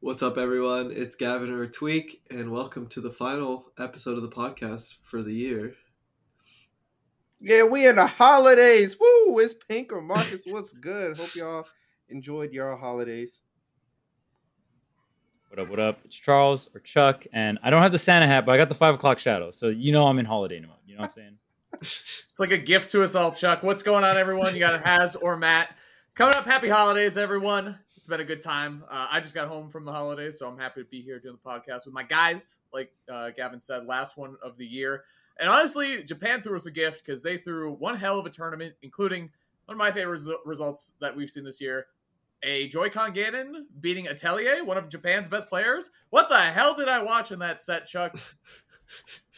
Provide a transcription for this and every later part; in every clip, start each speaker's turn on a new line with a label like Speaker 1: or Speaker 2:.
Speaker 1: What's up, everyone? It's Gavin or Tweak, and welcome to the final episode of the podcast for the year.
Speaker 2: Yeah, we in the holidays. Woo! It's Pink or Marcus. What's good? Hope y'all enjoyed your holidays.
Speaker 3: What up, what up? It's Charles or Chuck, and I don't have the Santa hat, but I got the five o'clock shadow. So you know I'm in holiday mode. You know what I'm saying?
Speaker 4: It's like a gift to us all, Chuck. What's going on, everyone? You got Has or Matt. Coming up, happy holidays, everyone. It's been a good time. Uh, I just got home from the holidays, so I'm happy to be here doing the podcast with my guys. Like uh, Gavin said, last one of the year. And honestly, Japan threw us a gift because they threw one hell of a tournament, including one of my favorite res- results that we've seen this year a Joy-Con Ganon beating Atelier, one of Japan's best players. What the hell did I watch in that set, Chuck?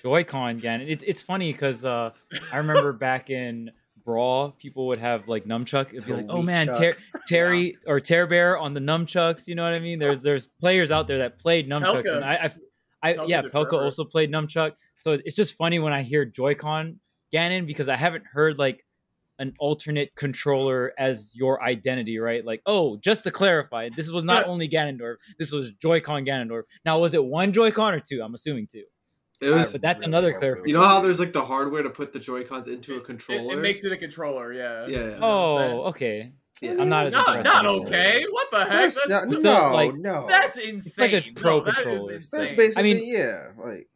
Speaker 3: Joy-Con again. It's it's funny because uh, I remember back in Brawl, people would have like nunchuck. It'd be
Speaker 2: The
Speaker 3: like, oh
Speaker 2: Wii
Speaker 3: man,
Speaker 2: Chuck."
Speaker 3: Ter- Terry or Tear Bear on the nunchucks. You know what I mean? There's there's players out there that played nunchucks,
Speaker 4: Pelka.
Speaker 3: and I, I, I
Speaker 4: Pelka
Speaker 3: yeah,
Speaker 4: did
Speaker 3: Pelka
Speaker 4: forever.
Speaker 3: also played nunchuck. So it's it's just funny when I hear Joy-Con Ganon because I haven't heard like an alternate controller as your identity, right? Like, oh, just to clarify, this was not only Ganondorf. This was Joy-Con Ganondorf. Now, was it one Joy-Con or two? I'm assuming two.
Speaker 1: It was,
Speaker 3: but that's another clarif-
Speaker 1: you know how there's like the hardware to put the Joy Cons into a
Speaker 4: It,
Speaker 1: controller.
Speaker 4: it makes it a controller, yeah.
Speaker 1: yeah. yeah.
Speaker 4: know what I'm saying?
Speaker 3: Oh, okay.
Speaker 1: Yeah.
Speaker 3: I'm not as
Speaker 4: Not,
Speaker 3: impressed
Speaker 4: not
Speaker 3: anymore.
Speaker 4: okay. What the heck?
Speaker 2: That's
Speaker 4: That's,
Speaker 2: not,
Speaker 3: it's
Speaker 2: no,
Speaker 3: not like-
Speaker 2: no.
Speaker 4: that's
Speaker 3: It's like
Speaker 4: insane.
Speaker 3: a pro
Speaker 4: no, that is
Speaker 3: controller.
Speaker 4: insane.
Speaker 2: That's basically
Speaker 3: I mean-
Speaker 2: yeah. Like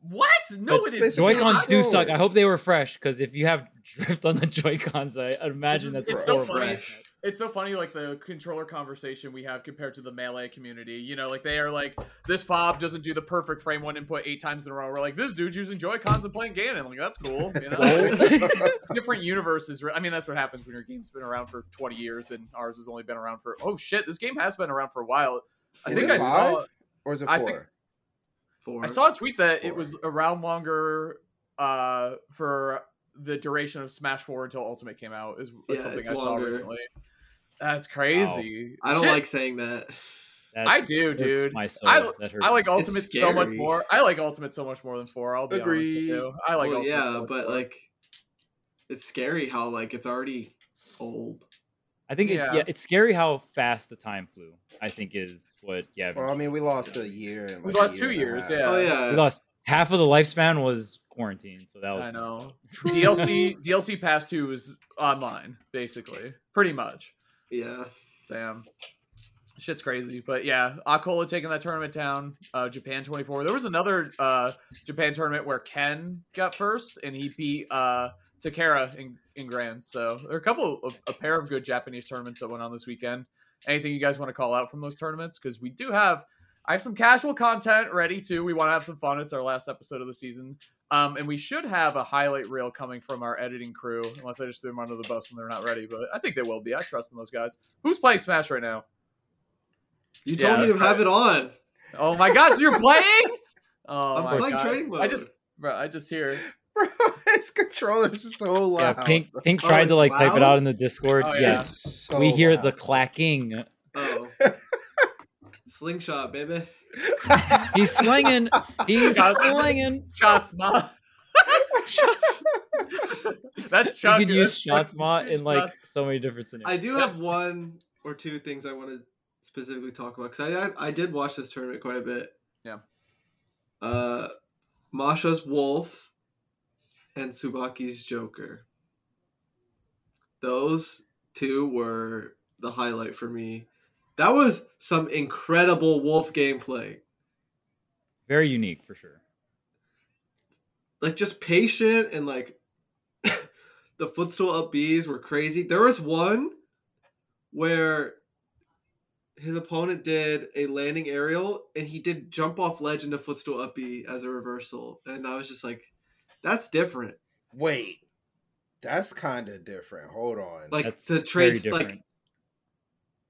Speaker 4: what? No,
Speaker 3: But
Speaker 4: it is.
Speaker 2: basically-
Speaker 3: Joy
Speaker 4: not.
Speaker 3: Cons do
Speaker 2: Control.
Speaker 3: suck. I hope they were fresh because if you have drift on the Joy Cons, I I'd imagine
Speaker 4: is-
Speaker 3: that's
Speaker 4: it's so
Speaker 3: horrible.
Speaker 4: funny.
Speaker 1: Fresh.
Speaker 4: It's so funny, like the controller conversation we have compared to the melee community. You know, like they are like this fob doesn't do the perfect frame one input eight times in a row. We're like this dude's using Joy Cons and playing Ganon. Like that's cool. You know? different universes. I mean, that's what happens when your game's been around for 20 years and ours has only been around for. Oh shit, this game has been around for a while. I
Speaker 2: Is
Speaker 4: think
Speaker 2: it
Speaker 4: I saw.
Speaker 2: live? or is it
Speaker 4: I think-
Speaker 2: four?
Speaker 1: Four.
Speaker 4: I saw a tweet that it was
Speaker 2: Four.
Speaker 4: around longer uh, for the duration of Smash Four until Ultimate came out. Is, is
Speaker 1: Yeah,
Speaker 4: something
Speaker 1: it's
Speaker 4: I saw
Speaker 1: longer.
Speaker 4: recently. That's crazy.
Speaker 1: I don't
Speaker 4: Shit,
Speaker 1: like saying that.
Speaker 3: That
Speaker 4: I do,
Speaker 3: hurts
Speaker 4: dude.
Speaker 3: My soul.
Speaker 4: I-
Speaker 3: that hurts.
Speaker 4: I like Ultimate so much
Speaker 1: scary.
Speaker 4: more. I like Ultimate so much more than four. I'll be honest with
Speaker 2: Agreed.
Speaker 4: you. I like
Speaker 1: well,
Speaker 4: Ultimate.
Speaker 1: Oh, yeah,
Speaker 4: more than
Speaker 1: but
Speaker 4: four.
Speaker 1: like, it's scary how like it's already old.
Speaker 3: I think
Speaker 4: yeah.
Speaker 3: It, yeah, it's scary how fast the time flew. I think is what yeah.
Speaker 2: Well, I mean, we lost a year. and,
Speaker 4: We
Speaker 2: like, a
Speaker 4: lost two
Speaker 2: year and a
Speaker 4: years,
Speaker 2: half.
Speaker 4: yeah.
Speaker 1: Oh
Speaker 3: we
Speaker 1: yeah.
Speaker 3: lost half of the lifespan was quarantine, so that was.
Speaker 4: I
Speaker 3: messed
Speaker 4: know.
Speaker 3: up.
Speaker 4: DLC DLC Pass Two is online, basically, pretty much.
Speaker 1: Yeah.
Speaker 4: Damn, shit's crazy. But yeah, Akola taking that tournament down. Uh, Japan twenty four. There was another uh, Japan tournament where Ken got first, and he beat uh, Takara in in grand. So there are a couple of a pair of good Japanese tournaments that went on this weekend. Anything you guys want to call out from those tournaments? Because we do have. I have some casual content ready too. We want to have some fun. It's our last episode of the season. Um, and we should have a highlight reel coming from our editing crew, unless I just threw them under the bus and they're not ready. But I think they will be. I trust in those guys. Who's playing Smash right now?
Speaker 1: You
Speaker 4: Yeah,
Speaker 1: told me
Speaker 4: that's
Speaker 1: to have it on.
Speaker 4: Oh my gosh, you're playing! Oh
Speaker 1: I'm
Speaker 4: my
Speaker 1: playing
Speaker 4: God.
Speaker 1: training
Speaker 4: I
Speaker 1: mode.
Speaker 4: just, bro, I just hear.
Speaker 2: Bro, his controller's so
Speaker 3: Yeah,
Speaker 2: loud.
Speaker 3: Pink Pink
Speaker 1: Oh,
Speaker 3: tried
Speaker 1: it's
Speaker 3: to like type it
Speaker 1: loud?
Speaker 3: out in the Discord.
Speaker 4: Oh, yeah.
Speaker 3: Yes,
Speaker 2: It's so
Speaker 3: we hear the
Speaker 2: loud.
Speaker 3: clacking.
Speaker 1: Oh. Slingshot, baby.
Speaker 3: He's slinging. He's
Speaker 4: God.
Speaker 3: slinging.
Speaker 4: Shots, ma. That's
Speaker 3: You
Speaker 4: Chuck.
Speaker 3: could use
Speaker 4: That's Chuck.
Speaker 3: shots mod
Speaker 4: You could
Speaker 3: in like
Speaker 4: use
Speaker 3: so many different scenarios.
Speaker 1: I do have
Speaker 4: That's-
Speaker 1: one or two things I want to specifically talk about because I, I I did watch this tournament quite a bit.
Speaker 4: Yeah.
Speaker 1: Uh, Masha's Wolf and Subaki's Joker. Those two were the highlight for me. That was some incredible Wolf gameplay.
Speaker 3: Very unique for sure.
Speaker 1: Like just patient and like the footstool up Bs were crazy. There was one where his opponent did a landing aerial and he did jump off ledge into footstool up B as a reversal. And I was just like, that's different.
Speaker 2: Wait, that's kind of different. Hold on.
Speaker 1: Like
Speaker 3: That's
Speaker 1: to
Speaker 3: very
Speaker 1: trade like
Speaker 3: different.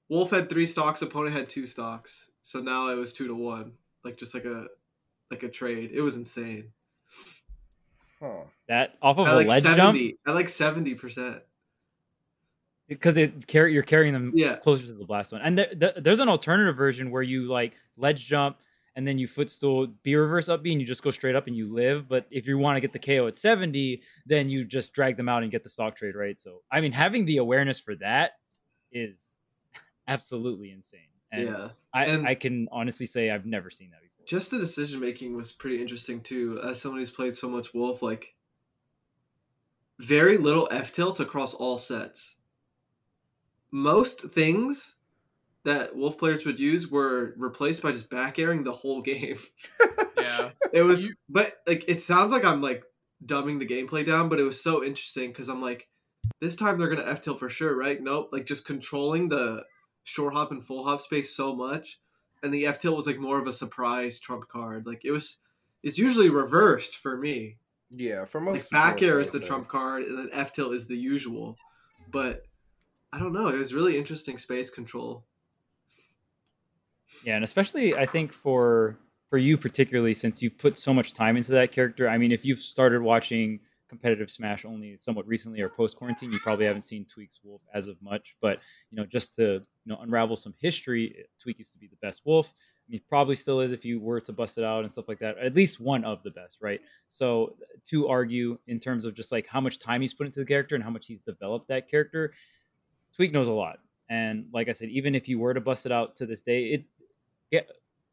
Speaker 1: Wolf had three stocks, opponent had two stocks. So now it was two to one. Like just like a like a trade. It was insane.
Speaker 2: huh?
Speaker 3: That off of
Speaker 1: At
Speaker 3: a
Speaker 1: like
Speaker 3: Oh, ledge jump.
Speaker 1: seventy. At like seventy percent.
Speaker 3: because it carry you're carrying them
Speaker 1: Yeah.
Speaker 3: closer to the blast one. And there, there- there's an alternative version where you like ledge jump and then you footstool B reverse up B and you just go straight up and you live. But if you want to get the KO at 70, then you just drag them out and get the stock trade right. So I mean, having the awareness for that is absolutely insane. And
Speaker 1: yeah.
Speaker 3: I,
Speaker 1: and-
Speaker 3: I can honestly say I've never seen that before.
Speaker 1: Just the decision making was pretty interesting too. As someone who's played so much Wolf, like very little F tilt across all sets. Most things that Wolf players would use were replaced by just back airing the whole game.
Speaker 4: Yeah.
Speaker 1: It was,
Speaker 4: You-
Speaker 1: but like it sounds like I'm like dumbing the gameplay down, but it was so interesting because I'm like, this time they're gonna F tilt for sure, right? Nope, like just controlling the short hop and full hop space so much, and the F tilt was like more of a surprise trump card. Like it was, it's usually reversed for me.
Speaker 2: Yeah, for
Speaker 1: Like
Speaker 2: most
Speaker 1: back
Speaker 2: most I
Speaker 1: air is
Speaker 2: would
Speaker 1: the
Speaker 2: say.
Speaker 1: trump card, and then F tilt is the usual, but. I don't know. It was really interesting space control.
Speaker 3: Yeah, and especially I think for for you particularly since you've put so much time into that character. I mean, if you've started watching competitive smash only somewhat recently or post quarantine, you probably haven't seen Tweak's Wolf as of much, but you know, just to you know unravel some history, Tweak used to be the best Wolf. I mean, probably still is if you were to bust it out and stuff like that. At least one of the best, right? So to argue in terms of just like how much time he's put into the character and how much he's developed that character, Tweak knows a lot. And like I said, even if you were to bust it out to this day, it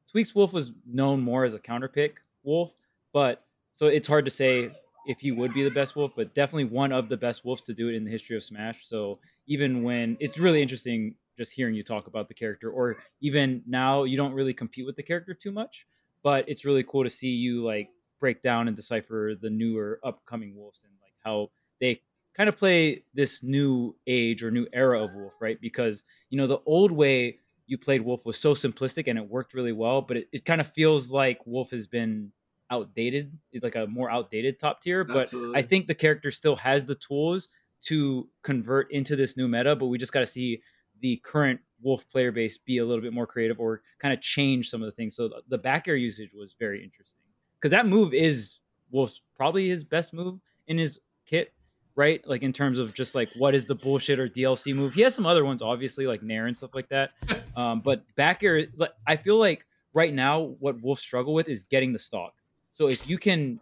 Speaker 3: Tweaks Wolf was known more as a counterpick Wolf, but so it's hard to say if he would be the best Wolf, but definitely one of the best Wolves to do it in the history of Smash. So even when it's really interesting just hearing you talk about the character, or even now you don't really compete with the character too much, but it's really cool to see you like break down and decipher the newer upcoming Wolves and like how they kind of play this new age or new era of Wolf, right? Because you know the old way you played Wolf was so simplistic and it worked really well, but it, it kind of feels like Wolf has been outdated. It's like a more outdated top tier, but
Speaker 1: Absolutely.
Speaker 3: I think the character still has the tools to convert into this new meta, but we just got to see the current Wolf player base be a little bit more creative or kind of change some of the things. So the- the back air usage was very interesting because that move is Wolf's probably his best move in his kit, right? Like in terms of just like what is the bullshit or DLC move. He has some other ones, obviously, like Nair and stuff like that. Um, but back air, like, I feel like right now what Wolves struggle with is getting the stock. So if you can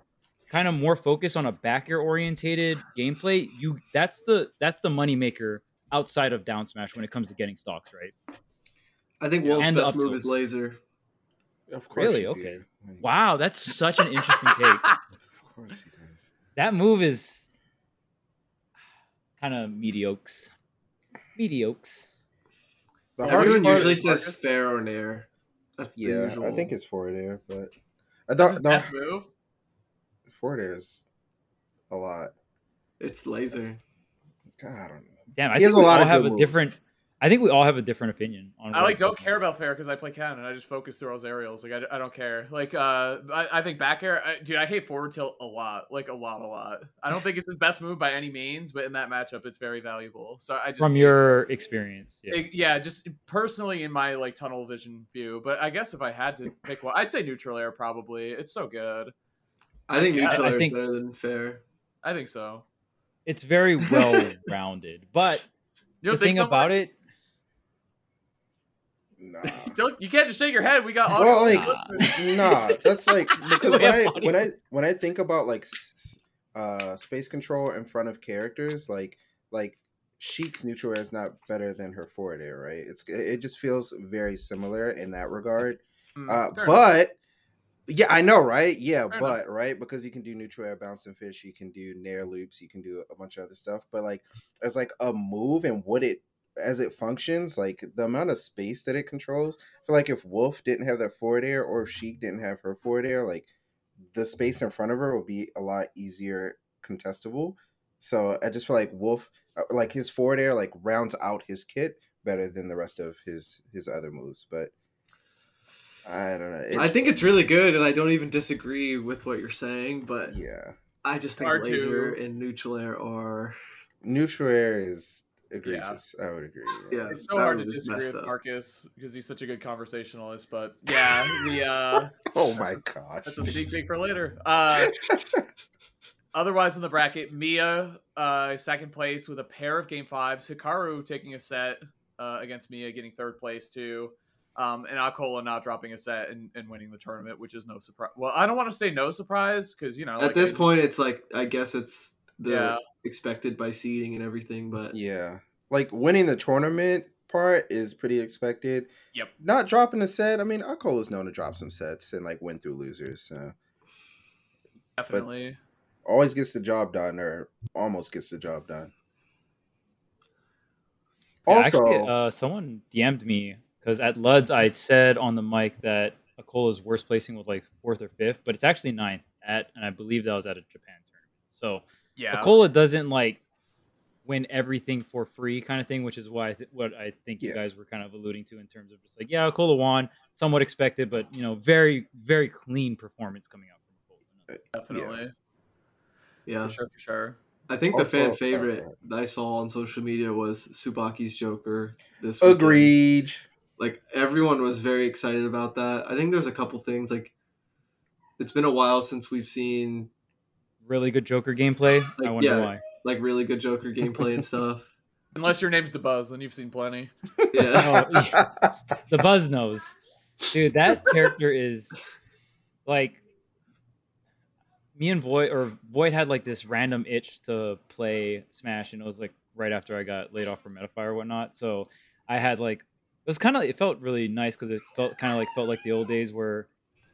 Speaker 3: kind of more focus on a back air orientated gameplay, you that's the that's the moneymaker outside of down smash when it comes to getting stocks, right?
Speaker 1: I think Wolf's
Speaker 3: And the
Speaker 1: best move
Speaker 3: up
Speaker 1: is
Speaker 3: tilts.
Speaker 1: laser.
Speaker 2: Of course,
Speaker 3: Really?
Speaker 2: he
Speaker 3: Okay.
Speaker 2: did. Like,
Speaker 3: Wow, that's such an interesting take.
Speaker 2: Of course he does.
Speaker 3: That move is kind of mediocre. Mediocre.
Speaker 2: The
Speaker 1: Everyone
Speaker 2: hardest part
Speaker 1: usually
Speaker 2: is-
Speaker 1: says fair or nair. That's the
Speaker 2: Yeah,
Speaker 1: usual.
Speaker 2: I think it's four there, but I
Speaker 4: That's
Speaker 2: thought
Speaker 4: his
Speaker 2: the
Speaker 4: best move.
Speaker 2: four there is a lot.
Speaker 1: it's laser.
Speaker 2: God, I don't know.
Speaker 3: Damn, I
Speaker 2: He has
Speaker 3: think
Speaker 2: a
Speaker 3: we
Speaker 2: lot
Speaker 3: all
Speaker 2: of
Speaker 3: have
Speaker 2: good
Speaker 3: a
Speaker 2: moves.
Speaker 3: different. I think we all have a different opinion on.
Speaker 4: I
Speaker 3: what
Speaker 4: like don't
Speaker 3: Wolf
Speaker 4: care
Speaker 3: is.
Speaker 4: about fair because I play Ken and I just focus through those aerials. Like I, I don't care. Like uh, I, I think back air, I, dude. I hate forward tilt a lot. Like a lot, a lot. I don't think it's his best move by any means, but in that matchup, it's very valuable. So I just
Speaker 3: from your experience. Yeah.
Speaker 4: It- yeah, just personally in my like tunnel vision view. But I guess if I had to pick one, I'd say neutral air probably. It's so good.
Speaker 1: I think
Speaker 4: Yeah, I-
Speaker 1: neutral
Speaker 3: I
Speaker 1: air
Speaker 3: think-
Speaker 1: is better than fair.
Speaker 4: I think so.
Speaker 3: it's very well rounded, but the
Speaker 4: You don't think
Speaker 3: thing
Speaker 4: so,
Speaker 3: about
Speaker 4: Mike?
Speaker 3: it,
Speaker 2: Nah.
Speaker 4: Don't, you can't just shake your head. We got audio.
Speaker 2: Well, like- uh,
Speaker 4: listeners.
Speaker 2: nah, that's like because
Speaker 3: We
Speaker 2: when I
Speaker 3: have audio.
Speaker 2: when I when I think about like s- uh space control in front of characters, like like Sheik's neutral air is not better than her forward air, right? It's it just feels very similar in that regard.
Speaker 4: Mm,
Speaker 2: Uh,
Speaker 4: fair enough.
Speaker 2: but yeah, I know, right? Yeah,
Speaker 4: Fair enough.
Speaker 2: but right because you can do neutral air bouncing fish, you can do nair loops, you can do a bunch of other stuff. But like, as like a move and what it as it functions, like the amount of space that it controls. I feel like if Wolf didn't have that forward air, or if Sheik didn't have her forward air, like the space in front of her would be a lot easier contestable. So I just feel like Wolf, uh, like his forward air, like rounds out his kit better than the rest of his his other moves. But I don't know. It-
Speaker 1: I think it's really good, and I don't even disagree with what you're saying. But
Speaker 2: yeah,
Speaker 1: I just think
Speaker 4: R2.
Speaker 1: laser and neutral air are.
Speaker 2: neutral air is egregious. I would agree.
Speaker 1: Yeah.
Speaker 4: it's so
Speaker 1: that
Speaker 4: hard to
Speaker 1: one is
Speaker 4: disagree
Speaker 1: messed
Speaker 4: with
Speaker 1: up.
Speaker 4: Marcus because he's such a good conversationalist. But yeah, the uh,
Speaker 2: Oh my gosh.
Speaker 4: that's a sneak peek for later. Uh, otherwise in the bracket, Mia uh, second place with a pair of game fives. Hikaru taking a set uh, against Mia, getting third place too. Um, and Akola not dropping a set and, and winning the tournament, which is no surprise. Well, I don't want to say no surprise because you know
Speaker 1: At
Speaker 4: like,
Speaker 1: this
Speaker 4: I-
Speaker 1: point, it's like I guess it's the
Speaker 4: Yeah.
Speaker 1: expected by seeding and everything, but
Speaker 2: yeah, like winning the tournament part is pretty expected.
Speaker 4: Yep.
Speaker 2: Not dropping a set. I mean, Akol is known to drop some sets and like win through losers. So
Speaker 4: Definitely.
Speaker 2: always gets the job done or almost gets the job done.
Speaker 3: Yeah,
Speaker 2: also,
Speaker 3: actually, uh, someone DM'd me because at Luds I said on the mic that Akola's worst placing was like fourth or fifth, but it's actually ninth at, and I believe that was at a Japan tournament. So
Speaker 4: yeah.
Speaker 3: Akola doesn't like win everything for free kind of thing, which is why I th- what I think you
Speaker 2: Yeah.
Speaker 3: guys were kind of alluding to in terms of just like yeah, Akola won, somewhat expected, but you know, very very clean performance coming out from Akola.
Speaker 4: Definitely.
Speaker 1: Yeah,
Speaker 4: For sure. For sure.
Speaker 1: I think
Speaker 2: Also,
Speaker 1: the fan
Speaker 2: uh,
Speaker 1: favorite that I saw on social media was Subaki's Joker. This weekend.
Speaker 2: agreed.
Speaker 1: Like everyone was very excited about that. I think there's a couple things like it's been a while since we've seen
Speaker 3: Really good Joker gameplay. I
Speaker 1: Like,
Speaker 3: wonder
Speaker 1: yeah.
Speaker 3: why.
Speaker 1: like really good Joker gameplay and stuff.
Speaker 4: Unless your name's the Buzz, then you've seen plenty.
Speaker 1: Yeah,
Speaker 3: Oh, yeah. the buzz nose dude that character is like me and void or void had like this random itch to play smash and it was like right after i got laid off from metafire or whatnot so i had like it was kind of it felt really nice because it felt kind of like felt like the old days where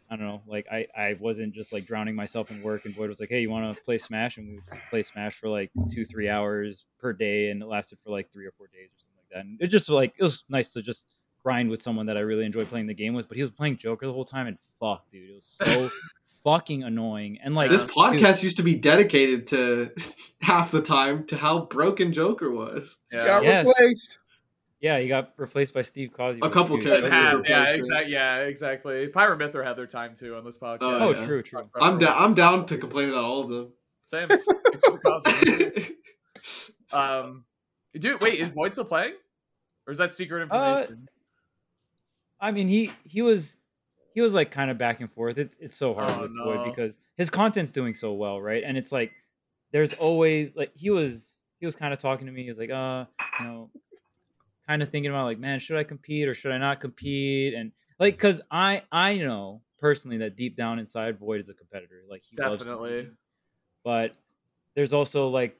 Speaker 3: i don't know like i i wasn't just like drowning myself in work and void was like hey you want to play smash and we would just play smash for like two three hours per day and it lasted for like three or four days or something like that and it just like it was nice to just grind with someone that I really enjoy playing the game with, but he was playing Joker the whole time, and fuck, dude, it was so fucking annoying. And like
Speaker 1: this
Speaker 4: dude.
Speaker 1: podcast used to be dedicated to half the time to how broken Joker was.
Speaker 4: Yeah.
Speaker 2: Got
Speaker 3: Yes.
Speaker 2: replaced.
Speaker 3: yeah, he got replaced by Steve Cosby.
Speaker 1: A
Speaker 3: which,
Speaker 1: couple
Speaker 3: dude,
Speaker 1: characters
Speaker 3: that
Speaker 1: Yeah,
Speaker 4: Yeah,
Speaker 1: were
Speaker 3: was-
Speaker 1: replaced.
Speaker 4: exactly. Yeah, exactly. Pyramith or had their time too on this podcast.
Speaker 1: Oh,
Speaker 3: Oh,
Speaker 1: yeah.
Speaker 3: true, true.
Speaker 1: I'm down. I'm down to complain about all of them.
Speaker 4: Same. It's for Cosmo. um, dude, wait, is Void still playing, or is that secret
Speaker 3: Uh,
Speaker 4: information?
Speaker 3: I mean, he he was he was like kind of back and forth. It's it's so hard
Speaker 4: Oh,
Speaker 3: with Void
Speaker 4: no.
Speaker 3: because his content's doing so well, right? And it's like there's always like he was he was kind of talking to me. He was like, uh, you know, kind of thinking about like, man, should I compete or should I not compete? And like, cause I I know personally that deep down inside, Void is a competitor. Like he loves
Speaker 4: Definitely.
Speaker 3: competing. but there's also like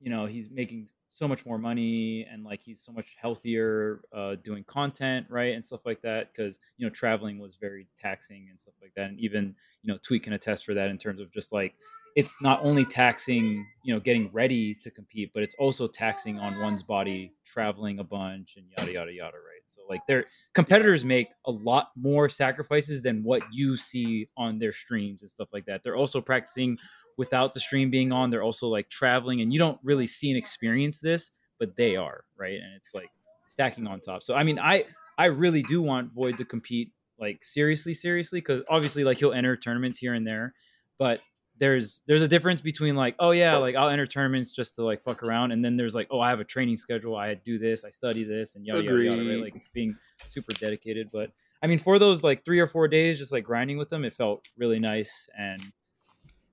Speaker 3: you know he's making so much more money and like he's so much healthier uh, doing content right and stuff like that because you know traveling was very taxing and stuff like that and even you know tweet can attest for that in terms of just like it's not only taxing you know getting ready to compete but it's also taxing on one's body traveling a bunch and yada yada yada right so like their competitors make a lot more sacrifices than what you see on their streams and stuff like that they're also practicing without the stream being on they're also like traveling and you don't really see and experience this but they are right and it's like stacking on top so i mean i i really do want void to compete like seriously seriously because obviously like he'll enter tournaments here and there but there's there's a difference between like oh yeah like i'll enter tournaments just to like fuck around and then there's like oh i have a training schedule i do this i study this and yada yada yada right?
Speaker 2: Agreed.
Speaker 3: like being super dedicated but i mean for those like three or four days just like grinding with them it felt really nice and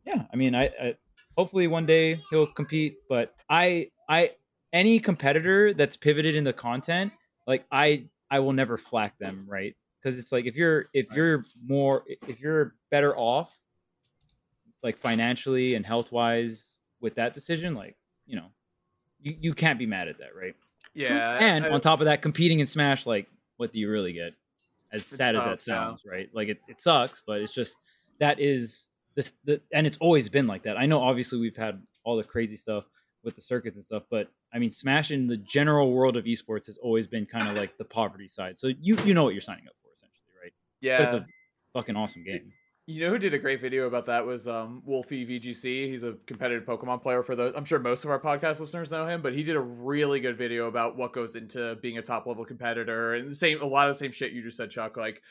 Speaker 3: yeah i mean i, I hopefully one day he'll compete but i i any competitor that's pivoted into content like i i will never flack them right because it's like if you're if you're more if you're better off like financially and health wise with that decision like you know you, you can't be mad at that right
Speaker 4: yeah,
Speaker 3: and
Speaker 4: I-
Speaker 3: on top of that competing in smash like what do you really get as
Speaker 4: It
Speaker 3: sad as that
Speaker 4: sucks, yeah.
Speaker 3: sounds right like it, it sucks but it's just that is this the, and it's always been like that i know obviously we've had all the crazy stuff with the circuits and stuff but i mean smash in the general world of esports has always been kind of like the poverty side so you you know what you're signing up for essentially right
Speaker 4: yeah.
Speaker 3: But it's a fucking awesome game
Speaker 4: You know who did a great video about that was um, Wolfie VGC. He's a competitive Pokemon player for the. I'm sure most of our podcast listeners know him, but he did a really good video about what goes into being a top level competitor and the same a lot of the same shit you just said, Chuck. Like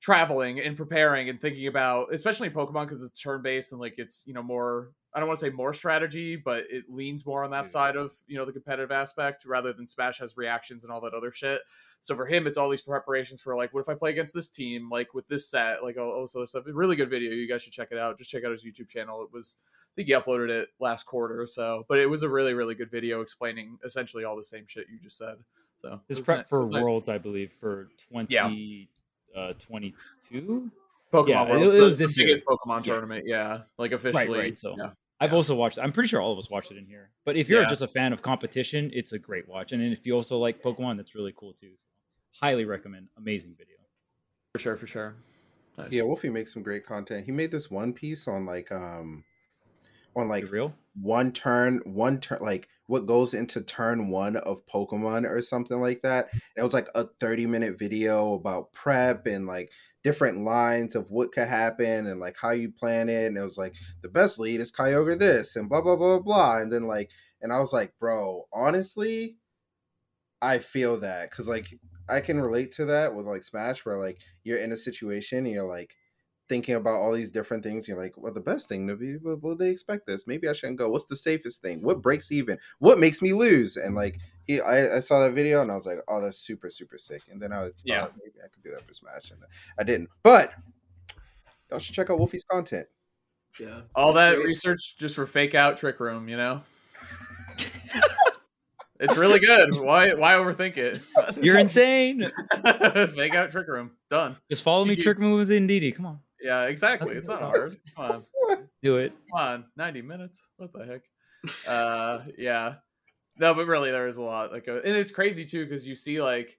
Speaker 4: traveling and preparing and thinking about, especially in Pokemon because it's turn based and like it's you know more. I don't want to say more strategy, but it leans more on
Speaker 3: Yeah.
Speaker 4: that side of you know the competitive aspect rather than Smash has reactions and all that other shit. So for him, it's all these preparations for like, what if I play against this team, like with this set, like all, all this other stuff. Really good video. You guys should check it out. Just check out his YouTube channel. It was, I think he uploaded it last quarter or so, but it was a really, really good video explaining essentially all the same shit you just said. So it
Speaker 3: This
Speaker 4: was
Speaker 3: prep
Speaker 4: ni- it
Speaker 3: for
Speaker 4: was nice.
Speaker 3: Worlds, I believe, for 20, uh, 22.
Speaker 4: Pokemon
Speaker 3: yeah, it-
Speaker 4: Worlds,
Speaker 3: it
Speaker 4: the-
Speaker 3: was
Speaker 4: the
Speaker 3: this year.
Speaker 4: biggest Pokemon
Speaker 3: Yeah.
Speaker 4: tournament. Yeah, like officially.
Speaker 3: right, so-
Speaker 4: yeah.
Speaker 3: I've
Speaker 4: Yeah.
Speaker 3: also watched. I'm pretty sure all of us watched it in here. But if you're
Speaker 4: Yeah.
Speaker 3: just a fan of competition, it's a great watch. And then if you also like Pokemon, that's really cool too. So highly recommend. Amazing video.
Speaker 4: For sure, for sure. Nice.
Speaker 2: Yeah, Wolfie makes some great content. He made this one piece on like um on like
Speaker 3: Like real.
Speaker 2: one turn, one turn, like what goes into turn one of Pokemon or something like that. And it was like a 30 minute video about prep and like different lines of what could happen and like how you plan it. And it was like the best lead is Kyogre this and blah, blah, blah, blah, blah. And then like, and I was like, bro, honestly, I feel that because like I can relate to that with like Smash, where like you're in a situation and you're like, thinking about all these different things. You're like, well, the best thing to be, well, well, they expect this. Maybe I shouldn't go. What's the safest thing? What breaks even? What makes me lose? And like, he, I, I saw that video and I was like, oh, that's super, super sick. And then I was,
Speaker 4: Yeah.
Speaker 2: yeah, maybe I could do that for Smash. And I didn't. But y'all should check out Wolfie's content.
Speaker 1: Yeah.
Speaker 4: All that
Speaker 2: Great.
Speaker 4: research just for fake out trick room, you know? it's really good. Why why overthink it?
Speaker 3: You're insane.
Speaker 4: fake out trick room. Done.
Speaker 3: Just follow me,
Speaker 4: GG.
Speaker 3: trick moves in DD. Come on,
Speaker 4: Yeah, exactly. It's not hard. Come on.
Speaker 3: do it.
Speaker 4: Come on. 90 minutes. What the heck? Uh yeah. No, but really there is a lot like uh, and it's crazy too cuz you see like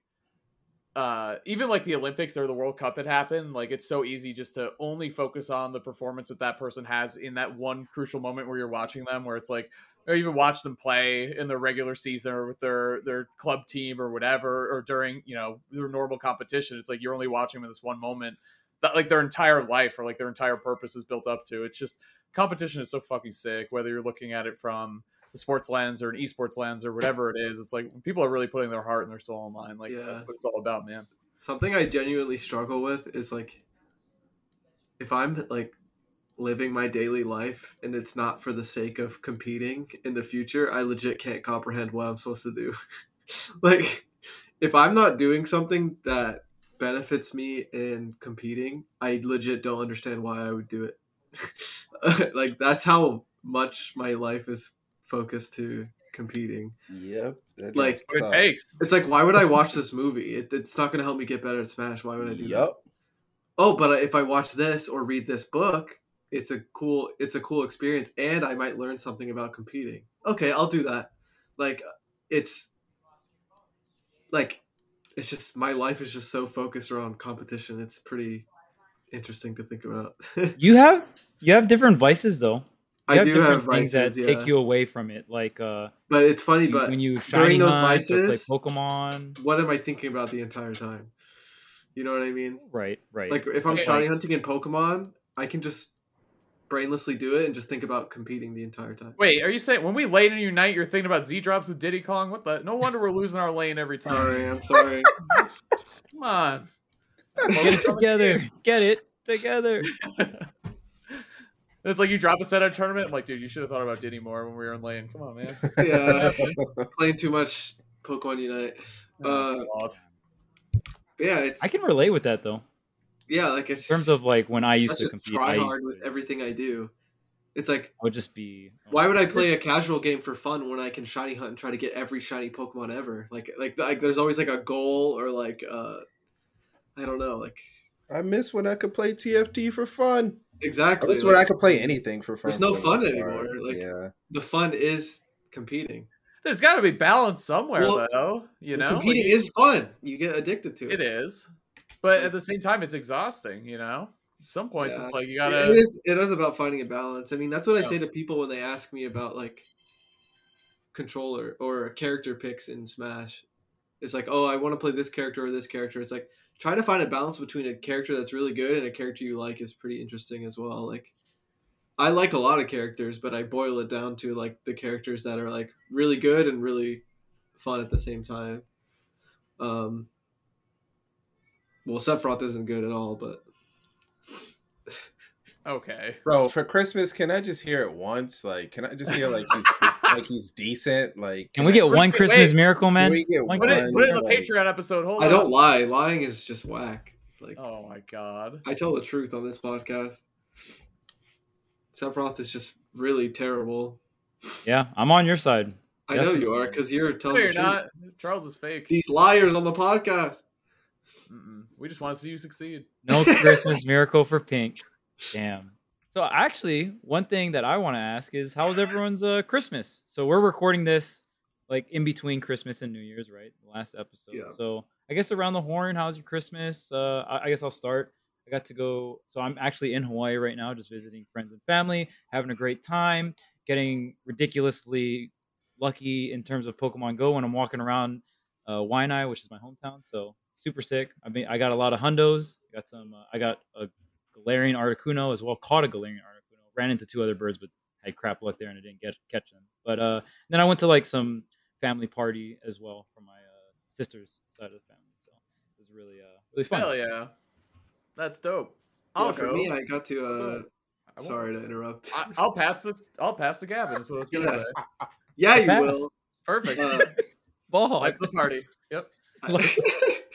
Speaker 4: uh even like the Olympics or the World Cup had happened, like it's so easy just to only focus on the performance that that person has in that one crucial moment where you're watching them where it's like or even watch them play in the regular season or with their their club team or whatever or during you know their normal competition it's like you're only watching them in this one moment that like their entire life or like their entire purpose is built up to it's just competition is so fucking sick whether you're looking at it from the sports lens or an esports lens or whatever it is it's like when people are really putting their heart and their soul online like
Speaker 1: Yeah.
Speaker 4: that's what it's all about man
Speaker 1: Something I genuinely struggle with is like if I'm like living my daily life and it's not for the sake of competing in the future, I legit can't comprehend what I'm supposed to do. like if I'm not doing something that benefits me in competing, I legit don't understand why I would do it. like that's how much my life is focused to competing.
Speaker 2: Yep. that
Speaker 1: Like,
Speaker 2: is
Speaker 4: what it
Speaker 2: tough.
Speaker 4: takes
Speaker 1: It's like why would I watch this movie? It, it's not going to help me get better at Smash. Why would I do that?
Speaker 2: Yep.
Speaker 1: oh but if i watch this or read this book it's a cool it's a cool experience and i might learn something about competing okay i'll do that like it's like it's just my life is just so focused around competition it's pretty interesting to think about
Speaker 3: You have you have different vices though. You
Speaker 1: i do
Speaker 3: different
Speaker 1: have vices
Speaker 3: that
Speaker 1: yeah
Speaker 3: take you away from it. Like uh,
Speaker 1: but it's funny
Speaker 3: you-
Speaker 1: but
Speaker 3: when you shiny
Speaker 1: during those
Speaker 3: hunt or play
Speaker 1: vices-
Speaker 3: Pokemon.
Speaker 1: what am i thinking about the entire time you know what i mean
Speaker 3: Right, right.
Speaker 1: like if i'm
Speaker 4: Okay.
Speaker 1: shiny hunting in pokemon i can just brainlessly do it and just think about competing the entire time
Speaker 4: wait are you saying when we lane and unite you're thinking about z drops with diddy kong what the no wonder we're losing our lane every time
Speaker 1: Sorry, I'm sorry.
Speaker 4: come on
Speaker 3: Get it together. Get it together.
Speaker 4: It's like you drop a set at a tournament. I'm like, dude, you should have thought about Diddy more when we were in lane. Come on, man.
Speaker 1: yeah, playing too much Pokemon Unite.
Speaker 4: Oh
Speaker 1: Uh, But yeah, it's
Speaker 3: I can relate with that though.
Speaker 1: yeah, like it's
Speaker 3: In terms of like when I used
Speaker 1: such
Speaker 3: to
Speaker 1: a
Speaker 3: compete, I,
Speaker 1: try hard
Speaker 3: used
Speaker 1: with
Speaker 3: to-
Speaker 1: everything I do. It's like
Speaker 3: I would just be. um,
Speaker 1: why would I play a casual game for fun when I can shiny hunt and try to get every shiny Pokemon ever? Like like like there's always like a goal or like uh I don't know like
Speaker 2: I miss when I could play TFT for fun. I
Speaker 1: exactly
Speaker 2: miss when
Speaker 1: like,
Speaker 2: I could play anything for fun.
Speaker 1: There's no
Speaker 2: for the
Speaker 1: fun
Speaker 2: most
Speaker 1: anymore,
Speaker 2: part.
Speaker 1: like-
Speaker 2: yeah.
Speaker 1: the fun is competing.
Speaker 4: There's got to be balance somewhere,
Speaker 1: Well,
Speaker 4: though. You know, Like,
Speaker 1: competing
Speaker 4: you-
Speaker 1: is fun. You get addicted to it.
Speaker 4: it is, but at the same time, it's exhausting. You know, at some points,
Speaker 1: Yeah.
Speaker 4: it's like you
Speaker 1: It-
Speaker 4: gotta.
Speaker 1: it is it is about finding a balance i mean that's what i
Speaker 4: Yeah.
Speaker 1: say to people when they ask me about like controller or character picks in smash it's like oh i want to play this character or this character it's like try to find a balance between a character that's really good and a character you like is pretty interesting as well like i like a lot of characters but i boil it down to like the characters that are like really good and really fun at the same time um well sephiroth isn't good at all but
Speaker 4: Okay,
Speaker 2: Bro, for Christmas, can I just hear it once? Like, can I just hear like he's like he's decent? Like,
Speaker 3: Can we get one
Speaker 4: Wait,
Speaker 3: Christmas
Speaker 4: wait.
Speaker 3: miracle,
Speaker 2: Can
Speaker 3: man?
Speaker 2: we get
Speaker 3: One
Speaker 4: put it put it in the
Speaker 2: Like- uh,
Speaker 4: Patreon episode. Hold
Speaker 1: I
Speaker 4: on.
Speaker 1: don't lie. Lying is just whack. Like
Speaker 4: Oh my god.
Speaker 1: I tell the truth on this podcast. Sephiroth is just really terrible.
Speaker 3: Yeah, I'm on your side.
Speaker 1: I know you
Speaker 3: Definitely.
Speaker 1: are because you're telling
Speaker 4: No, you're
Speaker 1: the truth.
Speaker 4: not. Charles is fake.
Speaker 1: These liars on the podcast.
Speaker 4: Mm-mm. We just want to see you succeed.
Speaker 3: No Christmas miracle for Pink. Damn. So actually, one thing that I want to ask is how was everyone's uh, Christmas? So we're recording this like in between Christmas and New Year's, right? The last episode.
Speaker 1: Yeah.
Speaker 3: So I guess around the horn, how's your Christmas? Uh, I, I guess I'll start. I got to go. So I'm actually in Hawaii right now, just visiting friends and family, having a great time, getting ridiculously lucky in terms of Pokemon Go when I'm walking around uh, Waianae, which is my hometown. So super sick. I mean, I got a lot of hundos. Got some. Uh, I got a Galarian Articuno as well. Caught a Galarian Articuno. Ran into two other birds, but had crap luck there and I didn't get catch them. But uh, then I went to like some family party as well from my uh, sister's side of the family. So it was really uh really fun.
Speaker 4: Hell yeah, that's dope.
Speaker 1: Yeah,
Speaker 4: I'll
Speaker 1: for
Speaker 4: go.
Speaker 1: me, I got to.
Speaker 4: I'll
Speaker 1: Uh,
Speaker 4: go. I won't-
Speaker 1: sorry to interrupt.
Speaker 4: I, I'll pass the I'll pass the Gavin. That's what I was gonna
Speaker 1: Yeah.
Speaker 4: say.
Speaker 1: yeah, you
Speaker 3: Pass.
Speaker 1: will.
Speaker 4: Perfect.
Speaker 1: Uh,
Speaker 3: Ball.
Speaker 4: Life of the party. Yep.
Speaker 1: I,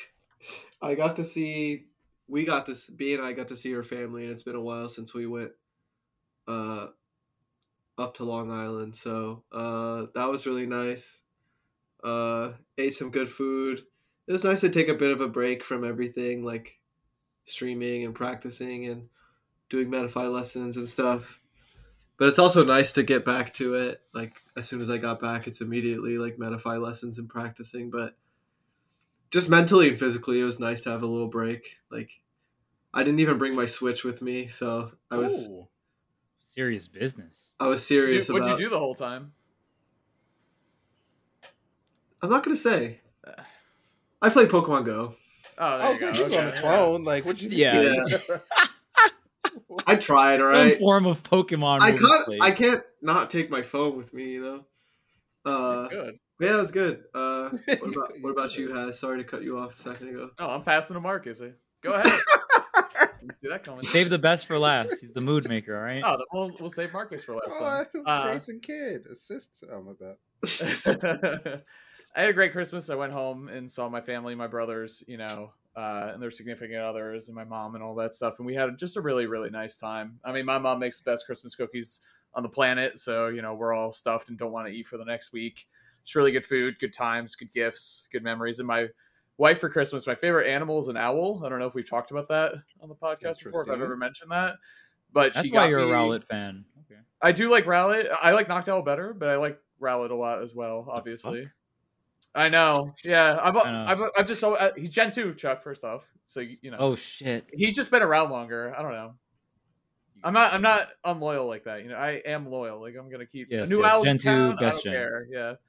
Speaker 1: I got to see. We got this. B and I got to see her family, and it's been a while since we went uh, up to Long Island. So uh, that was really nice. Uh, ate some good food. It was nice to take a bit of a break from everything, like streaming and practicing and doing Medify lessons and stuff. But it's also nice to get back to it. Like as soon as I got back, it's immediately like Medify lessons and practicing. But just mentally and physically, it was nice to have a little break. Like, I didn't even bring my Switch with me, so I was
Speaker 2: Ooh.
Speaker 3: Serious business.
Speaker 1: I was serious
Speaker 4: Dude, what'd
Speaker 1: about.
Speaker 4: you do the whole time?
Speaker 1: I'm not gonna say.
Speaker 4: Uh.
Speaker 1: I play Pokemon Go.
Speaker 4: Oh, there
Speaker 2: I
Speaker 4: you
Speaker 2: was
Speaker 4: go.
Speaker 2: like, you was on the
Speaker 4: Okay.
Speaker 2: phone. Like, what you?
Speaker 3: Yeah.
Speaker 1: I tried, all
Speaker 3: Some
Speaker 1: right.
Speaker 3: form of Pokemon.
Speaker 1: I
Speaker 3: movie play.
Speaker 1: can't. I can't not take my phone with me. You know. Uh,
Speaker 4: Good.
Speaker 1: yeah, it was good. Uh, what about
Speaker 2: You
Speaker 1: what about
Speaker 2: could.
Speaker 1: you, Has? Sorry to cut you off a second ago.
Speaker 4: No, I'm passing to Marcus. eh? Go ahead. Did that coming?
Speaker 3: Save the best for last. He's the mood maker, all right?
Speaker 4: Oh, then we'll, we'll save Marcus for
Speaker 2: Oh,
Speaker 4: last time. Uh,
Speaker 2: Jason Kidd assist. oh, I'm about.
Speaker 4: I had a great Christmas. I went home and saw my family, my brothers, you know, uh, and their significant others, and my mom, and all that stuff. And we had just a really, really nice time. I mean, my mom makes the best Christmas cookies on the planet, so you know we're all stuffed and don't want to eat for the next week. It's really good food, good times, good gifts, good memories. And my wife for Christmas, my favorite animal is an owl. I don't know if we've talked about that on the podcast before, if I've
Speaker 2: Interesting.
Speaker 4: ever mentioned that. But
Speaker 3: That's
Speaker 4: she
Speaker 3: why
Speaker 4: got
Speaker 3: you're
Speaker 4: me-
Speaker 3: a Rowlet fan. Okay.
Speaker 4: I do like Rowlet. I like Knocked Owl better, but I like Rowlet a lot as well. Obviously, I know. Yeah, I've
Speaker 3: I know.
Speaker 4: I've, I've just so uh, he's Gen two Chuck. First off, so you you know
Speaker 3: Oh shit.
Speaker 4: he's just been around longer. I don't know. I'm not I'm not unloyal like that. You know, I am loyal. Like I'm gonna keep
Speaker 3: Yes,
Speaker 4: new
Speaker 3: yes.
Speaker 4: owls
Speaker 3: Gen
Speaker 4: in
Speaker 3: 2,
Speaker 4: town. I
Speaker 3: best
Speaker 4: don't
Speaker 3: gen.
Speaker 4: care. Yeah.
Speaker 3: Yeah.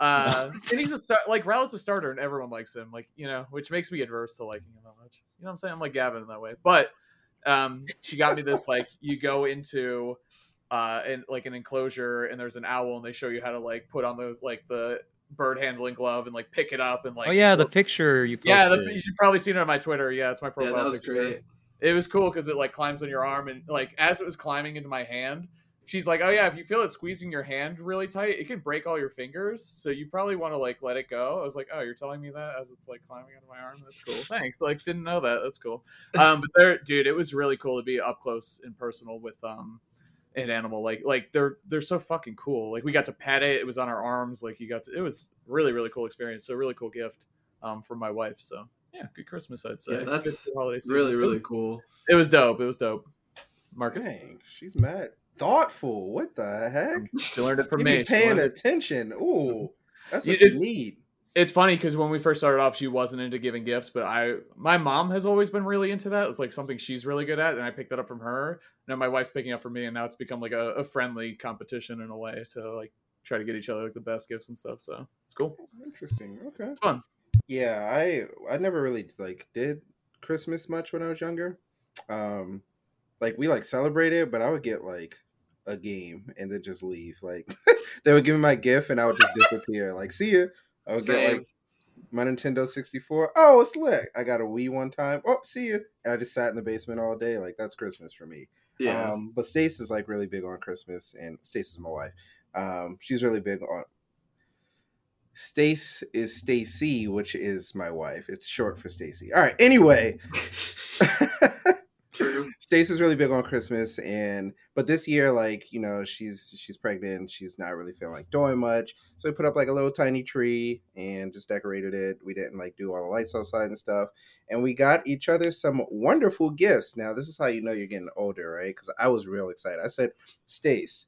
Speaker 4: Uh, and he's a star- like Rowlet's a starter, and everyone likes him. Like you know, which makes me adverse to liking him that much. You know what I'm saying? I'm like Gavin in that way. But um, she got me this like you go into uh, and like an enclosure, and there's an owl, and they show you how to like put on the like the bird handling glove and like pick it up and like
Speaker 3: oh yeah, the picture you posted.
Speaker 4: yeah. The, you should probably seen it on my Twitter. Yeah, it's my
Speaker 1: Yeah,
Speaker 4: profile.
Speaker 1: that was
Speaker 4: picture
Speaker 1: great.
Speaker 4: it was cool because it like climbs on your arm and like as it was climbing into my hand she's like oh yeah if you feel it squeezing your hand really tight it can break all your fingers so you probably want to like let it go i was like oh you're telling me that as it's like climbing into my arm that's cool thanks like didn't know that that's cool um but there dude it was really cool to be up close and personal with um an animal like like they're they're so fucking cool like we got to pet it it was on our arms like you got to it was really really cool experience so really cool gift um from my wife so yeah good christmas i'd say
Speaker 1: Yeah,
Speaker 4: Good
Speaker 1: that's
Speaker 4: holiday season.
Speaker 1: Really,
Speaker 4: It was
Speaker 1: really cool.
Speaker 4: it was dope. It was dope. Marcus,
Speaker 2: Dang, she's mad. Thoughtful. What the heck?
Speaker 4: she learned it from
Speaker 2: You
Speaker 4: me.
Speaker 2: be
Speaker 4: She
Speaker 2: paying
Speaker 4: learned-
Speaker 2: attention. Ooh, that's
Speaker 4: You-
Speaker 2: what you
Speaker 4: it's-
Speaker 2: need.
Speaker 4: It's funny because when we first started off, she wasn't into giving gifts, but I, my mom has always been really into that. It's like something she's really good at, and I picked that up from her. Now my wife's picking up from me, and now it's become like a, a friendly competition in a way to like try to get each other like the best gifts and stuff. So it's cool.
Speaker 2: Interesting. Okay.
Speaker 4: Fun.
Speaker 2: Yeah, I I never really like did Christmas much when I was younger. Um like we like celebrated, but I would get like a game and then just leave. Like they would give me my gift and I would just disappear. Like, see ya. I would get
Speaker 1: Same.
Speaker 2: like my Nintendo 64. Oh, it's lit. I got a Wii one time. Oh, see ya. And I just sat in the basement all day. Like that's Christmas for me.
Speaker 1: Yeah.
Speaker 2: Um, but Stace is like really big on Christmas, and Stace is my wife. Um, she's really big on. Stace is Stacy, which is my wife. It's short for Stacy. All right. Anyway,
Speaker 1: True.
Speaker 2: Stacey's really big on Christmas, and but this year, like you know, she's she's pregnant. and She's not really feeling like doing much, so we put up like a little tiny tree and just decorated it. We didn't like do all the lights outside and stuff, and we got each other some wonderful gifts. Now this is how you know you're getting older, right? Because I was real excited. I said, Stace,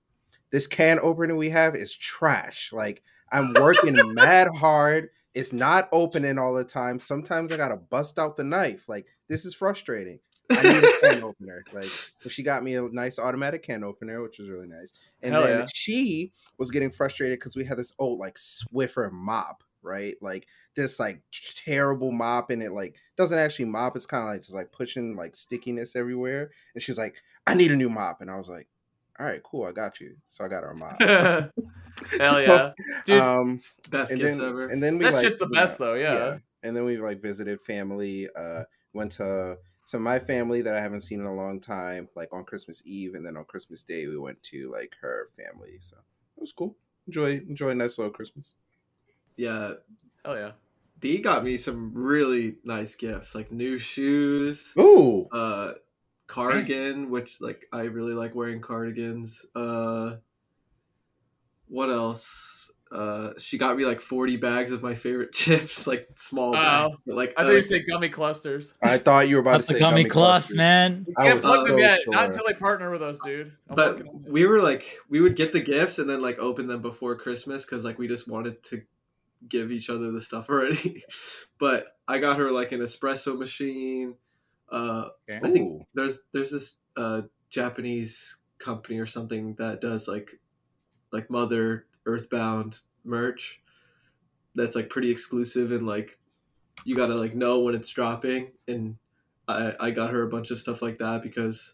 Speaker 2: this can opener we have is trash. Like I'm working mad hard. It's not opening all the time. Sometimes I gotta bust out the knife. Like this is frustrating. I need a can opener. Like so she got me a nice automatic can opener, which was really nice. And
Speaker 4: Hell
Speaker 2: then
Speaker 4: yeah.
Speaker 2: she was getting frustrated because we had this old like Swiffer mop, right? Like this like terrible mop, and it like doesn't actually mop. It's kind of like just like pushing like stickiness everywhere. And she was like, "I need a new mop," and I was like, "All right, cool, I got you." So I got her a mop.
Speaker 4: Hell
Speaker 2: So,
Speaker 4: yeah, dude.
Speaker 2: Um,
Speaker 1: Best
Speaker 2: and
Speaker 1: gifts
Speaker 2: then,
Speaker 1: ever.
Speaker 2: and then we
Speaker 4: that
Speaker 2: like,
Speaker 4: shit's the
Speaker 2: you know,
Speaker 4: best though. Yeah.
Speaker 2: and then we like visited family uh went to to my family that i haven't seen in a long time like on christmas eve and then on christmas day we went to like her family so it was cool enjoy enjoy a nice little christmas
Speaker 1: yeah,
Speaker 4: Hell yeah.
Speaker 1: B got me some really nice gifts, like new shoes,
Speaker 2: Ooh,
Speaker 1: uh, cardigan, which like I really like wearing cardigans. Uh, what else? Uh, she got me like forty bags of my favorite chips, like small bags, but like
Speaker 4: Oh. I
Speaker 1: uh,
Speaker 4: thought you said gummy clusters.
Speaker 2: i thought you were about
Speaker 3: Up
Speaker 2: to say
Speaker 3: the gummy clus,
Speaker 2: clusters.
Speaker 3: man.
Speaker 4: We
Speaker 2: I
Speaker 4: can't
Speaker 2: was
Speaker 4: plug them
Speaker 2: so
Speaker 4: yet.
Speaker 2: sure.
Speaker 4: Not until they partner with us, dude. I'm
Speaker 1: but
Speaker 4: working on it.
Speaker 1: we were like we would get the gifts and then like open them before christmas because like we just wanted to give each other the stuff already but i got her like an espresso machine uh
Speaker 3: Okay.
Speaker 1: i think
Speaker 2: Ooh.
Speaker 1: there's there's this uh japanese company or something that does like like mother earthbound merch that's like pretty exclusive and like you gotta like know when it's dropping and i i got her a bunch of stuff like that because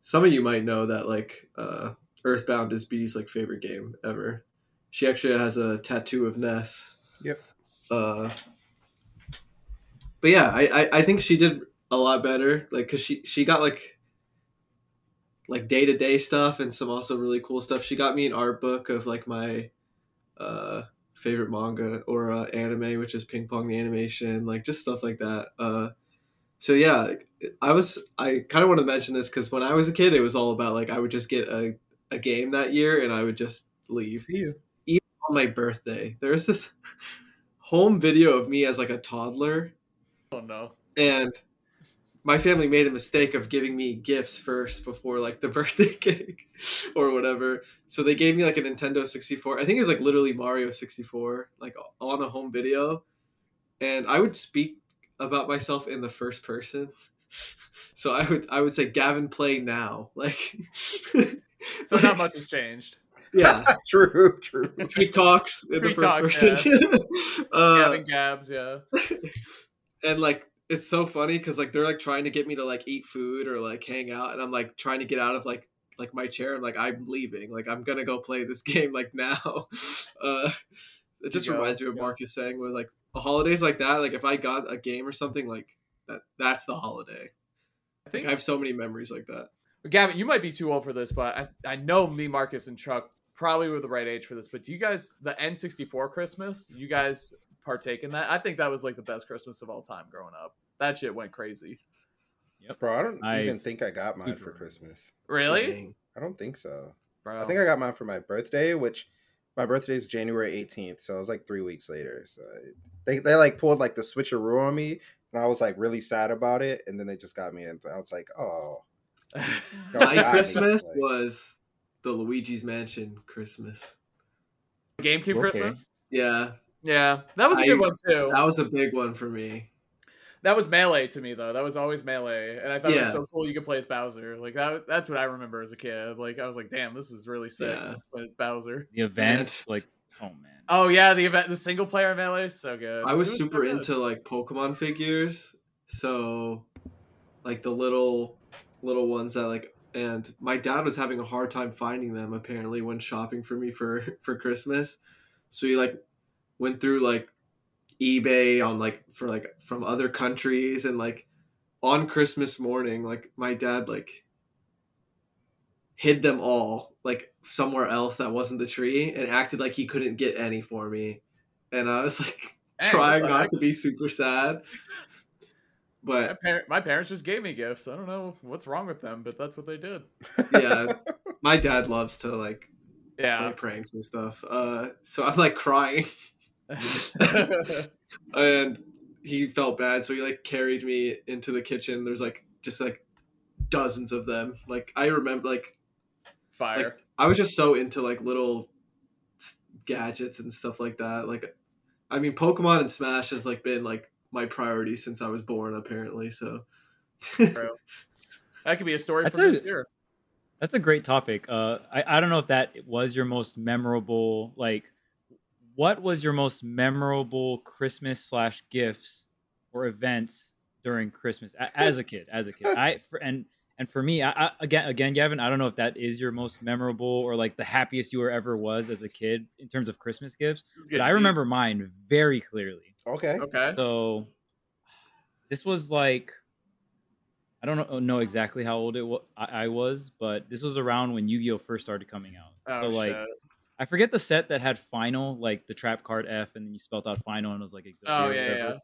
Speaker 1: some of you might know that like uh earthbound is b's like favorite game ever she actually has a tattoo of ness
Speaker 2: Yep.
Speaker 1: uh but yeah i i, I think she did a lot better like because she she got like like day-to-day stuff and some also really cool stuff she got me an art book of like my uh favorite manga or uh, anime which is ping pong the animation like just stuff like that uh so yeah i was i kind of want to mention this because when i was a kid it was all about like i would just get a, a game that year and i would just leave even on my birthday there was this home video of me as like a toddler
Speaker 4: Oh no.
Speaker 1: and my family made a mistake of giving me gifts first before like the birthday cake or whatever. So they gave me like a Nintendo 64. I think it was like literally Mario 64, like on a home video. And I would speak about myself in the first person. So I would I would say Gavin play now. Like
Speaker 4: So not much has changed.
Speaker 1: Yeah.
Speaker 2: true true
Speaker 1: He talks in the
Speaker 4: He
Speaker 1: first
Speaker 4: talks,
Speaker 1: person. Uh,
Speaker 4: Gavin Gabs, yeah.
Speaker 1: and like it's so funny because like they're like trying to get me to like eat food or like hang out and i'm like trying to get out of like like my chair and like i'm leaving like i'm gonna go play this game like now uh it just
Speaker 4: go,
Speaker 1: reminds me of
Speaker 4: yeah.
Speaker 1: marcus saying with like holidays like that like if i got a game or something like that that's the holiday
Speaker 4: I
Speaker 1: like
Speaker 4: think
Speaker 1: i have so many memories like that
Speaker 4: Gavin, you might be too old for this, but I, I know me, Marcus, and Chuck probably were the right age for this. But do you guys the N64 Christmas? You guys partake in that? I think that was like the best Christmas of all time growing up. That shit went crazy.
Speaker 2: bro i don't
Speaker 3: I-
Speaker 2: even think i got mine for
Speaker 3: Super.
Speaker 2: christmas
Speaker 4: Really?
Speaker 1: Dang.
Speaker 2: i don't think so
Speaker 4: Bro.
Speaker 2: i think i got mine for my birthday which my birthday is january 18th so it was like three weeks later so I- they, they like pulled like the switcheroo on me and i was like really sad about it and then they just got me and i was like oh
Speaker 1: my
Speaker 2: God,
Speaker 1: christmas
Speaker 2: like-
Speaker 1: was the luigi's mansion christmas
Speaker 4: GameCube
Speaker 2: Okay.
Speaker 4: Christmas.
Speaker 1: yeah
Speaker 4: Yeah, that was a good
Speaker 1: I-
Speaker 4: one too.
Speaker 1: that was a big one for me
Speaker 4: That was melee to me though. That was always melee, and I thought it was
Speaker 1: Yeah.
Speaker 4: so cool you could play as Bowser. Like that. Was, that's what I remember as a kid. Like I was like, damn, this is really sick.
Speaker 1: Yeah.
Speaker 4: Play as Bowser.
Speaker 3: The event, like, oh man.
Speaker 4: Oh yeah, the event, the single player melee, is so good.
Speaker 1: I
Speaker 4: It
Speaker 1: was,
Speaker 4: so
Speaker 1: super
Speaker 4: good.
Speaker 1: into like Pokemon figures, so like the little little ones that like and my dad was having a hard time finding them apparently when shopping for me for for Christmas. So he like went through like eBay on like for like from other countries and like on Christmas morning like my dad like hid them all like somewhere else that wasn't the tree and acted like he couldn't get any for me. And I was like
Speaker 4: Hey, what
Speaker 1: trying
Speaker 4: the
Speaker 1: not
Speaker 4: heck?
Speaker 1: to be super sad.
Speaker 4: My,
Speaker 1: But
Speaker 4: par- my parents just gave me gifts. I don't know what's wrong with them, but that's what they did.
Speaker 1: yeah, my dad loves to like play
Speaker 4: Yeah.
Speaker 1: pranks and stuff. Uh, so I'm like crying, and he felt bad, so he like carried me into the kitchen. There's like just like dozens of them. Like I remember, like
Speaker 4: Fire.
Speaker 1: like I was just so into like little s- gadgets and stuff like that. Like, I mean, Pokemon and Smash has like been like my priority since I was born, apparently. So,
Speaker 4: that could be a story
Speaker 3: I
Speaker 4: from
Speaker 3: tell you-
Speaker 4: this year.
Speaker 3: That's a great topic. Uh, I, I don't know if that was your most memorable, like, what was your most memorable Christmas slash gifts or events during Christmas a- as a kid? As a kid, I for, and and for me, I, I again again, Gavin, I don't know if that is your most memorable or like the happiest you were ever was as a kid in terms of Christmas gifts.
Speaker 4: This is
Speaker 3: But
Speaker 4: getting
Speaker 3: I
Speaker 4: deep.
Speaker 3: remember mine very clearly.
Speaker 2: Okay.
Speaker 4: Okay.
Speaker 3: So this was like I don't know, know exactly how old it was, I, I was, but this was around when Yu-Gi-Oh first started coming out.
Speaker 4: Oh,
Speaker 3: so like
Speaker 4: shit.
Speaker 3: I forget the set that had final, like the trap card F, and then you spelled out final, and it was like Exodia
Speaker 4: Oh,
Speaker 3: or
Speaker 4: yeah,
Speaker 3: whatever.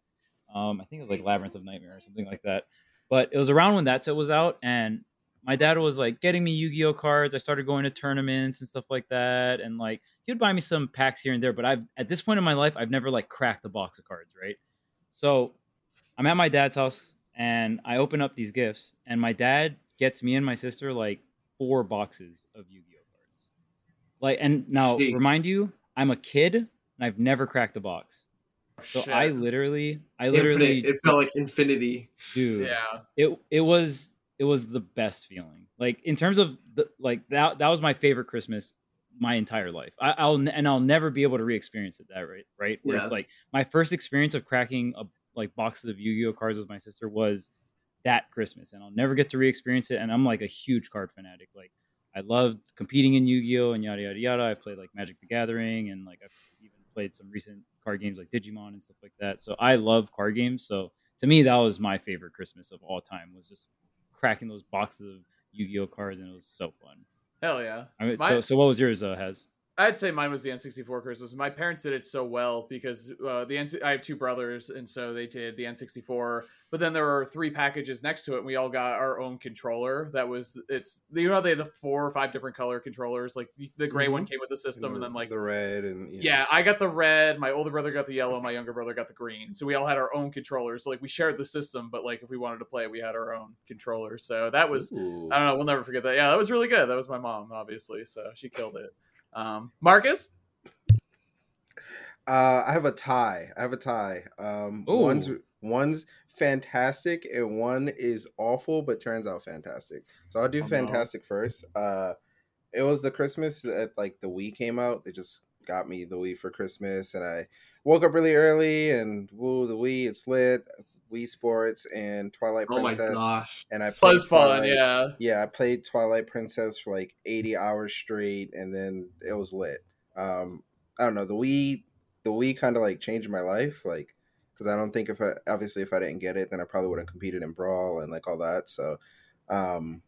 Speaker 3: Um, I think it was like Labyrinth of Nightmare or something like that. But it was around when that set was out, and my dad was like getting me Yu-Gi-Oh cards. I started going to tournaments and stuff like that, and like he would buy me some packs here and there. But I've at this point in my life, I've never like cracked a box of cards, right? So I'm at my dad's house, and I open up these gifts, and my dad gets me and my sister like four boxes of Yu-Gi-Oh cards. Like, and now
Speaker 1: Jeez.
Speaker 3: remind you, I'm a kid, and I've never cracked a box. So
Speaker 4: Shit.
Speaker 3: I literally, I literally,
Speaker 1: Infinite, it felt like infinity.
Speaker 3: dude,
Speaker 4: Yeah.
Speaker 3: it it was it was the best feeling. Like in terms of the like that that was my favorite Christmas my entire life. I, I'll n- and I'll never be able to re-experience it that right right where
Speaker 1: Yeah.
Speaker 3: it's like my first experience of cracking a, like boxes of Yu-Gi-Oh cards with my sister was that Christmas, and I'll never get to re-experience it. And I'm like a huge card fanatic. Like I loved competing in Yu-Gi-Oh and yada yada yada. I played like Magic the Gathering and like I've even played some recent card games like Digimon and stuff like that. So I love card games. So to me, that was my favorite Christmas of all time. Was just cracking those boxes of Yu-Gi-Oh cards, and it was so fun.
Speaker 4: Hell yeah.
Speaker 3: I mean,
Speaker 4: My-
Speaker 3: so so what was yours, uh, Has?
Speaker 4: I'd say mine was the N64 Christmas. My parents did it so well because uh, the N- I have two brothers, and so they did the N64. But then there were three packages next to it, and we all got our own controller. That was it's you know how they have the four or five different color controllers. Like the, the gray
Speaker 1: Mm-hmm.
Speaker 4: one came with the system, and then like
Speaker 2: the red and
Speaker 4: yeah, I got the red. My older brother got the yellow. My younger brother got the green. So we all had our own controllers. So, like we shared the system, but like if we wanted to play, we had our own controller. So that was
Speaker 2: Ooh.
Speaker 4: I don't know. We'll never forget that. Yeah, that was really good. That was my mom, obviously. So she killed it. Um, Marcus,
Speaker 2: Uh, I have a tie. I have a tie. Um, one's
Speaker 3: Ooh.
Speaker 2: one's fantastic and one is awful, but turns out fantastic. So I'll do
Speaker 3: Oh, no.
Speaker 2: fantastic first. Uh, it was the Christmas that like the Wii came out. They just got me the Wii for Christmas, and I woke up really early and woo the Wii. It's lit. Wii Sports and Twilight
Speaker 1: Oh my
Speaker 2: Princess,
Speaker 1: gosh!
Speaker 2: and I played
Speaker 4: Buzz Fallen,
Speaker 2: Twilight-
Speaker 4: yeah.
Speaker 2: yeah, I played Twilight Princess for like 80 hours straight and then it was lit. Um I don't know, the Wii the Wii kind of like changed my life like cuz I don't think if I obviously if I didn't get it then I probably would have competed in Brawl and like all that. So um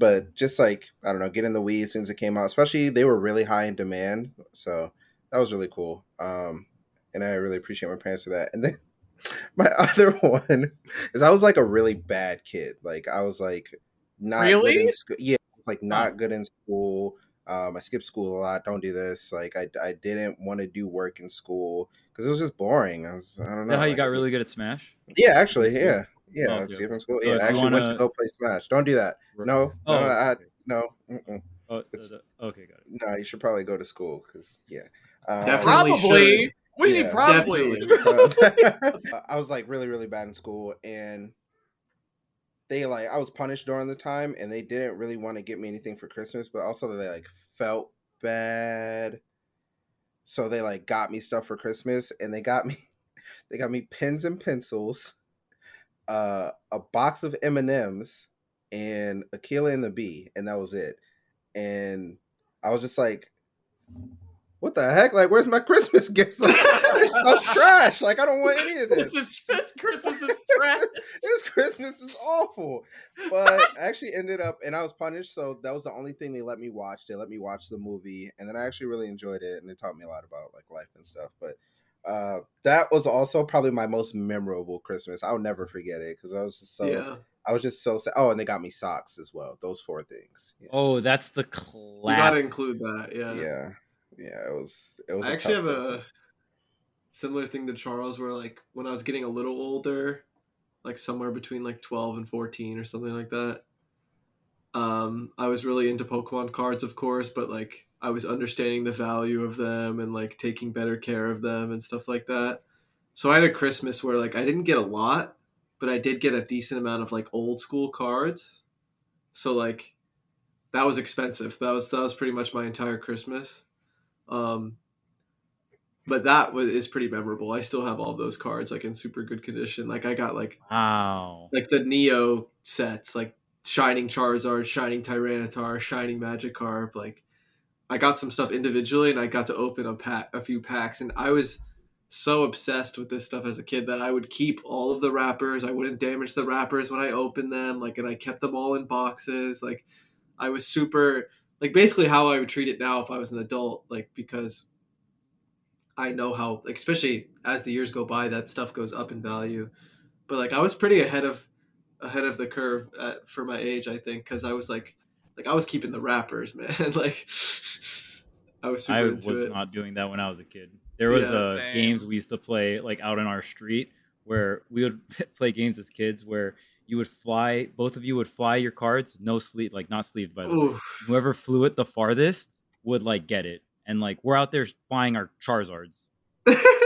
Speaker 2: but just like I don't know, getting the Wii as soon as it came out, especially they were really high in demand, so that was really cool. Um and I really appreciate my parents for that. And then my other one is I was like a really bad kid. Like I was like not good
Speaker 4: Really?
Speaker 2: in school. Yeah, I was, like not good in school. Um, I skipped school a lot. Don't do this. Like I, I didn't want to do work in school because it was just boring. I was I don't
Speaker 3: Is
Speaker 2: know.
Speaker 3: that how you
Speaker 2: like,
Speaker 3: got
Speaker 2: I
Speaker 3: really
Speaker 2: just-
Speaker 3: good at Smash?
Speaker 2: Yeah, actually, yeah, yeah.
Speaker 3: Oh,
Speaker 2: I
Speaker 3: okay.
Speaker 2: was skipping school.
Speaker 3: So
Speaker 2: Yeah,
Speaker 3: if
Speaker 2: I
Speaker 3: you
Speaker 2: actually went to
Speaker 3: wanna-
Speaker 2: go play Smash. Don't do that. No,
Speaker 3: Oh,
Speaker 2: no, I,
Speaker 3: okay.
Speaker 2: no, mm-mm.
Speaker 3: Oh,
Speaker 2: it's-
Speaker 3: the- the- okay, got it.
Speaker 2: no. You should probably go to school because yeah. Um,
Speaker 1: Definitely
Speaker 4: Probably.
Speaker 1: should.
Speaker 4: What do you mean
Speaker 2: Yeah,
Speaker 4: probably?
Speaker 1: definitely.
Speaker 2: Uh, I was like really, really bad in school, and they like I was punished during the time, and they didn't really want to get me anything for Christmas, but also they like felt bad, so they like got me stuff for Christmas, and they got me, they got me pens and pencils, uh, a box of M and M's, and Akela and the Bee, and that was it, and I was just like. What the heck? Like, where's my Christmas gifts? Like, this stuff's trash. Like, I don't want any of this
Speaker 4: This is just Christmas is trash.
Speaker 2: this Christmas is awful. But I actually ended up and I was punished, so that was the only thing they let me watch. They let me watch the movie, and then I actually really enjoyed it, and it taught me a lot about like life and stuff. But Uh, that was also probably my most memorable Christmas. I'll never forget it because I was just so
Speaker 1: yeah.
Speaker 2: I was just so sad. Oh, and they got me socks as well. Those four things. Yeah,
Speaker 3: Oh, that's the
Speaker 1: You gotta
Speaker 3: classic.
Speaker 1: include that. Oh, Yeah.
Speaker 2: yeah, yeah, it was. It was.
Speaker 1: I
Speaker 2: a
Speaker 1: actually have
Speaker 2: tough
Speaker 1: a
Speaker 2: Christmas.
Speaker 1: similar thing to Charles where like when I was getting a little older, like somewhere between like 12 and 14 or something like that. Um I was really into Pokemon cards of course, but like I was understanding the value of them and like taking better care of them and stuff like that. So I had a Christmas where like I didn't get a lot, but I did get a decent amount of like old school cards. So like that was expensive. That was that was pretty much my entire Christmas. Um but that was is pretty memorable. I still have all those cards like in super good condition. Like I got like
Speaker 3: Wow.
Speaker 1: like the Neo sets, like Shining Charizard, Shining Tyranitar, Shining Magikarp. Like I got some stuff individually, and I got to open a pack, a few packs, and I was so obsessed with this stuff as a kid that I would keep all of the wrappers. I wouldn't damage the wrappers when I opened them, like, and I kept them all in boxes. Like I was super, like basically how I would treat it now if I was an adult, like because. I know how, like, especially as the years go by, that stuff goes up in value. But like, I was pretty ahead of ahead of the curve uh for my age, I think, because I was like, like I was keeping the rappers, man. like, I was super
Speaker 3: I was
Speaker 1: into it.
Speaker 3: not doing that when I was a kid. There was
Speaker 1: Yeah.
Speaker 3: uh,
Speaker 4: Same.
Speaker 3: games we used to play like out in our street where we would play games as kids where you would fly, both of you would fly your cards, no sleeve, like not sleeved by the way.
Speaker 1: Oof.
Speaker 3: Whoever flew it the farthest would like get it, and like we're out there flying our Charizards.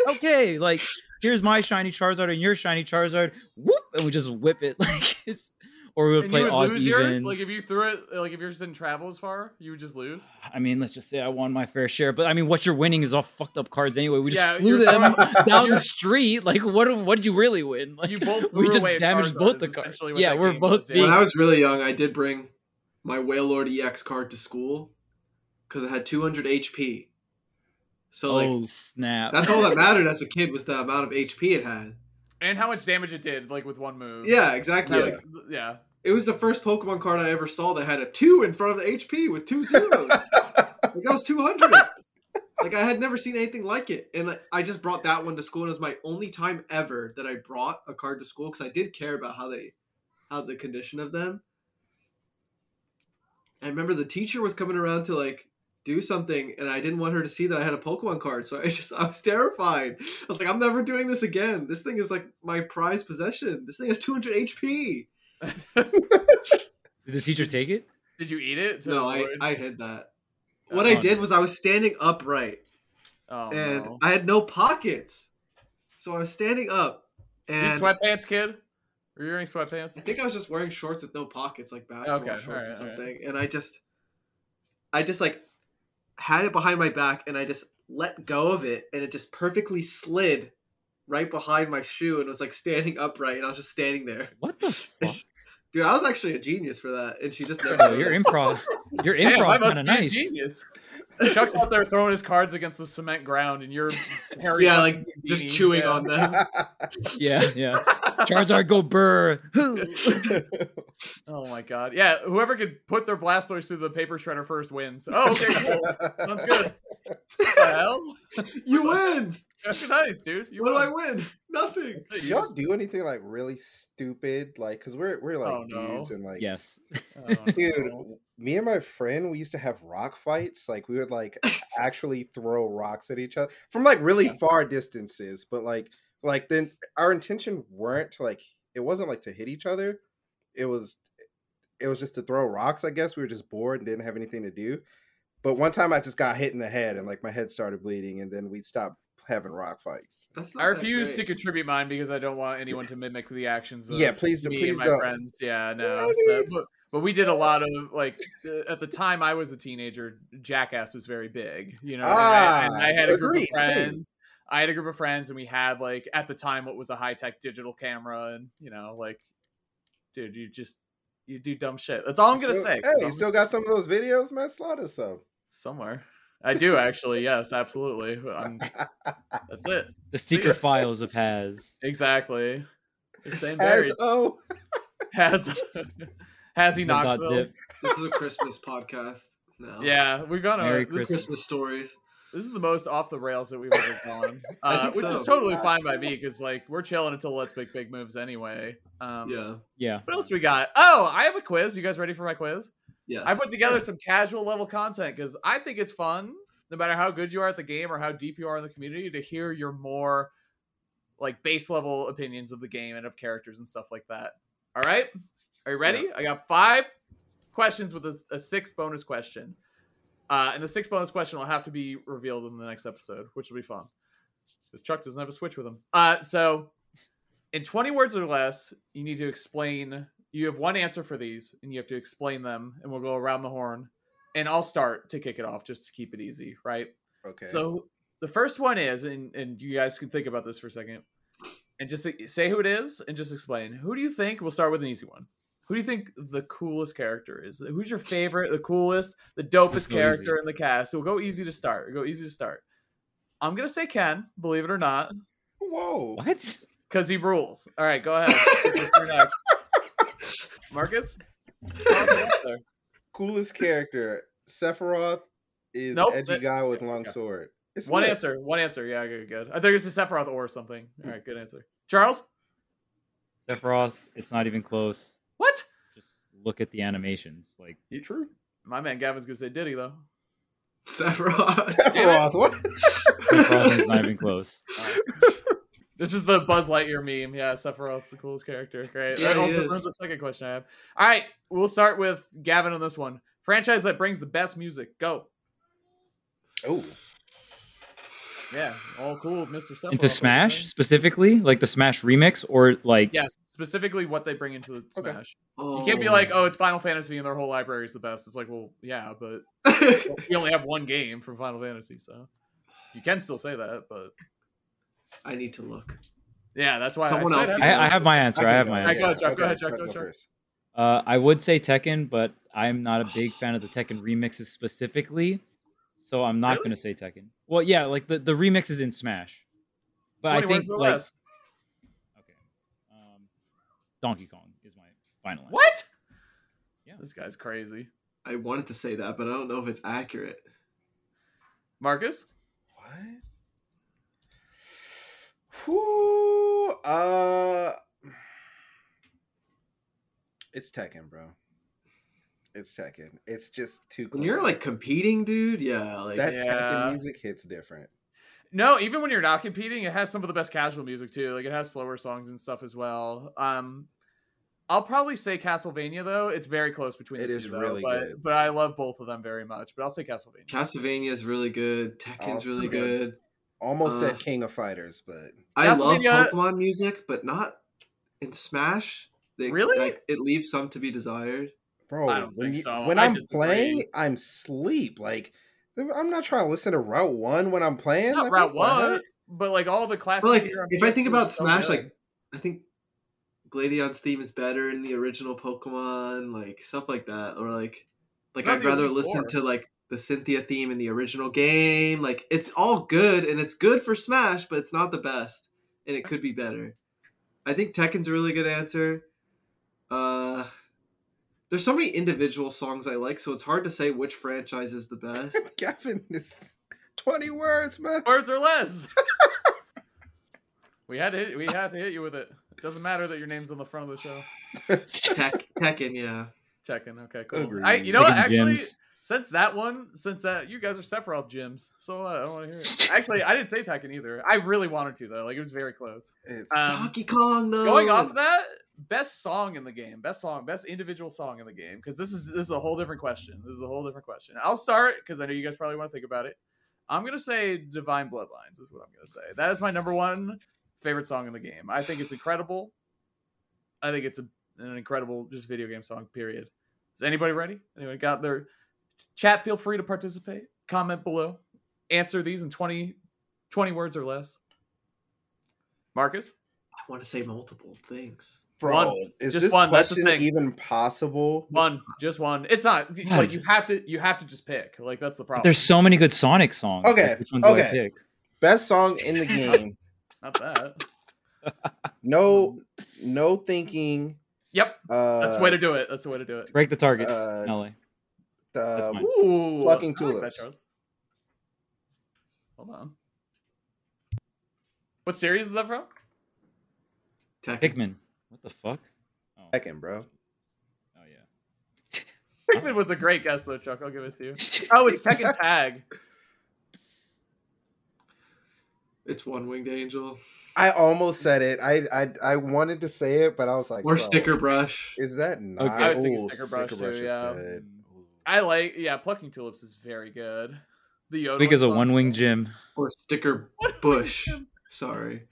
Speaker 3: okay, like here's my shiny Charizard and your shiny Charizard, whoop, and we just whip it like it's. Or we would
Speaker 4: And
Speaker 3: play
Speaker 4: you would
Speaker 3: odds
Speaker 4: lose
Speaker 3: evens.
Speaker 4: yours? Like if you threw it, like if yours didn't travel as far, you would just lose.
Speaker 3: I mean, let's just say I won my fair share, but I mean, what you're winning is all fucked up cards anyway. We just
Speaker 4: Yeah,
Speaker 3: flew
Speaker 4: you're-
Speaker 3: them down
Speaker 4: you're-
Speaker 3: the street. Like, what? What did you really win? Like,
Speaker 4: You both
Speaker 3: we
Speaker 4: threw
Speaker 3: just
Speaker 4: away
Speaker 3: damaged
Speaker 4: Charizard,
Speaker 3: both the
Speaker 4: is
Speaker 3: cards.
Speaker 4: essentially what
Speaker 3: Yeah,
Speaker 4: that
Speaker 3: we're
Speaker 4: game
Speaker 3: both
Speaker 4: was, yeah.
Speaker 3: being.
Speaker 1: when I was really young, I did bring my Wailord EX card to school because I had 200 HP. So like,
Speaker 3: oh snap!
Speaker 1: that's all that mattered as a kid was the amount of HP it had.
Speaker 4: And how much damage it did, like with one move.
Speaker 1: Yeah, exactly.
Speaker 4: That
Speaker 1: Like,
Speaker 4: was- yeah.
Speaker 1: it was the first Pokemon card I ever saw that had a two in front of the HP with two zeros. Like that was 200. like I had never seen anything like it, and like, I just brought that one to school, and it was my only time ever that I brought a card to school because I did care about how they, how the condition of them. I remember the teacher was coming around to like do something, and I didn't want her to see that I had a Pokemon card, so I just I was terrified. I was like, I'm never doing this again. This thing is like my prized possession. This thing has 200 HP.
Speaker 3: Did the teacher take it?
Speaker 4: Did you eat it? to
Speaker 1: No, I
Speaker 4: avoid-
Speaker 1: I hid that. What
Speaker 3: Oh,
Speaker 1: I
Speaker 3: no.
Speaker 1: did was I was standing upright.
Speaker 4: Oh,
Speaker 1: and
Speaker 4: no.
Speaker 1: I had no pockets. So I was standing up,
Speaker 4: You
Speaker 1: and
Speaker 4: sweatpants, kid? Were you wearing
Speaker 1: I
Speaker 4: sweatpants?
Speaker 1: think I was just wearing shorts with no pockets, like basketball
Speaker 4: Okay,
Speaker 1: shorts or
Speaker 4: alright, alright.
Speaker 1: something. And I just, I just like had it behind my back, and I just let go of it, and it just perfectly slid right behind my shoe, and was like standing upright, and I was just standing there.
Speaker 3: What the fuck?
Speaker 1: Dude, I was actually a genius for that, and she just never.
Speaker 3: Bro, your
Speaker 1: noticed.
Speaker 3: improv, your
Speaker 4: Damn, I
Speaker 3: improv kind of
Speaker 4: must be a
Speaker 3: nice.
Speaker 4: genius. Chuck's out there throwing his cards against the cement ground, and you're Harry
Speaker 1: Yeah,
Speaker 4: fucking
Speaker 1: like just
Speaker 4: Houdini.
Speaker 1: chewing
Speaker 4: Yeah.
Speaker 1: on them.
Speaker 3: Yeah, yeah. Charizard go burr.
Speaker 4: Oh my god! Yeah, whoever could put their Blastoise through the paper shredder first wins. Oh, okay, cool. sounds good. What the hell?
Speaker 1: you win.
Speaker 4: nice, dude. You
Speaker 1: what
Speaker 4: won.
Speaker 1: do I win? Nothing.
Speaker 4: That's it,
Speaker 2: Did
Speaker 4: you
Speaker 2: y'all
Speaker 4: just-
Speaker 2: do anything like really stupid? Like, cause we're we're like
Speaker 4: Oh, no.
Speaker 2: dudes and like
Speaker 3: yes.
Speaker 4: Oh, no.
Speaker 2: Dude, me and my friend, we used to have rock fights. Like we would like actually throw rocks at each other from like really far distances. But like like then our intention weren't to like it wasn't like to hit each other. It was it was just to throw rocks, I guess. We were just bored and didn't have anything to do. But one time I just got hit in the head and like my head started bleeding and then we stopped having rock fights.
Speaker 1: That's not
Speaker 4: I
Speaker 1: that
Speaker 4: refuse to
Speaker 1: great.
Speaker 4: contribute mine because I don't want anyone to mimic the actions. Of
Speaker 2: Yeah, please do-
Speaker 4: me
Speaker 2: please
Speaker 4: and my
Speaker 2: don't.
Speaker 4: friends. Yeah,
Speaker 2: I
Speaker 4: no. so- but, but we did a lot of like uh, at the time I was a teenager. Jackass was very big, you know. and I- and
Speaker 2: Ah,
Speaker 4: I, had a group
Speaker 2: agreed,
Speaker 4: of
Speaker 2: same.
Speaker 4: friends. I had a group of friends, and we had like at the time what was a high tech digital camera, and you know, like, dude, you just you do dumb shit. That's all I'm gonna
Speaker 2: Still-
Speaker 4: say. um, 'cause
Speaker 2: Hey, you
Speaker 4: I'm-
Speaker 2: still got some of those videos, man? Slaughter some.
Speaker 4: somewhere. I do actually. Yes, absolutely. I'm, that's it.
Speaker 3: The secret files of Has.
Speaker 4: Exactly. They're staying buried.
Speaker 2: As oh
Speaker 4: Has Has he Knoxville?
Speaker 3: Zip.
Speaker 1: This is a Christmas podcast now.
Speaker 4: Yeah, we're gonna
Speaker 3: Merry
Speaker 4: this,
Speaker 1: Christmas stories.
Speaker 4: This is the most off the rails that we've ever gone,
Speaker 1: I
Speaker 4: uh,
Speaker 1: think
Speaker 4: which
Speaker 1: so.
Speaker 4: is totally fine by me because like we're chilling until let's make big moves anyway. Um,
Speaker 1: yeah.
Speaker 3: Yeah.
Speaker 4: What else we got? Oh, I have a quiz. You guys ready for my quiz?
Speaker 1: Yes.
Speaker 4: I put together some casual level content because I think it's fun, no matter how good you are at the game or how deep you are in the community, to hear your more like base level opinions of the game and of characters and stuff like that. All right, are you ready? I got five questions with a, a sixth bonus question, uh, and the sixth bonus question will have to be revealed in the next episode, which will be fun because Chuck doesn't have a switch with him. Uh, so in 20 words or less, you need to explain. You have one answer for these, and you have to explain them, and we'll go around the horn. And I'll start to kick it off just to keep it easy, right?
Speaker 2: Okay.
Speaker 4: So the first one is, and, and you guys can think about this for a second, and just say who it is and just explain. Who do you think? We'll start with an easy one. Who do you think the coolest character is? Who's your favorite, the coolest, the dopest
Speaker 3: go
Speaker 4: character in the cast? We'll go easy to start. Go easy to start. I'm gonna say Ken, believe it or not,
Speaker 2: Whoa.
Speaker 3: What?
Speaker 4: because he rules. All right, go ahead. You're next. Marcus?
Speaker 2: Coolest character. Sephiroth is
Speaker 4: Nope,
Speaker 2: edgy
Speaker 4: that-
Speaker 2: guy with long
Speaker 4: yeah.
Speaker 2: sword. It's
Speaker 4: One
Speaker 2: lit.
Speaker 4: answer. One answer. Yeah, good, good. I think it's a Sephiroth or something. All right, good answer. Charles?
Speaker 3: Sephiroth, it's not even close.
Speaker 4: What?
Speaker 3: Just look at the animations. Like
Speaker 4: You true. My man Gavin's gonna say Diddy though.
Speaker 1: Sephiroth.
Speaker 2: Sephiroth. What?
Speaker 3: Sephiroth is not even close.
Speaker 4: This is the Buzz Lightyear meme. Yeah, Sephiroth's the coolest character. Great.
Speaker 1: Yeah,
Speaker 4: that
Speaker 1: he
Speaker 4: also
Speaker 1: is.
Speaker 4: runs the second question I have. All right, we'll start with Gavin on this one. Franchise that brings the best music. Go.
Speaker 2: Oh,
Speaker 4: Yeah, all cool, Mr. Sephiroth.
Speaker 3: Into
Speaker 4: right
Speaker 3: Smash
Speaker 4: there.
Speaker 3: specifically, like the Smash remix, or like
Speaker 4: Yes, specifically what they bring into the
Speaker 2: Okay.
Speaker 4: Smash. You can't be like, oh, it's Final Fantasy and their whole library is the best. It's like, well, yeah, but you only have one game from Final Fantasy, so you can still say that. But
Speaker 1: I need to look.
Speaker 4: yeah, that's why
Speaker 1: Someone
Speaker 4: I
Speaker 1: else
Speaker 4: said
Speaker 1: can
Speaker 4: it.
Speaker 1: go.
Speaker 3: I, I have my answer. I,
Speaker 2: can
Speaker 3: have
Speaker 2: go.
Speaker 3: my
Speaker 4: I
Speaker 3: answer.
Speaker 4: got Chuck, go ahead,
Speaker 2: okay,
Speaker 4: Chuck, go, Chuck.
Speaker 2: first.
Speaker 3: Uh, I would say Tekken, but I'm not a big fan of the Tekken remixes specifically, so I'm not
Speaker 4: Really?
Speaker 3: gonna say Tekken. Well, yeah, like the the remixes in Smash, but I
Speaker 4: 20 words
Speaker 3: think
Speaker 4: or
Speaker 3: like
Speaker 4: less.
Speaker 3: okay, um, Donkey Kong is my final. answer.
Speaker 4: what?
Speaker 3: Yeah.
Speaker 4: This guy's crazy,
Speaker 1: I wanted to say that, but I don't know if it's accurate.
Speaker 4: Marcus.
Speaker 2: What? Whoo! Uh, it's Tekken, bro. It's Tekken. It's just too.
Speaker 1: When you're
Speaker 2: cool.
Speaker 1: like competing, dude, yeah, like
Speaker 2: that Tekken
Speaker 4: Yeah.
Speaker 2: music hits different.
Speaker 4: No, even when you're not competing, it has some of the best casual music too. Like it has slower songs and stuff as well. Um, I'll probably say Castlevania though. It's very close between
Speaker 2: It
Speaker 4: the
Speaker 2: is
Speaker 4: two, though,
Speaker 2: really
Speaker 4: but,
Speaker 2: good.
Speaker 4: But I love both of them very much. But I'll say Castlevania.
Speaker 1: Castlevania is really good. Tekken's
Speaker 2: Awesome.
Speaker 1: really good.
Speaker 2: Almost
Speaker 1: Uh,
Speaker 2: said King of Fighters, but
Speaker 1: I love
Speaker 4: Castlevania-
Speaker 1: Pokemon music, but not in Smash. They,
Speaker 4: Really?
Speaker 1: Like, it leaves some to be desired.
Speaker 2: bro,
Speaker 4: I don't
Speaker 2: when,
Speaker 4: think
Speaker 2: you,
Speaker 4: so.
Speaker 2: when
Speaker 4: I
Speaker 2: I'm
Speaker 4: disagree.
Speaker 2: playing, I'm sleep. Like I'm not trying to listen to Route One when I'm playing.
Speaker 4: Not
Speaker 2: like,
Speaker 4: Route
Speaker 2: what?
Speaker 4: One, but like all the classic.
Speaker 1: But like,
Speaker 4: Euro
Speaker 1: if I think
Speaker 4: PS2
Speaker 1: about
Speaker 4: is so
Speaker 1: Smash,
Speaker 4: good.
Speaker 1: like, I think Lady on Steam is better in the original Pokemon, like stuff like that, or like, like
Speaker 4: Not
Speaker 1: I'd
Speaker 4: the
Speaker 1: rather
Speaker 4: Elite
Speaker 1: listen
Speaker 4: Four.
Speaker 1: to like the Cynthia theme in the original game. Like, it's all good and it's good for Smash, but it's not the best, and it could be better. I think Tekken's a really good answer. Uh, there's so many individual songs I like, so it's hard to say which franchise is the best.
Speaker 2: Gavin is twenty words, man.
Speaker 4: words or less. we had to hit, we had to hit you with it. It doesn't matter that your name's on the front of the show.
Speaker 1: Tek- Tekken, yeah.
Speaker 4: Tekken. Okay, cool.
Speaker 2: Agreed.
Speaker 4: I, you know what?
Speaker 3: Tekken
Speaker 4: Actually,
Speaker 3: gems.
Speaker 4: since that one, since that you guys are Sephiroth gyms, so what? I don't want to hear it. Actually, I didn't say Tekken either. I really wanted to though. Like it was very close.
Speaker 2: It's-
Speaker 4: Um,
Speaker 1: Donkey Kong though.
Speaker 4: Going off that, best song in the game, best song, best individual song in the game, because this is this is a whole different question. This is a whole different question. I'll start because I know you guys probably want to think about it. I'm gonna say Divine Bloodlines is what I'm gonna say. That is my number one favorite song in the game. I think it's incredible. I think it's a, an incredible just video game song. Period. Is anybody ready? Anyone got their chat? Feel free to participate. Comment below. Answer these in 20, 20 words or less. Marcus.
Speaker 1: I want to say multiple things.
Speaker 2: Bro,
Speaker 4: One.
Speaker 2: is
Speaker 4: Just
Speaker 2: this
Speaker 4: one, that's the
Speaker 2: question
Speaker 4: thing.
Speaker 2: even possible?
Speaker 4: one just one it's not
Speaker 3: God.
Speaker 4: like you have to you have to just pick like that's the problem
Speaker 3: There's so many good Sonic songs. like,
Speaker 2: Okay,
Speaker 3: which one do I
Speaker 2: okay.
Speaker 3: pick?
Speaker 2: Best song in the game.
Speaker 4: not that
Speaker 2: No, no thinking.
Speaker 4: yep
Speaker 2: Uh,
Speaker 4: that's the way to do it that's the way to do it
Speaker 3: Break the targets,
Speaker 2: Uh,
Speaker 3: Nelly.
Speaker 2: uh,
Speaker 3: that's mine.
Speaker 4: Ooh,
Speaker 2: Fucking
Speaker 4: I like that,
Speaker 2: tulips.
Speaker 4: Charles. Hold on. What series is that from?
Speaker 1: Tekken.
Speaker 3: Pikmin. What the fuck? Oh, oh
Speaker 2: Second, bro.
Speaker 3: yeah.
Speaker 4: Pikmin was a great guess though, Chuck. I'll give it to you. Oh, it's Tekken Tag.
Speaker 1: It's One Winged Angel
Speaker 2: I almost said it. I I I wanted to say it, but I was like,
Speaker 1: or
Speaker 2: bro,
Speaker 1: Sticker Brush.
Speaker 2: Is that not?
Speaker 3: I
Speaker 4: was thinking
Speaker 2: Ooh,
Speaker 4: Sticker Brush too,
Speaker 2: is
Speaker 4: yeah.
Speaker 2: good. Ooh.
Speaker 4: I like. Yeah, plucking tulips is very good. The Yodeling
Speaker 3: Weak as a
Speaker 4: song.
Speaker 3: one wing gym.
Speaker 1: Or Sticker
Speaker 4: What?
Speaker 1: Bush. Sorry.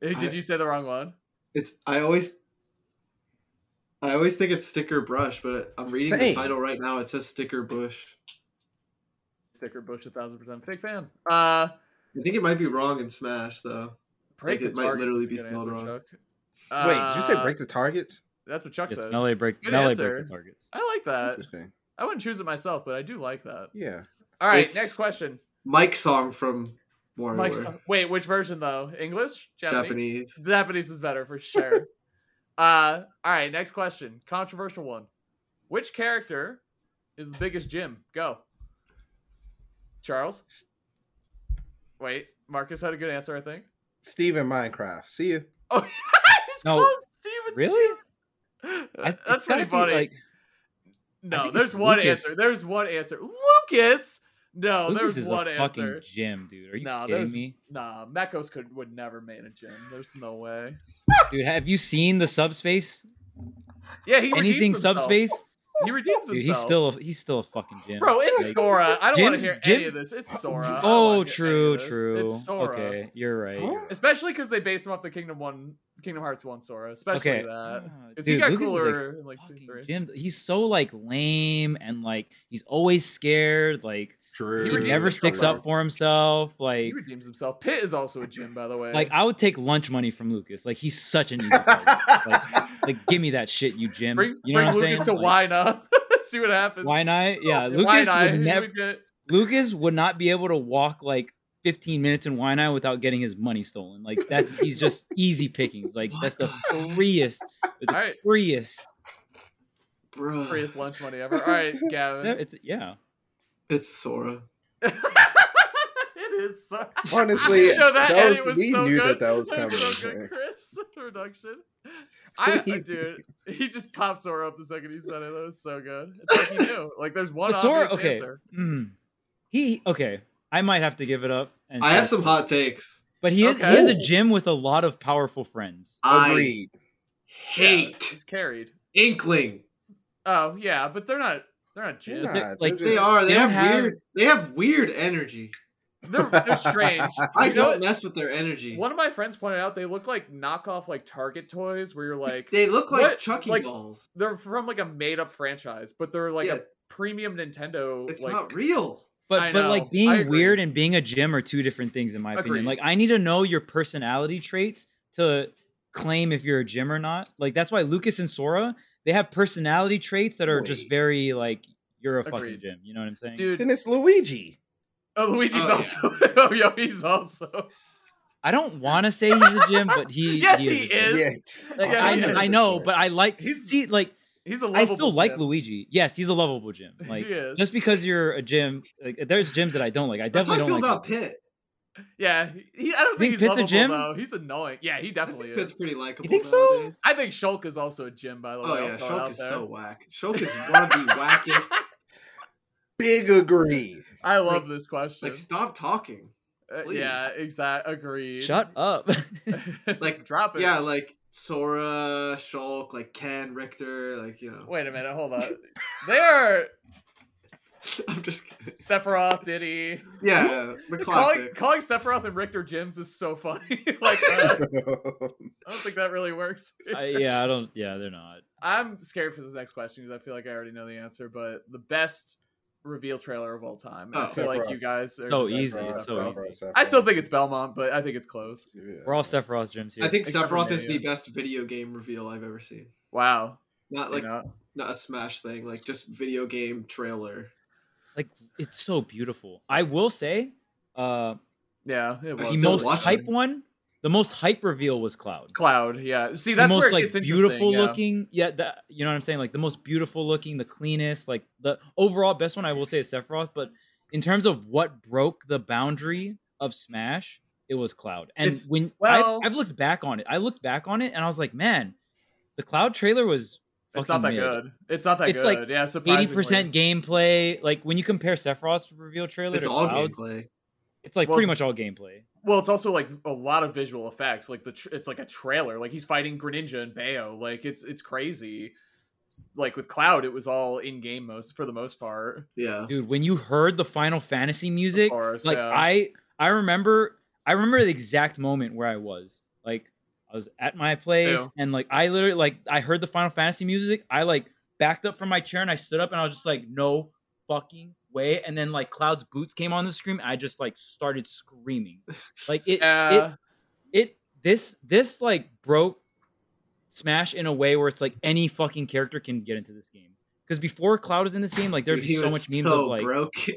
Speaker 4: Hey, Did
Speaker 1: I-
Speaker 4: you say the wrong one?
Speaker 1: It's I always I always think it's sticker brush, but I'm reading the
Speaker 2: Same.
Speaker 1: title right now. It says sticker bush.
Speaker 4: Sticker Bush, a thousand percent. Big fan. Uh,
Speaker 1: I think it might be wrong in Smash though. Like,
Speaker 4: break the
Speaker 1: it might
Speaker 4: targets
Speaker 1: literally
Speaker 4: is a
Speaker 1: be
Speaker 4: good
Speaker 1: spelled
Speaker 4: answer,
Speaker 1: wrong.
Speaker 4: Chuck.
Speaker 2: Wait, did you say
Speaker 4: Uh,
Speaker 2: break the targets?
Speaker 4: That's what Chuck
Speaker 3: Yes,
Speaker 4: says.
Speaker 3: melee break.
Speaker 4: Good
Speaker 3: Melee
Speaker 4: answer.
Speaker 3: break the targets.
Speaker 4: I like that.
Speaker 2: Interesting.
Speaker 4: I wouldn't choose it myself, but I do like that.
Speaker 2: Yeah.
Speaker 4: All right,
Speaker 1: It's-
Speaker 4: next question.
Speaker 1: Mike song from Warrior.
Speaker 4: Mike's wait, which version though? English?
Speaker 1: Japanese.
Speaker 4: Japanese? Japanese is better for sure. uh, all right, next question. Controversial one. Which character is the biggest Jim? Go. Charles? Wait, Marcus had a good answer, I think.
Speaker 2: Steve in Minecraft. See you.
Speaker 4: Oh, he's
Speaker 3: No,
Speaker 4: called Steven
Speaker 3: really?
Speaker 4: Jim.
Speaker 3: I- it's
Speaker 4: That's
Speaker 3: gotta
Speaker 4: pretty
Speaker 3: be,
Speaker 4: funny.
Speaker 3: like-
Speaker 4: no,
Speaker 3: think
Speaker 4: there's
Speaker 3: it's
Speaker 4: one
Speaker 3: Lucas.
Speaker 4: answer. There's one answer. Lucas?
Speaker 3: Lucas
Speaker 4: No, Oh, there's
Speaker 3: is
Speaker 4: one
Speaker 3: a
Speaker 4: answer.
Speaker 3: fucking gym, dude. Are you
Speaker 4: No,
Speaker 3: kidding
Speaker 4: there's-
Speaker 3: me,
Speaker 4: Nah, Mechos could would never man a gym. There's no way.
Speaker 3: dude? Have you seen the subspace?
Speaker 4: Yeah, he redeems
Speaker 3: Anything
Speaker 4: himself.
Speaker 3: subspace?
Speaker 4: He redeems himself.
Speaker 3: Dude, he's still a, he's still a fucking gym.
Speaker 4: bro. It's
Speaker 3: Like,
Speaker 4: Sora. I don't want
Speaker 3: Jim's-
Speaker 4: to hear any
Speaker 3: Jim-
Speaker 4: of this. It's Sora. I don't wanna hear any
Speaker 3: Oh,
Speaker 4: of
Speaker 3: true,
Speaker 4: this.
Speaker 3: true.
Speaker 4: It's Sora.
Speaker 3: Okay, you're right.
Speaker 2: Huh?
Speaker 3: you're right.
Speaker 4: Especially because they based him off the Kingdom One, Kingdom Hearts One Sora. Especially
Speaker 3: Okay.
Speaker 4: that.
Speaker 3: Ah,
Speaker 4: 'Cause he got
Speaker 3: Lucas is, like,
Speaker 4: cooler in like two,
Speaker 3: fucking
Speaker 4: three.
Speaker 3: Jim, he's so like lame and like he's always scared. Like
Speaker 2: Drew.
Speaker 4: He
Speaker 3: he
Speaker 4: redeems
Speaker 3: never
Speaker 4: himself,
Speaker 3: sticks
Speaker 4: bro.
Speaker 3: up for himself.
Speaker 4: He
Speaker 3: Like
Speaker 4: redeems himself. Pitt is also a gym, by the way.
Speaker 3: like I would take lunch money from Lucas. Like he's such an easy target. like, like give me that shit, you Jim.
Speaker 4: bring
Speaker 3: you know
Speaker 4: bring
Speaker 3: what I'm
Speaker 4: Lucas
Speaker 3: saying?
Speaker 4: to Oh,
Speaker 3: Like,
Speaker 4: wine up. See what happens.
Speaker 3: why not? Yeah,
Speaker 4: Wine
Speaker 3: Lucas
Speaker 4: Eye,
Speaker 3: would
Speaker 4: he
Speaker 3: never.
Speaker 4: get-
Speaker 3: Lucas would not be able to walk like 15 minutes in Waianae without getting his money stolen. Like that's he's just easy pickings. Like that's the freest, the
Speaker 4: All right.
Speaker 3: freest.
Speaker 1: Bro.
Speaker 4: freest lunch money ever. All right,
Speaker 3: That-
Speaker 4: Gavin.
Speaker 3: It's yeah.
Speaker 1: It's Sora.
Speaker 4: it is so.
Speaker 2: Honestly,
Speaker 4: You know that,
Speaker 2: that
Speaker 4: and
Speaker 2: was-
Speaker 4: it was
Speaker 2: we
Speaker 4: so
Speaker 2: knew
Speaker 4: good.
Speaker 2: that that was
Speaker 4: It So
Speaker 2: coming.
Speaker 4: good, Chris. The Reduction. I uh,
Speaker 2: We-
Speaker 4: dude, he just pops Sora up the second he said it. That was so good. It's like he knew. Like there's one
Speaker 3: But Sora-
Speaker 4: obvious
Speaker 3: okay.
Speaker 4: answer.
Speaker 3: Mm. He okay. I might have to give it up. And
Speaker 1: I have
Speaker 3: pass
Speaker 1: some
Speaker 3: it.
Speaker 1: hot takes.
Speaker 3: but he is,
Speaker 4: Okay.
Speaker 3: he has a gym with a lot of powerful friends.
Speaker 2: Agreed.
Speaker 1: I
Speaker 4: Yeah,
Speaker 1: hate
Speaker 4: he's carried.
Speaker 1: Inkling.
Speaker 4: Oh yeah, but they're not. They're not
Speaker 2: They're
Speaker 4: gyms.
Speaker 2: not.
Speaker 3: They're-
Speaker 2: they're
Speaker 3: like,
Speaker 2: just-
Speaker 1: They are. They,
Speaker 3: They
Speaker 1: have,
Speaker 3: don't have-
Speaker 1: weird. They have weird energy.
Speaker 4: They're, they're strange.
Speaker 1: I
Speaker 4: You know
Speaker 1: don't
Speaker 4: what?
Speaker 1: mess with their energy.
Speaker 4: One of my friends pointed out they look like knockoff like Target toys, where you're like
Speaker 1: they look like
Speaker 4: what-
Speaker 1: Chucky
Speaker 4: like-
Speaker 1: dolls.
Speaker 4: they're from like a made up franchise, but they're like
Speaker 1: yeah,
Speaker 4: a premium Nintendo.
Speaker 1: it's
Speaker 4: like,
Speaker 1: not real.
Speaker 3: But
Speaker 4: I
Speaker 3: but
Speaker 4: know.
Speaker 3: like
Speaker 4: I
Speaker 3: being
Speaker 4: agree.
Speaker 3: weird and being a gym are two different things in my opinion.
Speaker 4: Agreed.
Speaker 3: Like I need to know your personality traits to claim if you're a gym or not. Like that's why Lucas and Sora, they have personality traits that are just
Speaker 2: Wait.
Speaker 3: very like you're a fucking
Speaker 4: Agreed.
Speaker 3: gym. You know what I'm saying?
Speaker 4: dude.
Speaker 2: Then it's Luigi.
Speaker 4: Oh, Luigi's
Speaker 1: Oh, yeah.
Speaker 4: also. oh, yo, he's also.
Speaker 3: I don't want to say he's a gym, but he
Speaker 4: Yes,
Speaker 3: is.
Speaker 4: he
Speaker 3: a gym.
Speaker 4: is.
Speaker 2: Yeah.
Speaker 3: Like,
Speaker 4: Yeah,
Speaker 3: I,
Speaker 4: he
Speaker 3: kn- I
Speaker 4: is.
Speaker 3: know, but I like
Speaker 4: He's-
Speaker 3: see like
Speaker 4: He's a
Speaker 3: I
Speaker 4: lovable.
Speaker 3: still like
Speaker 4: gem.
Speaker 3: Luigi. Yes, he's a lovable gym. Like
Speaker 4: he is.
Speaker 3: just because you're a gym, like there's gyms that I don't like. I
Speaker 1: That's how
Speaker 3: definitely
Speaker 1: I
Speaker 3: don't
Speaker 1: feel about
Speaker 3: like. Luigi.
Speaker 1: Pitt.
Speaker 4: yeah, he, I don't think,
Speaker 3: think
Speaker 4: he's
Speaker 3: Pitt's a
Speaker 4: lovable
Speaker 3: gym?
Speaker 4: though. He's annoying. Yeah, he
Speaker 1: I
Speaker 4: definitely
Speaker 1: think
Speaker 4: is.
Speaker 1: Pitt's pretty likable.
Speaker 3: think so?
Speaker 1: nowadays.
Speaker 4: I think Shulk is also a gym, by the way.
Speaker 1: Oh
Speaker 4: I'll
Speaker 1: yeah,
Speaker 4: throw it out
Speaker 1: Shulk is
Speaker 4: there.
Speaker 1: so whack. Shulk is one of the wackest.
Speaker 2: Big agree.
Speaker 4: I love this question.
Speaker 1: Like, stop talking.
Speaker 4: Uh,
Speaker 1: please.
Speaker 4: yeah, exactly.
Speaker 1: E.
Speaker 4: Agreed.
Speaker 3: Shut up.
Speaker 1: Like,
Speaker 4: drop it.
Speaker 1: Yeah, like Sora, Shulk, like Ken, Richter, like you know.
Speaker 4: Wait a minute. Hold on. they are
Speaker 1: I'm just kidding.
Speaker 4: Sephiroth, Diddy.
Speaker 1: Yeah, the
Speaker 4: Calling,
Speaker 1: classic.
Speaker 4: calling Sephiroth and Richter gyms is so funny. like, uh, I don't think that really works.
Speaker 3: I, yeah, I don't. Yeah, they're not.
Speaker 4: I'm scared for this next question because I feel like I already know the answer, but the best reveal trailer of all time. And
Speaker 1: Oh.
Speaker 4: I feel like
Speaker 2: Sephiroth.
Speaker 4: you guys are
Speaker 3: So
Speaker 4: just-
Speaker 3: easy,
Speaker 4: Sephiroth,
Speaker 3: it's so
Speaker 4: Sephiroth.
Speaker 3: easy.
Speaker 4: I still think it's Belmont, but I think it's close.
Speaker 3: We're all Sephiroth gyms here.
Speaker 1: I think
Speaker 4: Except for
Speaker 1: Sephiroth is the
Speaker 4: Mario.
Speaker 1: best video game reveal I've ever seen.
Speaker 4: Wow.
Speaker 1: Not
Speaker 4: So
Speaker 1: Uh, like
Speaker 4: not-
Speaker 1: not a Smash thing, like just video game trailer.
Speaker 3: like it's so beautiful. I will say, uh,
Speaker 4: yeah, it was.
Speaker 3: the
Speaker 1: still
Speaker 3: most
Speaker 1: watching.
Speaker 3: hype one, the most hype reveal was Cloud.
Speaker 4: Cloud, yeah. See,
Speaker 3: the
Speaker 4: that's where
Speaker 3: most
Speaker 4: it
Speaker 3: like
Speaker 4: gets interesting,
Speaker 3: beautiful
Speaker 4: yeah.
Speaker 3: looking, yeah. that you know what I'm saying? Like the most beautiful looking, the cleanest, like the overall best one I will say is Sephiroth, but in terms of what broke the boundary of Smash, it was Cloud. And
Speaker 4: It's-
Speaker 3: when
Speaker 4: well-
Speaker 3: I've, I've looked back on it, I looked back on it and I was like, man, the Cloud trailer was
Speaker 4: It's not that
Speaker 3: fucking mid.
Speaker 4: good. It's not that
Speaker 3: It's like
Speaker 4: good. yeah, surprisingly.
Speaker 3: Eighty percent gameplay. Like when you compare Sephiroth's reveal trailer
Speaker 1: It's
Speaker 3: to
Speaker 1: all
Speaker 3: Cloud's,
Speaker 1: gameplay.
Speaker 3: it's like
Speaker 4: Well,
Speaker 3: pretty
Speaker 4: it's-
Speaker 3: much all gameplay.
Speaker 4: Well, it's also like a lot of visual effects. Like the tr- it's like a trailer. Like he's fighting Greninja and Bayo. Like it's it's crazy. S- Like with Cloud, it was all in game most for the most part.
Speaker 1: Yeah.
Speaker 3: Dude, when you heard the Final Fantasy music,
Speaker 4: course,
Speaker 3: like
Speaker 4: yeah.
Speaker 3: I I remember I remember the exact moment where I was. Like I was at my place
Speaker 4: Ew.
Speaker 3: and like I literally like I heard the Final Fantasy music. I like backed up from my chair and I stood up and I was just like, no fucking way. And then like Cloud's boots came on the screen. I just like started screaming. Like it it
Speaker 4: Yeah,
Speaker 3: it this this like broke smash in a way where it's like any fucking character can get into this game because before cloud was in this game like there'd
Speaker 1: Dude,
Speaker 3: be
Speaker 1: he
Speaker 3: so
Speaker 1: was
Speaker 3: much memes
Speaker 1: so
Speaker 3: of like
Speaker 1: broken.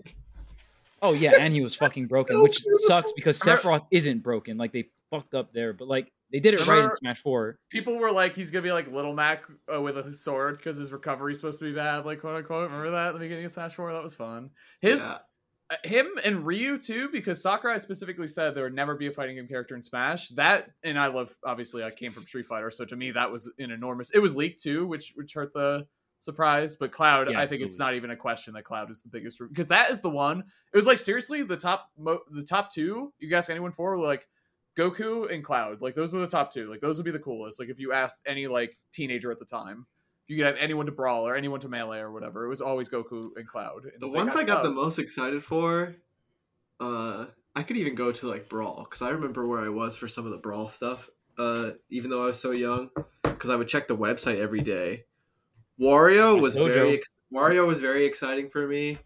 Speaker 3: oh yeah and he was fucking broken
Speaker 4: Oh,
Speaker 1: So
Speaker 3: which
Speaker 1: beautiful.
Speaker 3: sucks because
Speaker 4: Remember-
Speaker 3: sephiroth isn't broken like they fucked up there but like they did it right in
Speaker 4: Remember-
Speaker 3: smash 4
Speaker 4: people were like, he's gonna be like Little Mac uh, with a sword because his recovery's supposed to be bad. Like quote unquote. Remember that at the beginning of Smash Four? That was fun. His
Speaker 1: Yeah.
Speaker 4: uh, him and Ryu too, because Sakurai specifically said there would never be a fighting game character in Smash. That and I love obviously I came from Street Fighter, so to me that was an enormous. It was leaked too, which which hurt the surprise. But Cloud,
Speaker 3: Yeah,
Speaker 4: I think it's
Speaker 3: absolutely.
Speaker 4: not even a question that Cloud is the biggest because that is the one. It was like seriously the top mo- the top two. You could ask anyone for were like Goku and Cloud, like those are the top two. Like those would be the coolest. Like if you asked any like teenager at the time. if You could have anyone to brawl or anyone to melee or whatever. It was always Goku and Cloud. and
Speaker 1: The
Speaker 4: they
Speaker 1: ones I got the
Speaker 4: Cloud.
Speaker 1: most excited for, uh, I could even go to like Brawl because I remember where I was for some of the Brawl stuff. Uh, even though I was so young, because I would check the website every day. Wario
Speaker 3: I
Speaker 1: was
Speaker 3: told
Speaker 1: very
Speaker 3: you.
Speaker 1: ex- Wario was very exciting for me.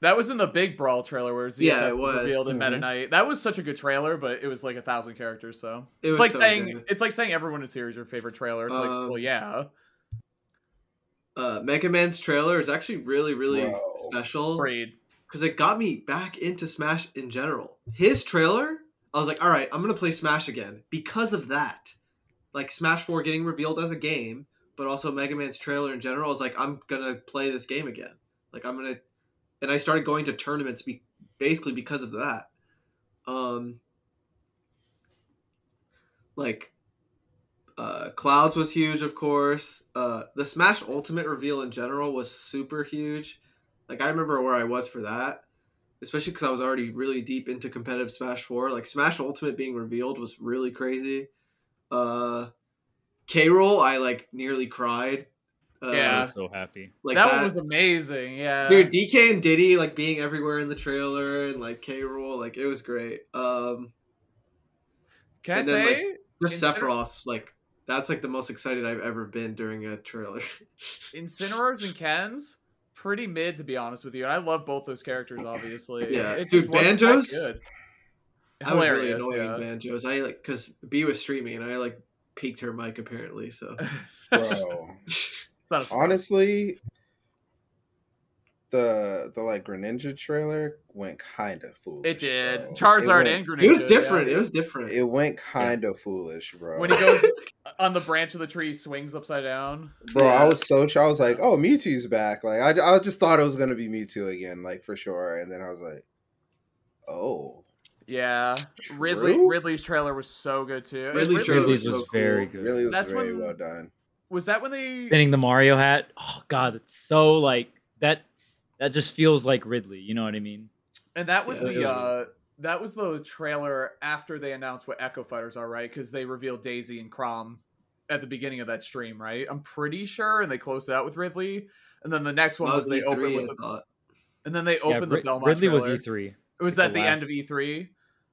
Speaker 4: That was in the big brawl trailer where ZSS
Speaker 1: Yeah, it
Speaker 4: was
Speaker 1: was.
Speaker 4: revealed in Meta
Speaker 3: Mhm.
Speaker 4: Knight. That was such a good trailer, but it was like a thousand characters. So
Speaker 1: It
Speaker 4: it's
Speaker 1: was
Speaker 4: like
Speaker 1: so
Speaker 4: saying
Speaker 1: good.
Speaker 4: it's like saying everyone is here is your favorite trailer. It's like,
Speaker 1: Um,
Speaker 4: well, yeah,
Speaker 1: Uh, Mega Man's trailer is actually really really
Speaker 2: Bro.
Speaker 1: special
Speaker 4: Creed.
Speaker 1: because it got me back into Smash in general. His trailer, I was like, all right, I'm gonna play Smash again because of that. Like Smash Four getting revealed as a game, but also Mega Man's trailer in general is like, I'm gonna play this game again. Like I'm gonna, and I started going to tournaments be, basically because of that. Um, like. Uh, Clouds was huge, of course. Uh, the Smash Ultimate reveal in general was super huge. Like I remember where I was for that, especially because I was already really deep into competitive Smash Four. Like Smash Ultimate being revealed was really crazy. Uh, K roll, I like nearly cried. Uh,
Speaker 3: i
Speaker 4: Yeah.
Speaker 3: was so happy
Speaker 1: like
Speaker 4: that, one was amazing. Yeah,
Speaker 1: dude DK and Diddy like being everywhere in the trailer and like K roll, like it was great. Um,
Speaker 4: Can I
Speaker 1: and then,
Speaker 4: say?
Speaker 1: like, just
Speaker 4: Incineroar-
Speaker 1: Sephiroth's like that's like the most excited I've ever been during a trailer.
Speaker 4: Incineroars and Kens, pretty mid to be honest with you. And I love both those characters, obviously.
Speaker 1: Yeah.
Speaker 4: it
Speaker 1: Dude,
Speaker 4: just wasn't that
Speaker 1: Banjo's?
Speaker 4: good.
Speaker 1: I was really
Speaker 4: Hilarious.
Speaker 1: annoying
Speaker 4: yeah.
Speaker 1: banjos. I like because B was streaming and I like peaked her mic apparently. So
Speaker 2: bro.
Speaker 4: It's not a surprise.
Speaker 2: Honestly, the the like Greninja trailer went kind of foolish.
Speaker 4: it did.
Speaker 2: bro. It
Speaker 4: Charizard
Speaker 2: went-
Speaker 4: and Greninja.
Speaker 1: it was
Speaker 4: yeah.
Speaker 1: different. It was different.
Speaker 2: It went kind of foolish, bro.
Speaker 4: When he goes on the branch of the tree, swings upside down.
Speaker 2: Bro, I
Speaker 1: Yeah.
Speaker 2: was so ch- I was like, "Oh, Mewtwo's back!" Like, I, I just thought it was gonna be Mewtwo again, like for sure. And then I was like, "Oh,
Speaker 4: Yeah, Ridley
Speaker 2: True?
Speaker 4: Ridley's trailer was so good too. And
Speaker 1: Ridley's trailer
Speaker 3: Ridley's
Speaker 1: was
Speaker 3: was
Speaker 1: so
Speaker 3: very
Speaker 1: cool.
Speaker 3: good
Speaker 2: really was
Speaker 4: That's
Speaker 2: very
Speaker 4: when-
Speaker 2: well done."
Speaker 4: was that when they
Speaker 3: spinning the mario hat oh god it's so like that that just feels like ridley you know what i mean
Speaker 4: and that was
Speaker 1: Yeah,
Speaker 4: the
Speaker 1: it was-
Speaker 4: uh that was the trailer after they announced what Echo Fighters are, right? Because they revealed Daisy and Crom at the beginning of that stream, right? I'm pretty sure, and they closed it out with Ridley, and then the next one
Speaker 1: That
Speaker 4: was,
Speaker 1: was
Speaker 4: they
Speaker 1: E3,
Speaker 4: opened with
Speaker 1: I
Speaker 4: the,
Speaker 1: thought.
Speaker 4: and then they
Speaker 3: Yeah,
Speaker 4: opened
Speaker 3: Rid-
Speaker 4: the Belmont
Speaker 3: ridley
Speaker 4: trailer. Mm-hmm.
Speaker 3: was e3
Speaker 4: It was
Speaker 3: like
Speaker 4: at
Speaker 3: the
Speaker 4: the end
Speaker 3: last-
Speaker 4: of E E3.
Speaker 3: I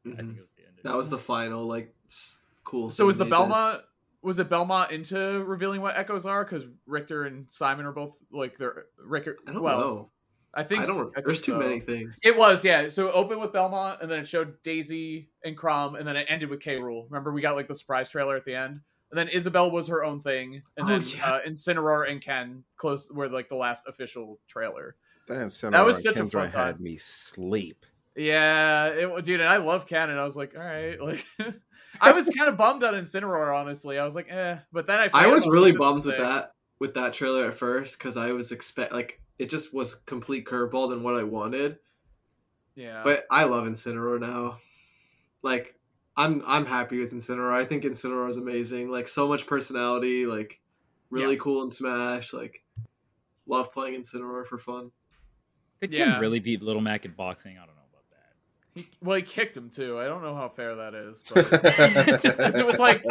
Speaker 3: think
Speaker 1: Mhm.
Speaker 3: it was the end of E
Speaker 1: That was the final like s- cool.
Speaker 4: So was the
Speaker 1: thing they
Speaker 4: Belmont was it Belmont into revealing what Echoes are? Because Richter and Simon are both like they're Richter.
Speaker 1: did. I don't
Speaker 4: well,
Speaker 1: know.
Speaker 4: I think
Speaker 1: I don't.
Speaker 4: think
Speaker 1: there's too
Speaker 4: so.
Speaker 1: many things.
Speaker 4: It was, yeah. So it opened with Belmont, and then it showed Daisy and Crom, and then it ended with K. Rule. Remember, we got like the surprise trailer at the end, and then Isabel was her own thing, and
Speaker 1: Oh,
Speaker 4: then
Speaker 1: yeah.
Speaker 4: uh, Incineroar and Ken close were like the last official trailer.
Speaker 2: That,
Speaker 4: That was such a fun
Speaker 2: Kendra had
Speaker 4: time.
Speaker 2: me sleep.
Speaker 4: Yeah, it, dude, and I love Ken, and I was like, all right, like. I was kind of bummed on Incineroar, honestly. I was like, eh, but then I.
Speaker 1: I
Speaker 4: played it,
Speaker 1: was
Speaker 4: like,
Speaker 1: really
Speaker 4: this is
Speaker 1: bummed with
Speaker 4: sick.
Speaker 1: that with that trailer at first because I was expect like it just was complete curveball than what I wanted,
Speaker 4: Yeah.
Speaker 1: But I love Incineroar now. Like I'm I'm happy with Incineroar. I think Incineroar is amazing. Like so much personality, like really cool in Smash, like love playing Incineroar for fun.
Speaker 3: They can
Speaker 4: Yeah.
Speaker 3: really beat Little Mac in boxing. I don't know about that.
Speaker 4: He, well, he kicked him too. I don't know how fair that is, but 'Cause it was like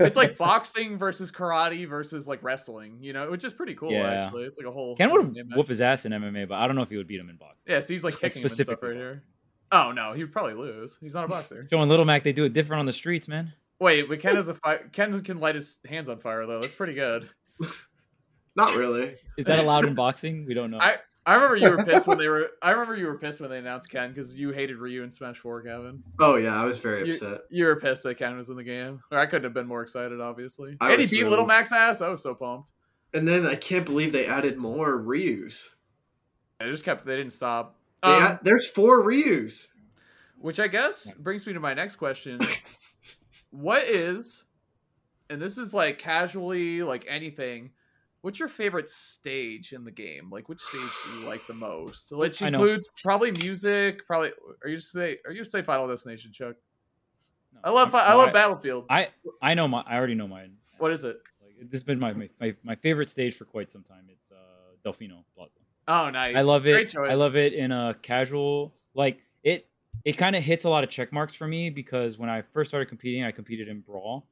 Speaker 4: it's like boxing versus karate versus like wrestling. You know, which is pretty cool
Speaker 3: Yeah.
Speaker 4: actually. It's like a whole.
Speaker 3: Ken would
Speaker 4: Yeah,
Speaker 3: whoop his ass in MMA, but I don't know if he would beat him in boxing.
Speaker 4: Yeah, so he's like
Speaker 3: Like,
Speaker 4: kicking him and stuff
Speaker 3: specifically
Speaker 4: right here. Oh no, he'd probably lose. He's not a boxer.
Speaker 3: Joe and Little Mac, they do it different on the streets, man.
Speaker 4: Wait, but Ken is a fire. Ken can light his hands on fire though. That's pretty good.
Speaker 1: Not really.
Speaker 3: Is that allowed in boxing? We don't know.
Speaker 4: I remember you were pissed when they were. I remember you were pissed when they announced Ken because you hated Ryu in Smash Four, Kevin.
Speaker 1: Oh yeah, I was very
Speaker 4: You-
Speaker 1: upset.
Speaker 4: You were pissed that Ken was in the game, or I couldn't have been more excited. Obviously,
Speaker 1: I
Speaker 4: and he
Speaker 1: was
Speaker 4: beat
Speaker 1: really-
Speaker 4: Little Mac's ass. I was so pumped.
Speaker 1: And then I can't believe they added more Ryu's.
Speaker 4: They just kept. They didn't stop.
Speaker 1: They
Speaker 4: Um,
Speaker 1: had- there's four Ryu's.
Speaker 4: Which I guess brings me to my next question. what is, and this is like casually, like anything, what's your favorite stage in the game? Like, which stage do you like the most? Which
Speaker 3: I know.
Speaker 4: includes probably music, probably, are you say, are you say Final Destination, Chuck?
Speaker 3: No,
Speaker 4: I love,
Speaker 3: no,
Speaker 4: fi- I love
Speaker 3: I-
Speaker 4: Battlefield.
Speaker 3: I I know my. I already know mine.
Speaker 4: what is it?
Speaker 3: Like, this has been my, my- my my favorite stage for quite some time. It's uh, Delfino Plaza.
Speaker 4: Oh, nice.
Speaker 3: I love
Speaker 4: Great
Speaker 3: it.
Speaker 4: choice.
Speaker 3: I love it in a casual like it. It kind of hits a lot of check marks for me because when I first started competing, I competed in brawl,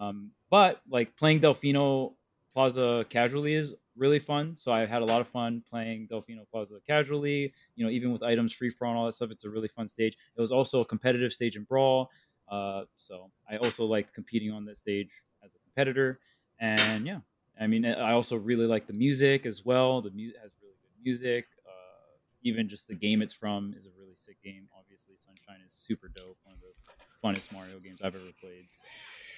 Speaker 3: um, but like playing Delfino Plaza casually is really fun. So I've had a lot of fun playing Delfino Plaza casually. You know, even with items free for all and all that stuff, it's a really fun stage. It was also a competitive stage in brawl, uh, so I also liked competing on that stage as a competitor. And yeah, I mean, I also really like the music as well. The music has really good music. Uh, even just the game it's from is a really sick game. Obviously, Sunshine is super dope. One of the funnest Mario games I've ever played. So,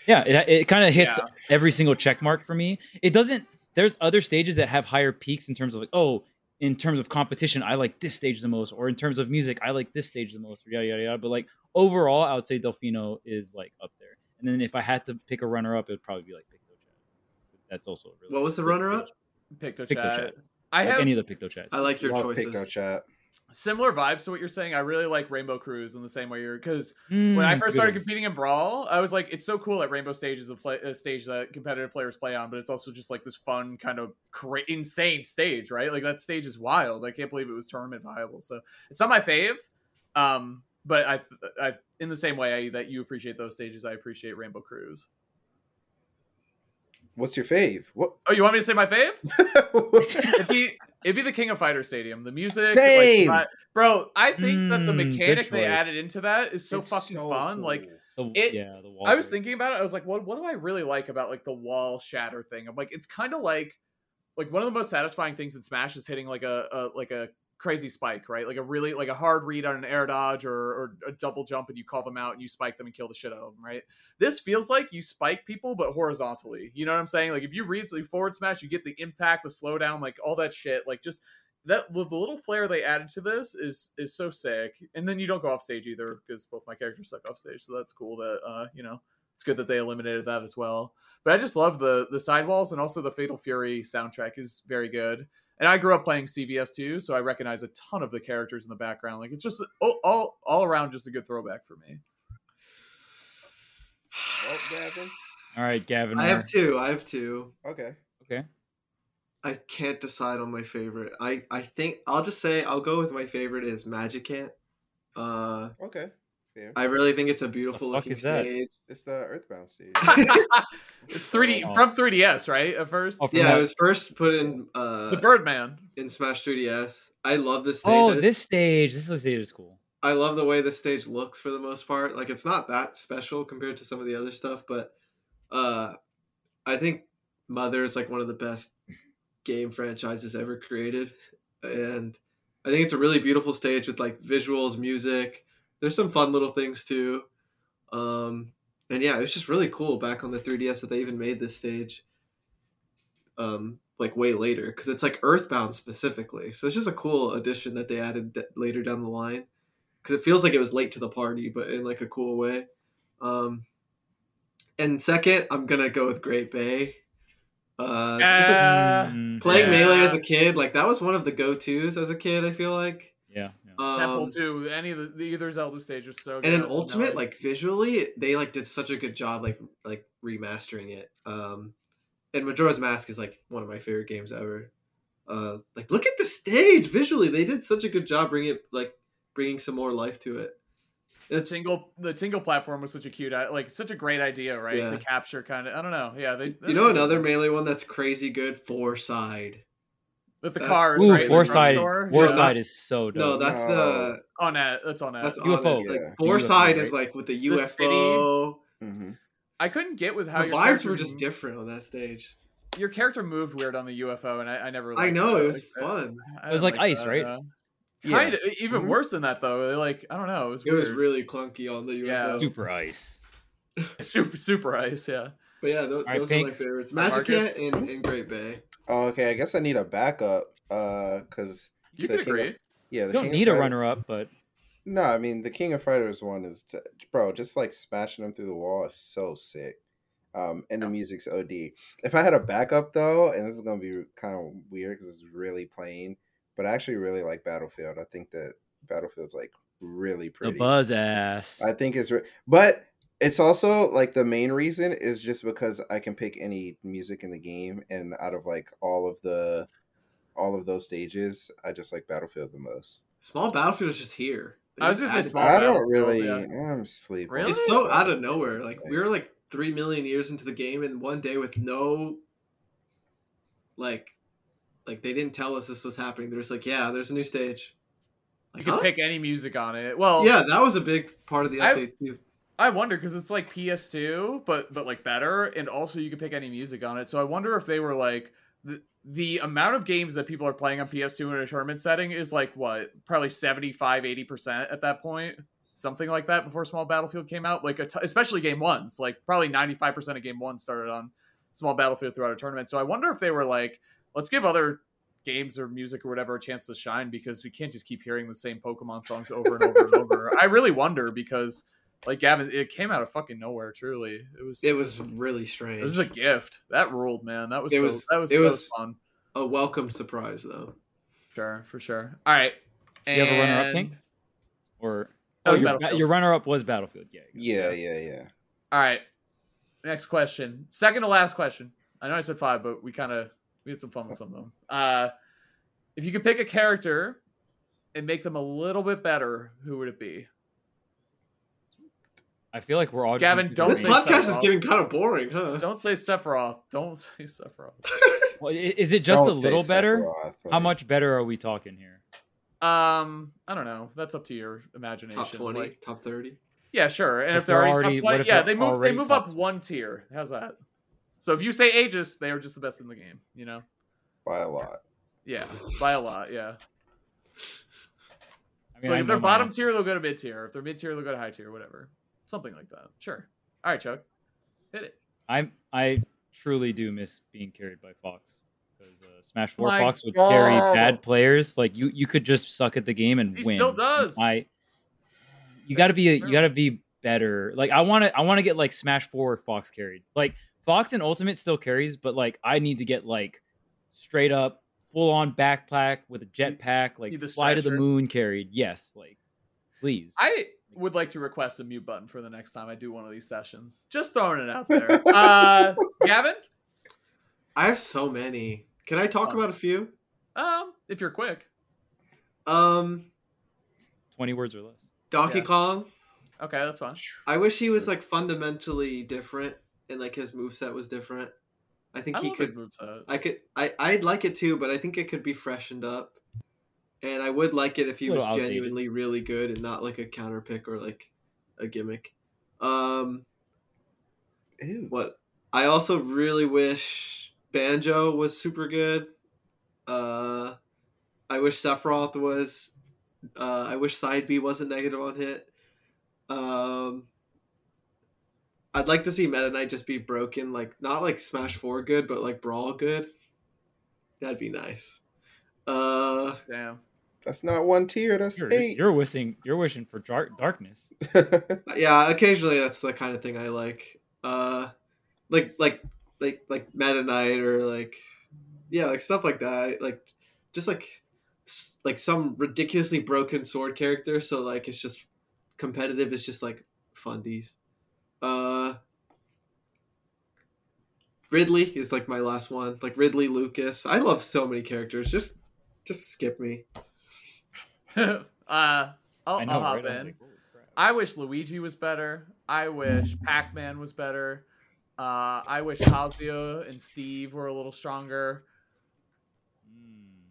Speaker 3: Yeah, it, it kind of hits
Speaker 4: Yeah.
Speaker 3: every single check mark for me. It doesn't. There's other stages that have higher peaks in terms of like, oh, in terms of competition, I like this stage the most, or in terms of music, I like this stage the most, or yada yada yada. But like overall, I would say Delfino is like up there. And then if I had to pick a runner up, it would probably be like Pictochat. That's also a really
Speaker 1: What was the
Speaker 3: good
Speaker 1: runner up?
Speaker 3: stage.
Speaker 4: Pictochat.
Speaker 3: Pictochat.
Speaker 4: I
Speaker 3: Like
Speaker 4: have
Speaker 3: any of the Pictochat.
Speaker 1: I like your
Speaker 2: Love
Speaker 1: choices.
Speaker 2: Picto chat.
Speaker 4: similar vibes to what you're saying. I really like Rainbow Cruise in the same way you're, because when
Speaker 3: Mm,
Speaker 4: I first started competing in Brawl, I was like, it's so cool that Rainbow Stage is a, play- a stage that competitive players play on, but it's also just like this fun, kind of cra- insane stage, right? Like that stage is wild. I can't believe it was tournament viable. So it's not my fave, um, but I, I in the same way I, that you appreciate those stages, I appreciate Rainbow Cruise.
Speaker 2: What's your fave? What?
Speaker 4: Oh, you want me to say my fave?
Speaker 2: What?
Speaker 4: It'd be it'd be the King of Fighter Stadium. The music, like,
Speaker 2: Same.
Speaker 4: my- bro. I think that the
Speaker 3: Mm, good
Speaker 4: mechanic they
Speaker 3: choice.
Speaker 4: added into that is so
Speaker 2: It's
Speaker 4: fucking
Speaker 2: so
Speaker 4: fun. Like
Speaker 2: cool.
Speaker 3: the,
Speaker 4: it-
Speaker 3: yeah, the wall.
Speaker 4: I was
Speaker 3: break.
Speaker 4: thinking about it. I was like, what what do I really like about like the wall shatter thing? I'm like, it's kind of like like one of the most satisfying things in Smash is hitting like a, a like a crazy spike, right? Like a really like a hard read on an air dodge or, or a double jump, and you call them out and you spike them and kill the shit out of them, right? This feels like you spike people but horizontally. You know what I'm saying? Like if you read like forward smash, you get the impact, the slowdown, like all that shit. Like just that the the little flair they added to this is is so sick. And then you don't go off stage either because both my characters suck off stage, so that's cool. That uh, you know, it's good that they eliminated that as well. But I just love the the sidewalls and also the Fatal Fury soundtrack is very good. And I grew up playing CVS too, so I recognize a ton of the characters in the background. Like it's just all all, all around just a good throwback for me.
Speaker 2: Well, Oh, Gavin.
Speaker 3: All right, Gavin.
Speaker 1: I
Speaker 3: Moore.
Speaker 1: have two. I have two.
Speaker 2: Okay.
Speaker 3: Okay.
Speaker 1: I can't decide on my favorite. I I think I'll just say I'll go with my favorite is Magicant. Uh,
Speaker 2: Okay. Fair.
Speaker 1: I really think it's a beautiful
Speaker 3: The fuck
Speaker 1: looking
Speaker 3: is that?
Speaker 1: stage.
Speaker 2: It's the Earthbound stage.
Speaker 4: it's 3D from 3DS, right? At first,
Speaker 3: Oh, from
Speaker 1: Yeah,
Speaker 3: that-
Speaker 1: it was first put in uh
Speaker 4: the Birdman.
Speaker 1: in Smash 3DS. I love this stage. I
Speaker 3: oh,
Speaker 1: just-
Speaker 3: this stage. This was stage is cool.
Speaker 1: I love the way the stage looks for the most part. Like it's not that special compared to some of the other stuff, but uh I think Mother is like one of the best game franchises ever created. And I think it's a really beautiful stage with like visuals, music. There's some fun little things too. Um and yeah, it's just really cool back on the 3DS that they even made this stage um like way later because it's like Earthbound specifically. So it's just a cool addition that they added d- later down the line because it feels like it was late to the party, but in like a cool way. Um, and second, I'm gonna go with Great Bay. Uh, just like,
Speaker 4: Uh,
Speaker 3: Mm,
Speaker 1: playing
Speaker 4: yeah.
Speaker 1: melee as a kid, like that was one of the go tos as a kid. I feel like
Speaker 3: yeah, yeah.
Speaker 4: Temple
Speaker 1: Um,
Speaker 4: Two, any of the, the either Zelda stage was so good.
Speaker 1: and
Speaker 4: I
Speaker 1: then
Speaker 4: love
Speaker 1: ultimate
Speaker 4: Melody.
Speaker 1: like visually they like did such a good job like like remastering it um and majora's mask is like one of my favorite games ever uh like look at the stage visually they did such a good job bringing it like bringing some more life to it
Speaker 4: the tingle the tingle platform was such a cute i- like such a great idea right
Speaker 1: Yeah.
Speaker 4: to capture kind of i don't know yeah they
Speaker 1: you know another melee one that's crazy good four side
Speaker 4: with the
Speaker 1: that's-
Speaker 4: cars
Speaker 1: Ooh,
Speaker 4: right in the front
Speaker 1: Foresight-
Speaker 4: door.
Speaker 1: Foresight-
Speaker 4: Yeah.
Speaker 3: Warside is so dope.
Speaker 1: no that's the
Speaker 4: on that that's on that
Speaker 1: that's
Speaker 3: UFO.
Speaker 1: UFO. like
Speaker 2: Yeah.
Speaker 1: four
Speaker 3: UFO,
Speaker 1: side is
Speaker 3: right?
Speaker 1: like with the
Speaker 4: The city,
Speaker 1: ufo
Speaker 2: hmm
Speaker 4: i couldn't get with how
Speaker 1: the
Speaker 4: your
Speaker 1: vibes
Speaker 4: character
Speaker 1: were just
Speaker 4: m-
Speaker 1: different on that stage
Speaker 4: your character moved weird on the ufo and i, I never
Speaker 1: i
Speaker 4: liked
Speaker 1: know
Speaker 4: that.
Speaker 1: it was
Speaker 4: Like, I-
Speaker 1: fun Mm-hmm.
Speaker 4: I
Speaker 3: It was
Speaker 4: didn't
Speaker 3: like ice,
Speaker 4: that,
Speaker 3: right?
Speaker 4: uh,
Speaker 2: Yeah.
Speaker 4: Kinda, even
Speaker 2: Mhm.
Speaker 4: worse than that though they like i don't know it was
Speaker 1: it was
Speaker 4: weird.
Speaker 1: really clunky on the ufo
Speaker 4: Yeah.
Speaker 3: super ice.
Speaker 4: super super ice yeah
Speaker 1: But yeah, tho-
Speaker 3: right,
Speaker 1: those are my
Speaker 3: Pink.
Speaker 1: favorites.
Speaker 4: Marcus?
Speaker 1: Magicant and, and Great Bay.
Speaker 2: Oh, okay, I guess I need a backup. Uh, cause
Speaker 4: you
Speaker 2: The
Speaker 4: could
Speaker 2: King of-
Speaker 4: agree
Speaker 2: yeah, the
Speaker 3: You don't
Speaker 2: King of
Speaker 3: need a
Speaker 2: Fighter-
Speaker 3: runner up, but
Speaker 2: No, I mean the King of Fighters one is, t- bro, just like smashing them through the wall is so sick. Um, and the music's OD. If I had a backup though, and this is gonna be kind of weird because it's really plain, but I actually really like Battlefield. I think that Battlefield's like really pretty.
Speaker 3: the buzz ass.
Speaker 2: I think it's, re- but it's also like the main reason is just because I can pick any music in the game, and out of like all of the, all of those stages, I just like Battlefield the most.
Speaker 1: Small Battlefield is just here. They
Speaker 4: I was
Speaker 1: just
Speaker 4: gonna
Speaker 1: added
Speaker 4: say Small
Speaker 1: that.
Speaker 2: I don't
Speaker 4: Battlefield,
Speaker 2: really.
Speaker 4: yeah.
Speaker 2: I'm sleeping.
Speaker 4: Really?
Speaker 1: It's so out of nowhere. Like we were like three million years into the game, and one day with no, like, like they didn't tell us this was happening. They're just like, yeah, there's a new stage.
Speaker 4: you
Speaker 1: Like,
Speaker 4: could
Speaker 1: huh?
Speaker 4: pick any music on it well
Speaker 1: yeah, that was a big part of the
Speaker 4: I-
Speaker 1: update too.
Speaker 4: I wonder because it's like PS2, but but like better, and also you can pick any music on it. So I wonder if they were like the the amount of games that people are playing on PS2 in a tournament setting is like what probably 75 80 percent at that point, something like that. Before Small Battlefield came out, like a t- especially game ones, like probably 95 percent of game one started on Small Battlefield throughout a tournament. So I wonder if they were like, let's give other games or music or whatever a chance to shine because we can't just keep hearing the same Pokemon songs over and over and over. I really wonder because like Gavin, it came out of fucking nowhere. Truly, it was
Speaker 1: It was really strange.
Speaker 4: it was a gift that ruled, man. That was
Speaker 1: It
Speaker 4: so,
Speaker 1: was-
Speaker 4: that was
Speaker 1: it
Speaker 4: so
Speaker 1: was-
Speaker 4: fun.
Speaker 1: a welcome surprise though.
Speaker 4: Sure, for sure. All right,
Speaker 3: Do you have a runner-up,
Speaker 4: and-
Speaker 3: Pink? Or
Speaker 4: That
Speaker 3: oh,
Speaker 4: was
Speaker 3: your, ba-
Speaker 4: Battlefield.
Speaker 3: your runner up was Battlefield. Yeah.
Speaker 2: Yeah, yeah, yeah.
Speaker 4: All right, next question. Second to last question. I know I said five, but we kind of we had some fun with some of them. Uh, if you could pick a character and make them a little bit better, who would it be?
Speaker 3: I feel like we're all just
Speaker 4: Gavin,
Speaker 3: gonna pick
Speaker 4: don't
Speaker 3: the
Speaker 1: This
Speaker 4: say
Speaker 3: same-
Speaker 4: stuff,
Speaker 1: podcast is
Speaker 4: Rob.
Speaker 1: getting kind of boring, huh?
Speaker 4: Don't say Sephiroth. Don't say Sephiroth.
Speaker 3: Well, i- Is it just a
Speaker 2: Don't say
Speaker 3: little better?
Speaker 2: Sephiroth,
Speaker 3: How
Speaker 2: like,
Speaker 3: much better are we talking here?
Speaker 4: Um, I don't know. That's up to your imagination.
Speaker 1: top twenty,
Speaker 4: Like,
Speaker 1: top thirty.
Speaker 4: Yeah, sure. And if,
Speaker 3: If
Speaker 4: they're,
Speaker 3: they're
Speaker 4: already,
Speaker 3: already-
Speaker 4: top
Speaker 3: what
Speaker 4: 20,
Speaker 3: if
Speaker 4: yeah,
Speaker 3: they're
Speaker 4: they move they
Speaker 3: already
Speaker 4: move
Speaker 3: top
Speaker 4: up
Speaker 3: 20?
Speaker 4: one tier. How's that? So if you say Aegis, they are just the best in the game, you know?
Speaker 2: By a lot.
Speaker 4: Yeah, by a lot, yeah.
Speaker 3: I
Speaker 4: so
Speaker 3: I
Speaker 4: if they're
Speaker 3: know
Speaker 4: bottom
Speaker 3: mine.
Speaker 4: tier, they'll go to mid tier. If they're mid tier, they'll go to high tier, whatever. Something like that. Sure. All right, Chuck. Hit it.
Speaker 3: I'm I truly do miss being carried by Fox because uh, Smash Four
Speaker 4: My
Speaker 3: Fox would carry
Speaker 4: God.
Speaker 3: bad players. Like you, you could just suck at the game and
Speaker 4: He
Speaker 3: win.
Speaker 4: still
Speaker 3: And
Speaker 4: does.
Speaker 3: I, you got to be you
Speaker 4: true.
Speaker 3: got to be better. Like I want to I want to get like Smash Four Fox carried. Like Fox and Ultimate still carries, but like I need to get like straight up full on backpack with a jetpack, like
Speaker 4: need the
Speaker 3: fly to the
Speaker 4: stretcher.
Speaker 3: moon carried. Yes, like please.
Speaker 4: I would like to request a mute button for the next time I do one of these sessions. Just throwing it out there. uh Gavin?
Speaker 1: I have so many. Can I talk
Speaker 4: Oh.
Speaker 1: about a few?
Speaker 4: Um, if you're quick.
Speaker 1: Um,
Speaker 3: Twenty words or less.
Speaker 1: Donkey
Speaker 4: Yeah.
Speaker 1: Kong.
Speaker 4: Okay, that's fine.
Speaker 1: I wish he was like fundamentally different and like his moveset was different. I think
Speaker 4: I
Speaker 1: he
Speaker 4: love
Speaker 1: could
Speaker 4: his moveset.
Speaker 1: I could I I'd like it too, but I think it could be freshened up. And I would like it if he
Speaker 3: A
Speaker 1: was
Speaker 3: little outdated.
Speaker 1: genuinely really good and not like a counter pick or like a gimmick. Um
Speaker 2: Ew.
Speaker 1: what I also really wish Banjo was super good. Uh I wish Sephiroth was uh I wish side B wasn't negative on hit. Um I'd like to see Meta Knight just be broken, like not like Smash 4 good, but like Brawl good. That'd be nice. Uh
Speaker 4: Damn.
Speaker 2: That's not one tier. That's
Speaker 3: You're,
Speaker 2: 8
Speaker 3: you're wishing you're wishing for dark, darkness.
Speaker 1: yeah, occasionally that's the kind of thing I like. Uh like like like like Meta Knight or like yeah, like stuff like that. Like just like s- like some ridiculously broken sword character. So like it's just competitive. It's just like fundies. Uh, Ridley is like my last one. Like Ridley Lucas. I love so many characters. Just just skip me.
Speaker 4: uh, I'll,
Speaker 3: I know,
Speaker 4: I'll hop
Speaker 3: right? I'm
Speaker 4: in.
Speaker 3: like, holy crap.
Speaker 4: I wish Luigi was better. I wish Pac Man was better. Uh, I wish Kazuya and Steve were a little stronger.
Speaker 3: Mm.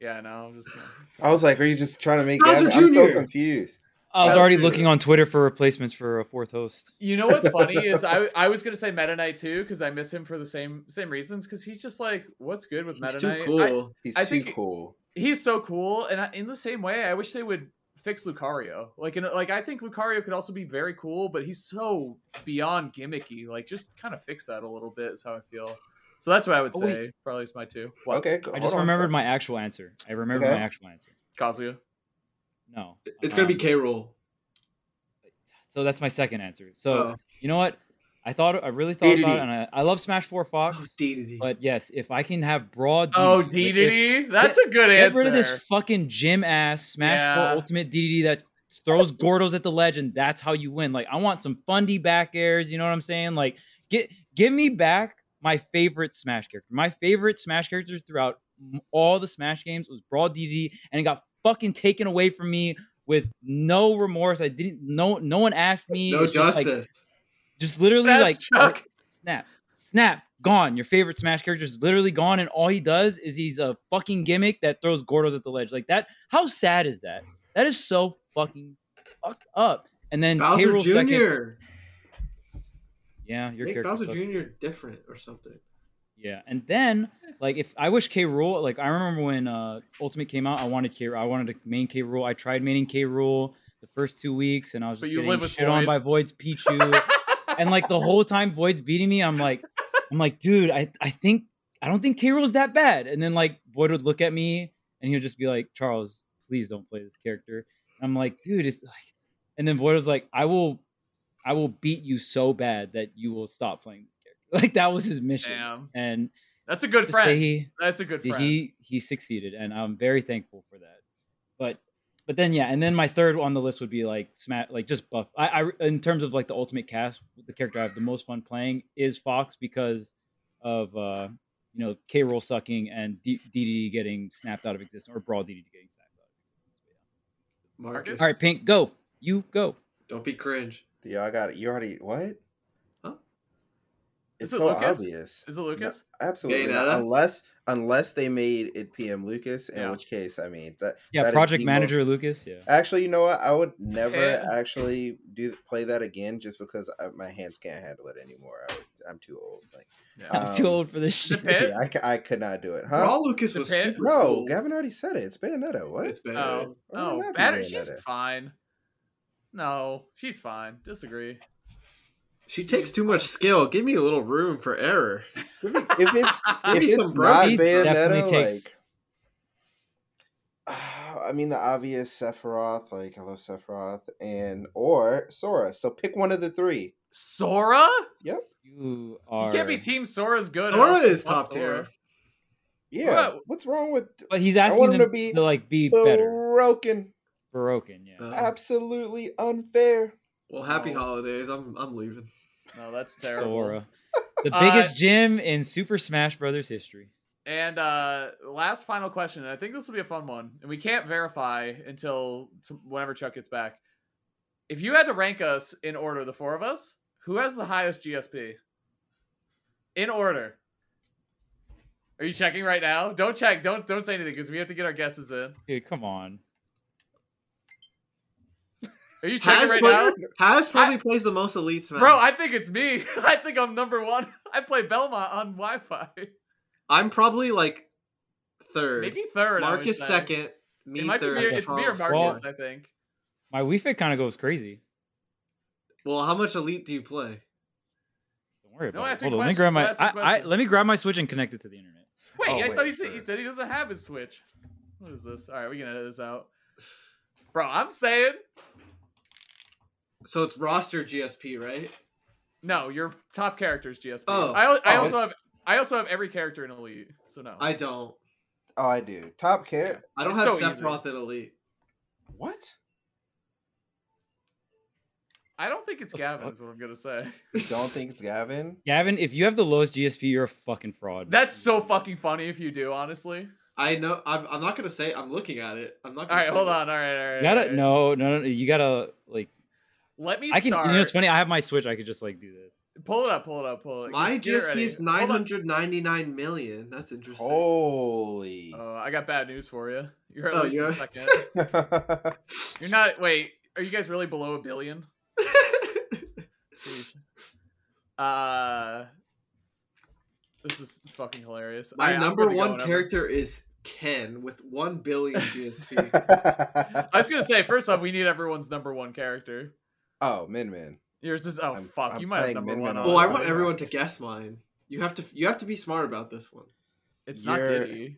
Speaker 4: Yeah, no, I'm just.
Speaker 2: I was like, are you just trying to make
Speaker 1: Bowser
Speaker 2: Gavin? I'm so
Speaker 1: Jr..
Speaker 2: confused.
Speaker 3: I was
Speaker 1: That's
Speaker 3: already
Speaker 1: true.
Speaker 3: looking on Twitter for replacements for a fourth host.
Speaker 4: You know what's funny is I I was gonna say Meta Knight too because I miss him for the same same reasons because he's just like what's good with
Speaker 1: It's
Speaker 4: Meta
Speaker 1: too
Speaker 4: Knight. I-
Speaker 1: cool.
Speaker 2: He's
Speaker 4: I
Speaker 2: too
Speaker 4: think-
Speaker 2: cool.
Speaker 4: he's so cool, and I, in the same way, I wish they would fix Lucario. Like, in, like I think Lucario could also be very cool, but he's so beyond gimmicky. Like, just kind of fix that a little bit is how I feel. So that's what I would
Speaker 3: Oh, wait.
Speaker 4: say. Probably is my two. What?
Speaker 2: Okay, go-
Speaker 3: I
Speaker 2: hold
Speaker 3: just
Speaker 2: on.
Speaker 3: remembered my actual answer. I remembered
Speaker 2: Okay.
Speaker 3: my actual answer.
Speaker 4: Kazuya.
Speaker 3: No,
Speaker 1: It's gonna be
Speaker 3: um,
Speaker 1: K roll.
Speaker 3: So that's my second answer. So
Speaker 1: Oh,
Speaker 3: you know what? I thought I really thought about
Speaker 2: DDD.
Speaker 3: it, and I, I love Smash Four Fox.
Speaker 1: oh DDD.
Speaker 3: But yes, if I can have broad, DDD,
Speaker 4: Oh,
Speaker 3: like, if-
Speaker 4: DDD. That's a good
Speaker 3: get
Speaker 4: answer.
Speaker 3: rid of this fucking gym ass Smash
Speaker 4: Yeah.
Speaker 3: Four Ultimate DDD that throws Gordos at the ledge, and that's how you win. Like I want some fundy back airs. You know what I'm saying? Like get give me back my favorite Smash character. My favorite Smash character throughout m- all the Smash games was broad DDD, and it got fucking taken away from me with no remorse. I didn't. No, no one asked me.
Speaker 1: no
Speaker 3: It's just, like,
Speaker 1: justice.
Speaker 3: just literally
Speaker 4: Best
Speaker 3: like
Speaker 4: Chuck.
Speaker 3: like, snap, snap, gone. Your favorite Smash character is literally gone, and all he does is he's a fucking gimmick that throws Gordos at the ledge. Like that. How sad is that? That is so fucking fucked up. And then K.
Speaker 1: Bowser
Speaker 3: Rool
Speaker 1: Jr.
Speaker 3: second. Yeah, your
Speaker 1: Make
Speaker 3: character.
Speaker 1: Bowser
Speaker 3: sucks.
Speaker 1: Jr. different or something.
Speaker 3: Yeah, and then like if I wish K Rule, like I remember when uh Ultimate came out, I wanted K. I wanted to main K Rule. I tried maining K Rule the first two weeks, and I was
Speaker 4: But
Speaker 3: just
Speaker 4: you
Speaker 3: getting
Speaker 4: live with
Speaker 3: shit
Speaker 4: Void.
Speaker 3: on by Void's Pichu. and like the whole time Void's beating me, I'm like, I'm like, dude, I, I think I don't think K Rool's that bad. And then like Void would look at me and he would just be like, Charles, please don't play this character. And I'm like, dude, it's like and then Void was like, I will I will beat you so bad that you will stop playing this character. Like that was his mission.
Speaker 4: Damn.
Speaker 3: And
Speaker 4: That's a good
Speaker 3: just that
Speaker 4: friend.
Speaker 3: he
Speaker 4: That's a good
Speaker 3: that
Speaker 4: friend.
Speaker 3: he he succeeded and I'm very thankful for that. But but then yeah, and then my third on the list would be like smack like just buff. I, I in terms of like the ultimate cast, the character I have the most fun playing is Fox because of uh you know K roll sucking and D- DDD getting snapped out of existence or Brawl DDD getting snapped out of existence.
Speaker 1: Marcus.
Speaker 3: All right, Pink, go. You go.
Speaker 1: Don't be cringe.
Speaker 2: Yeah, I got it. You already what?
Speaker 1: Huh?
Speaker 2: It's
Speaker 4: Is it
Speaker 2: so
Speaker 4: Lucas?
Speaker 2: obvious.
Speaker 4: is it Lucas?
Speaker 2: Absolutely.
Speaker 1: Gay
Speaker 2: not.
Speaker 1: Nana?
Speaker 2: Unless unless they made it PM Lucas, in
Speaker 4: Yeah.
Speaker 2: which case, I mean that.
Speaker 3: Yeah,
Speaker 2: that is
Speaker 3: project
Speaker 2: the
Speaker 3: manager
Speaker 2: most-
Speaker 3: Lucas, yeah.
Speaker 2: Actually, you know what? I would never
Speaker 4: Yeah.
Speaker 2: actually do play that again, just because I, my hands can't handle it anymore. I would, I'm too old. Like,
Speaker 4: Yeah.
Speaker 3: I'm too
Speaker 2: um,
Speaker 3: old for this shit.
Speaker 4: Pit?
Speaker 2: yeah, I, c- I could not do it. Huh?
Speaker 1: Raw Lucas was
Speaker 4: Japan-
Speaker 1: super
Speaker 2: no,
Speaker 1: cool.
Speaker 2: Gavin already said it. It's Bayonetta. What?
Speaker 1: It's bad.
Speaker 4: Oh,
Speaker 2: Why would
Speaker 4: oh,
Speaker 2: that be
Speaker 4: batter.
Speaker 2: Bayonetta?
Speaker 4: She's fine. No, she's fine. Disagree.
Speaker 1: She takes too much skill. Give me a little room for error.
Speaker 2: If it- if it's
Speaker 1: Give
Speaker 2: if
Speaker 1: me
Speaker 2: it's
Speaker 1: some
Speaker 2: not
Speaker 1: brownies, bro.
Speaker 2: Bayonetta,
Speaker 3: Definitely takes-
Speaker 2: uh, like, I mean, the obvious Sephiroth, like I love Sephiroth, and or Sora. So pick one of the three.
Speaker 4: Sora?
Speaker 3: You are
Speaker 4: You can't be Team Sora's good. or
Speaker 1: Sora
Speaker 4: else you
Speaker 1: is
Speaker 4: want
Speaker 1: top tier.
Speaker 2: Yeah,
Speaker 4: Bro.
Speaker 2: what's wrong with
Speaker 3: but he's
Speaker 2: I
Speaker 3: asking
Speaker 2: want him
Speaker 3: them
Speaker 2: to
Speaker 3: to,
Speaker 2: be
Speaker 3: like be better.
Speaker 2: broken?
Speaker 3: Broken, yeah.
Speaker 1: Uh,
Speaker 2: Absolutely unfair.
Speaker 1: well, happy
Speaker 2: oh.
Speaker 4: No.
Speaker 1: holidays. I'm I'm leaving.
Speaker 4: No, that's terrible.
Speaker 3: Sora. The
Speaker 4: Uh,
Speaker 3: biggest gym in Super Smash Brothers history.
Speaker 4: And uh last final question. and I think this will be a fun one, and we can't verify until t- whenever Chuck gets back. If you had to rank us in order, the four of us, who has the highest GSP? In order. Are you checking right now? Don't check. Don't don't say anything because we have to get our guesses in.
Speaker 3: Dude, come on.
Speaker 4: Are you checking
Speaker 1: Has,
Speaker 4: right
Speaker 1: player-
Speaker 4: now?
Speaker 1: Has probably plays the most elite smash.
Speaker 4: Bro, I think it's me. I think I'm number one. I play Belmont on Wi-Fi.
Speaker 1: am probably like third.
Speaker 4: Maybe third. I would
Speaker 1: Marcus
Speaker 4: say.
Speaker 1: second. Me
Speaker 4: It might be
Speaker 1: third.
Speaker 4: me, it's me or
Speaker 1: Charles
Speaker 4: Marcus.
Speaker 1: fourth.
Speaker 4: I think.
Speaker 3: My Wii Fit kind of goes crazy.
Speaker 1: Well, how much elite do you play?
Speaker 3: Don't worry
Speaker 4: No,
Speaker 3: about it.
Speaker 4: asking
Speaker 3: Hold on, let me grab my.
Speaker 4: questions,
Speaker 3: I,
Speaker 4: asking
Speaker 3: I,
Speaker 4: questions.
Speaker 3: let me grab my Switch and connect it to the internet.
Speaker 4: Wait,
Speaker 2: Oh,
Speaker 4: I
Speaker 2: wait,
Speaker 4: thought he said he
Speaker 2: sure.
Speaker 4: said he doesn't have his Switch. What is this? All right, we can edit this out. Bro, I'm saying
Speaker 1: So it's roster GSP, right?
Speaker 4: no. Your top characters GSP.
Speaker 1: Oh.
Speaker 4: I, al- I
Speaker 1: Oh,
Speaker 4: also
Speaker 1: it's-
Speaker 4: have I also have every character in Elite, so no.
Speaker 1: I don't.
Speaker 2: Oh, I do. Top care.
Speaker 1: I don't
Speaker 4: It's
Speaker 1: have
Speaker 4: so easy.
Speaker 1: Sephiroth in Elite.
Speaker 2: What?
Speaker 4: I don't think it's
Speaker 3: The
Speaker 4: Gavin.
Speaker 3: fuck?
Speaker 4: Is what I'm gonna say.
Speaker 2: You don't think it's Gavin?
Speaker 3: Gavin, if you have the lowest GSP, you're a fucking fraud.
Speaker 4: That's so fucking funny if you do. Honestly.
Speaker 1: I know. I'm, I'm not gonna say. I'm looking at it. I'm not.
Speaker 4: All
Speaker 1: Gonna
Speaker 4: right,
Speaker 1: say
Speaker 4: hold
Speaker 1: it.
Speaker 4: on. All right, all right.
Speaker 3: You
Speaker 4: all
Speaker 3: gotta
Speaker 4: right.
Speaker 3: no, no, no. You gotta like.
Speaker 4: Let me
Speaker 3: I can.
Speaker 4: start.
Speaker 3: You know, it's funny. I have my Switch. I could just like do this.
Speaker 4: Pull it up. Pull it up. Pull it. up.
Speaker 1: My
Speaker 4: Just get it
Speaker 1: GSP
Speaker 4: ready.
Speaker 1: is
Speaker 4: Hold on.
Speaker 1: 999 million. That's interesting.
Speaker 2: Holy.
Speaker 4: Oh, I got bad news for you. You're at
Speaker 1: Oh,
Speaker 4: least
Speaker 1: yeah.
Speaker 4: in second. You're not. Wait, are you guys really below a billion? Sheesh. Uh, this is fucking hilarious.
Speaker 1: My
Speaker 4: Alright, I'm
Speaker 1: number
Speaker 4: gonna go
Speaker 1: one
Speaker 4: whenever.
Speaker 1: character is Ken with one billion
Speaker 4: Oh,
Speaker 1: GSP.
Speaker 4: I was gonna say first off, we need everyone's number one character.
Speaker 2: oh, Min Min.
Speaker 4: Yours is oh
Speaker 2: I'm-
Speaker 4: fuck,
Speaker 2: I'm
Speaker 4: you might have
Speaker 2: playing
Speaker 4: number
Speaker 2: Min
Speaker 4: one.
Speaker 2: Min
Speaker 4: on
Speaker 1: oh,
Speaker 2: all
Speaker 4: this
Speaker 1: I
Speaker 2: the
Speaker 1: want
Speaker 4: one.
Speaker 2: time.
Speaker 1: everyone to guess mine. You have to. You have to be smart about this one.
Speaker 4: It's not
Speaker 2: You're-
Speaker 4: Diddy.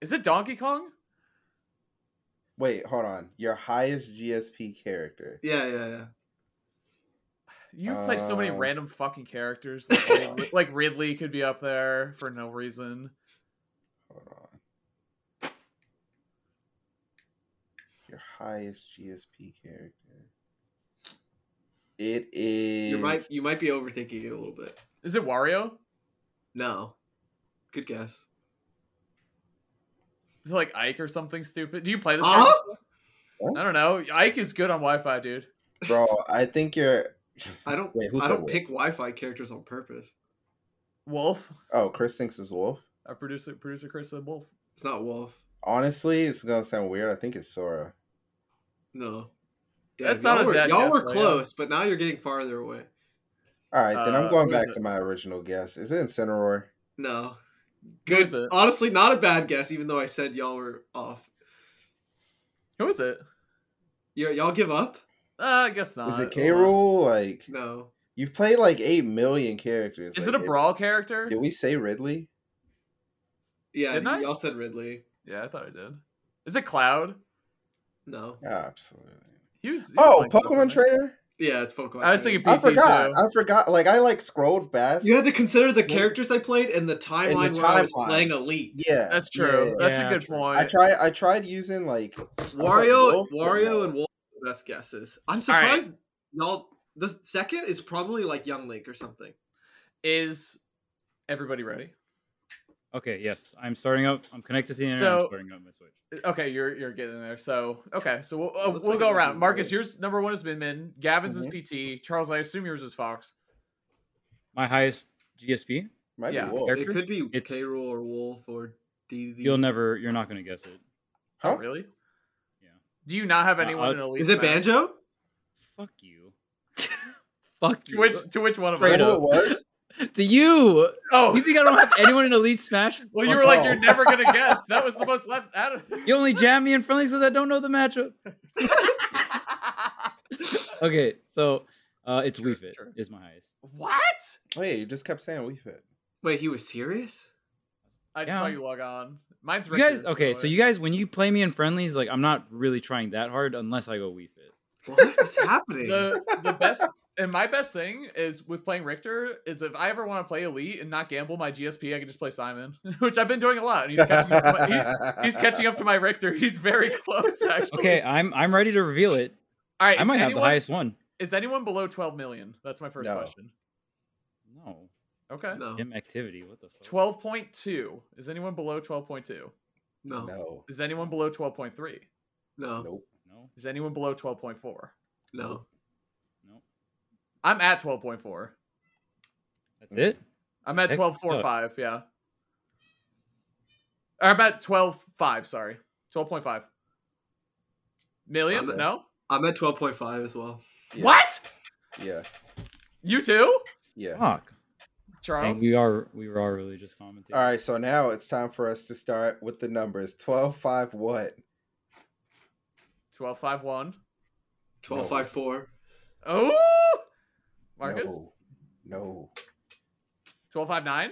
Speaker 4: Is it Donkey Kong?
Speaker 2: Wait, hold on. Your highest GSP character.
Speaker 1: Yeah, yeah, yeah.
Speaker 4: You play so many
Speaker 2: Uh.
Speaker 4: random fucking characters. Like Ridley, like Ridley could be up there for no reason.
Speaker 2: Hold on. Your highest GSP character. It is.
Speaker 1: You might. You might be overthinking it a little bit.
Speaker 4: Is it Wario?
Speaker 1: No. Good guess.
Speaker 4: Is it like Ike or something stupid? Do you play this?
Speaker 1: Huh?
Speaker 4: character? I don't know. Ike is good on Wi-Fi, dude.
Speaker 2: Bro, I think you're.
Speaker 1: I don't.
Speaker 2: Wait, who
Speaker 1: I
Speaker 2: said
Speaker 1: don't
Speaker 2: Wolf?
Speaker 1: pick Wi-Fi characters on purpose.
Speaker 4: Wolf,
Speaker 2: Oh, Chris thinks it's Wolf.
Speaker 4: our producer, producer Chris said Wolf.
Speaker 1: It's not Wolf.
Speaker 2: Honestly, it's gonna sound weird. I think it's Sora.
Speaker 1: No.
Speaker 4: That's
Speaker 1: y'all
Speaker 4: not a
Speaker 1: were,
Speaker 4: bad
Speaker 1: Y'all
Speaker 4: guess,
Speaker 1: were
Speaker 4: though, yeah.
Speaker 1: close, but now you're getting farther away.
Speaker 2: All right, then
Speaker 4: Uh,
Speaker 2: I'm going
Speaker 4: who is
Speaker 2: back
Speaker 4: it?
Speaker 2: to my original guess. Is it Incineroar?
Speaker 1: No.
Speaker 4: Who
Speaker 1: Good.
Speaker 4: is it?
Speaker 1: Honestly, not a bad guess, even though I said y'all were off.
Speaker 4: Who is it?
Speaker 1: you y'all give up?
Speaker 4: Uh, I guess not.
Speaker 2: Is it K.
Speaker 4: Hold on.
Speaker 2: Rule? Like
Speaker 1: No.
Speaker 2: you've played like eight million characters.
Speaker 4: Is
Speaker 2: like,
Speaker 4: it a brawl character?
Speaker 2: Did we say Ridley?
Speaker 1: Yeah,
Speaker 4: Didn't I?
Speaker 1: y'all said Ridley.
Speaker 4: Yeah, I thought I did. Is it Cloud?
Speaker 1: No.
Speaker 2: Absolutely.
Speaker 4: He was. he was
Speaker 2: Oh,
Speaker 4: playing Pokemon,
Speaker 2: Pokemon
Speaker 4: right?
Speaker 2: Trainer.
Speaker 1: Yeah, it's Pokemon.
Speaker 4: I was
Speaker 1: Trainer.
Speaker 4: thinking
Speaker 2: I
Speaker 4: PT
Speaker 2: forgot.
Speaker 4: too.
Speaker 2: I forgot. Like I like scrolled past.
Speaker 1: You had to consider the
Speaker 2: Yeah.
Speaker 1: characters I played and the timeline where I was
Speaker 2: timeline.
Speaker 1: playing Elite.
Speaker 2: Yeah,
Speaker 4: That's
Speaker 2: yeah,
Speaker 4: true.
Speaker 2: yeah, yeah.
Speaker 4: That's
Speaker 3: Yeah.
Speaker 4: a good point.
Speaker 2: I tried. I tried using like
Speaker 1: Wario,
Speaker 2: Wolf, but
Speaker 1: Wario,
Speaker 2: no.
Speaker 1: and Wolf are the best guesses. I'm
Speaker 4: All right.
Speaker 1: surprised y'all. The second is probably like Young Link or something.
Speaker 4: Is everybody ready?
Speaker 3: Okay. Yes, I'm starting up. I'm connected to the internet. I'm
Speaker 4: So-
Speaker 3: starting up my Switch.
Speaker 4: Okay, you're you're getting there. So okay, so we'll uh,
Speaker 1: looks
Speaker 4: we'll
Speaker 1: like
Speaker 4: go
Speaker 1: it might
Speaker 4: around.
Speaker 1: be
Speaker 4: Marcus,
Speaker 1: Wolf.
Speaker 4: yours number one is Min Min. Gavin's
Speaker 2: Mm-hmm.
Speaker 4: is PT. Charles, I assume yours is Fox.
Speaker 3: My highest GSP.
Speaker 2: might
Speaker 4: Yeah.
Speaker 2: be Wolf.
Speaker 1: It
Speaker 3: Character?
Speaker 1: could be
Speaker 3: It's-
Speaker 1: K. Rool or Wolf or DD.
Speaker 3: You'll never. You're not gonna guess it.
Speaker 2: Huh?
Speaker 4: Oh, really?
Speaker 3: Yeah.
Speaker 4: Do you not have
Speaker 3: Uh,
Speaker 4: anyone
Speaker 3: I'll-
Speaker 4: in elite?
Speaker 1: Is it
Speaker 4: Smash?
Speaker 1: Banjo?
Speaker 3: Fuck you. Fuck
Speaker 4: To
Speaker 3: you.
Speaker 4: which to which one of
Speaker 3: Straight
Speaker 2: That's
Speaker 4: us?
Speaker 2: what
Speaker 3: up.
Speaker 2: it was.
Speaker 3: to you.
Speaker 4: Oh,
Speaker 3: You think I don't have anyone in Elite Smash?
Speaker 4: well, you
Speaker 3: Fuck
Speaker 4: were like
Speaker 3: off.
Speaker 4: you're never gonna guess. That was the most left out of.
Speaker 3: You only jam me in friendlies because I don't know the matchup. Okay, so uh, it's
Speaker 4: Sure,
Speaker 3: Wii Fit
Speaker 4: sure.
Speaker 3: is my highest.
Speaker 4: what?
Speaker 2: Wait, you just kept saying Wii Fit.
Speaker 1: Wait, he was serious?
Speaker 4: I just saw
Speaker 3: Yeah.
Speaker 4: you log on. Mine's
Speaker 3: You guys,
Speaker 4: Richard, by
Speaker 3: okay,
Speaker 4: the
Speaker 3: so
Speaker 4: way.
Speaker 3: you guys, when you play me in friendlies, like I'm not really trying that hard unless I go Wii Fit.
Speaker 1: What is happening?
Speaker 4: the the best and my best thing is with playing Richter is if I ever want to play Elite and not gamble my GSP, I can just play Simon, which I've been doing a lot. And he's catching up to my, he- he's catching up to my Richter. He's very close, actually.
Speaker 3: Okay, I'm I'm ready to reveal it.
Speaker 4: All right.
Speaker 3: I
Speaker 4: is,
Speaker 3: might have
Speaker 4: anyone,
Speaker 3: the highest one.
Speaker 4: is anyone below 12 million? That's my first
Speaker 2: No.
Speaker 4: question.
Speaker 3: No,
Speaker 4: Okay.
Speaker 1: no,
Speaker 3: gym activity. What the fuck?
Speaker 4: 12.2. Is anyone below 12.2?
Speaker 1: no, no,
Speaker 2: No.
Speaker 4: Is anyone below 12.3?
Speaker 1: no,
Speaker 2: Nope.
Speaker 3: No,
Speaker 4: Is anyone below 12.4?
Speaker 1: no.
Speaker 3: no,
Speaker 4: I'm at 12.4.
Speaker 3: that's it.
Speaker 4: I'm at
Speaker 3: Heck,
Speaker 4: 12.45. Yeah. Or I'm at 12.5. Sorry. 12.5. Million?
Speaker 1: I'm at-
Speaker 4: No?
Speaker 1: I'm at 12.5 as well.
Speaker 2: Yeah.
Speaker 4: What?
Speaker 2: Yeah.
Speaker 4: You too?
Speaker 2: Yeah.
Speaker 3: Fuck. Dang,
Speaker 4: Charles?
Speaker 3: we are we were all really just commenting.
Speaker 2: All right, so now it's time for us to start with the numbers. 12, 5, what?
Speaker 4: 12.51.
Speaker 1: 12.54.
Speaker 4: Oh! Marcus?
Speaker 2: No. No.
Speaker 4: 12.59?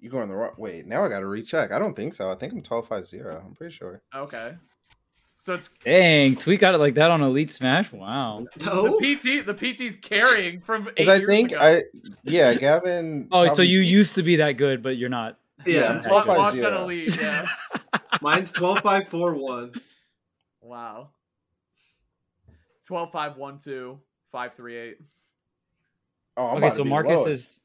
Speaker 2: You're going the wrong Wait, now I got to recheck. I don't think so. I think I'm 12, 5, 0. I'm pretty sure.
Speaker 4: Okay. So it's
Speaker 3: Dang, Tweak got it like that on Elite Smash. Wow.
Speaker 1: No,
Speaker 4: the PT. The PT's carrying from. Eight
Speaker 2: Because I
Speaker 4: years
Speaker 2: think
Speaker 4: ago.
Speaker 2: I yeah, Gavin.
Speaker 3: Oh, so
Speaker 2: probably-
Speaker 3: you used to be that good, but you're not.
Speaker 1: yeah,
Speaker 4: Lo-
Speaker 2: Five
Speaker 4: lost
Speaker 2: zero.
Speaker 4: on a lead. Yeah.
Speaker 1: mine's twelve five four one.
Speaker 4: wow. 12 5 1 2 5 3 8.
Speaker 2: Oh, I'm
Speaker 3: okay,
Speaker 2: about to
Speaker 3: so
Speaker 2: be
Speaker 3: Marcus
Speaker 2: low.
Speaker 3: is.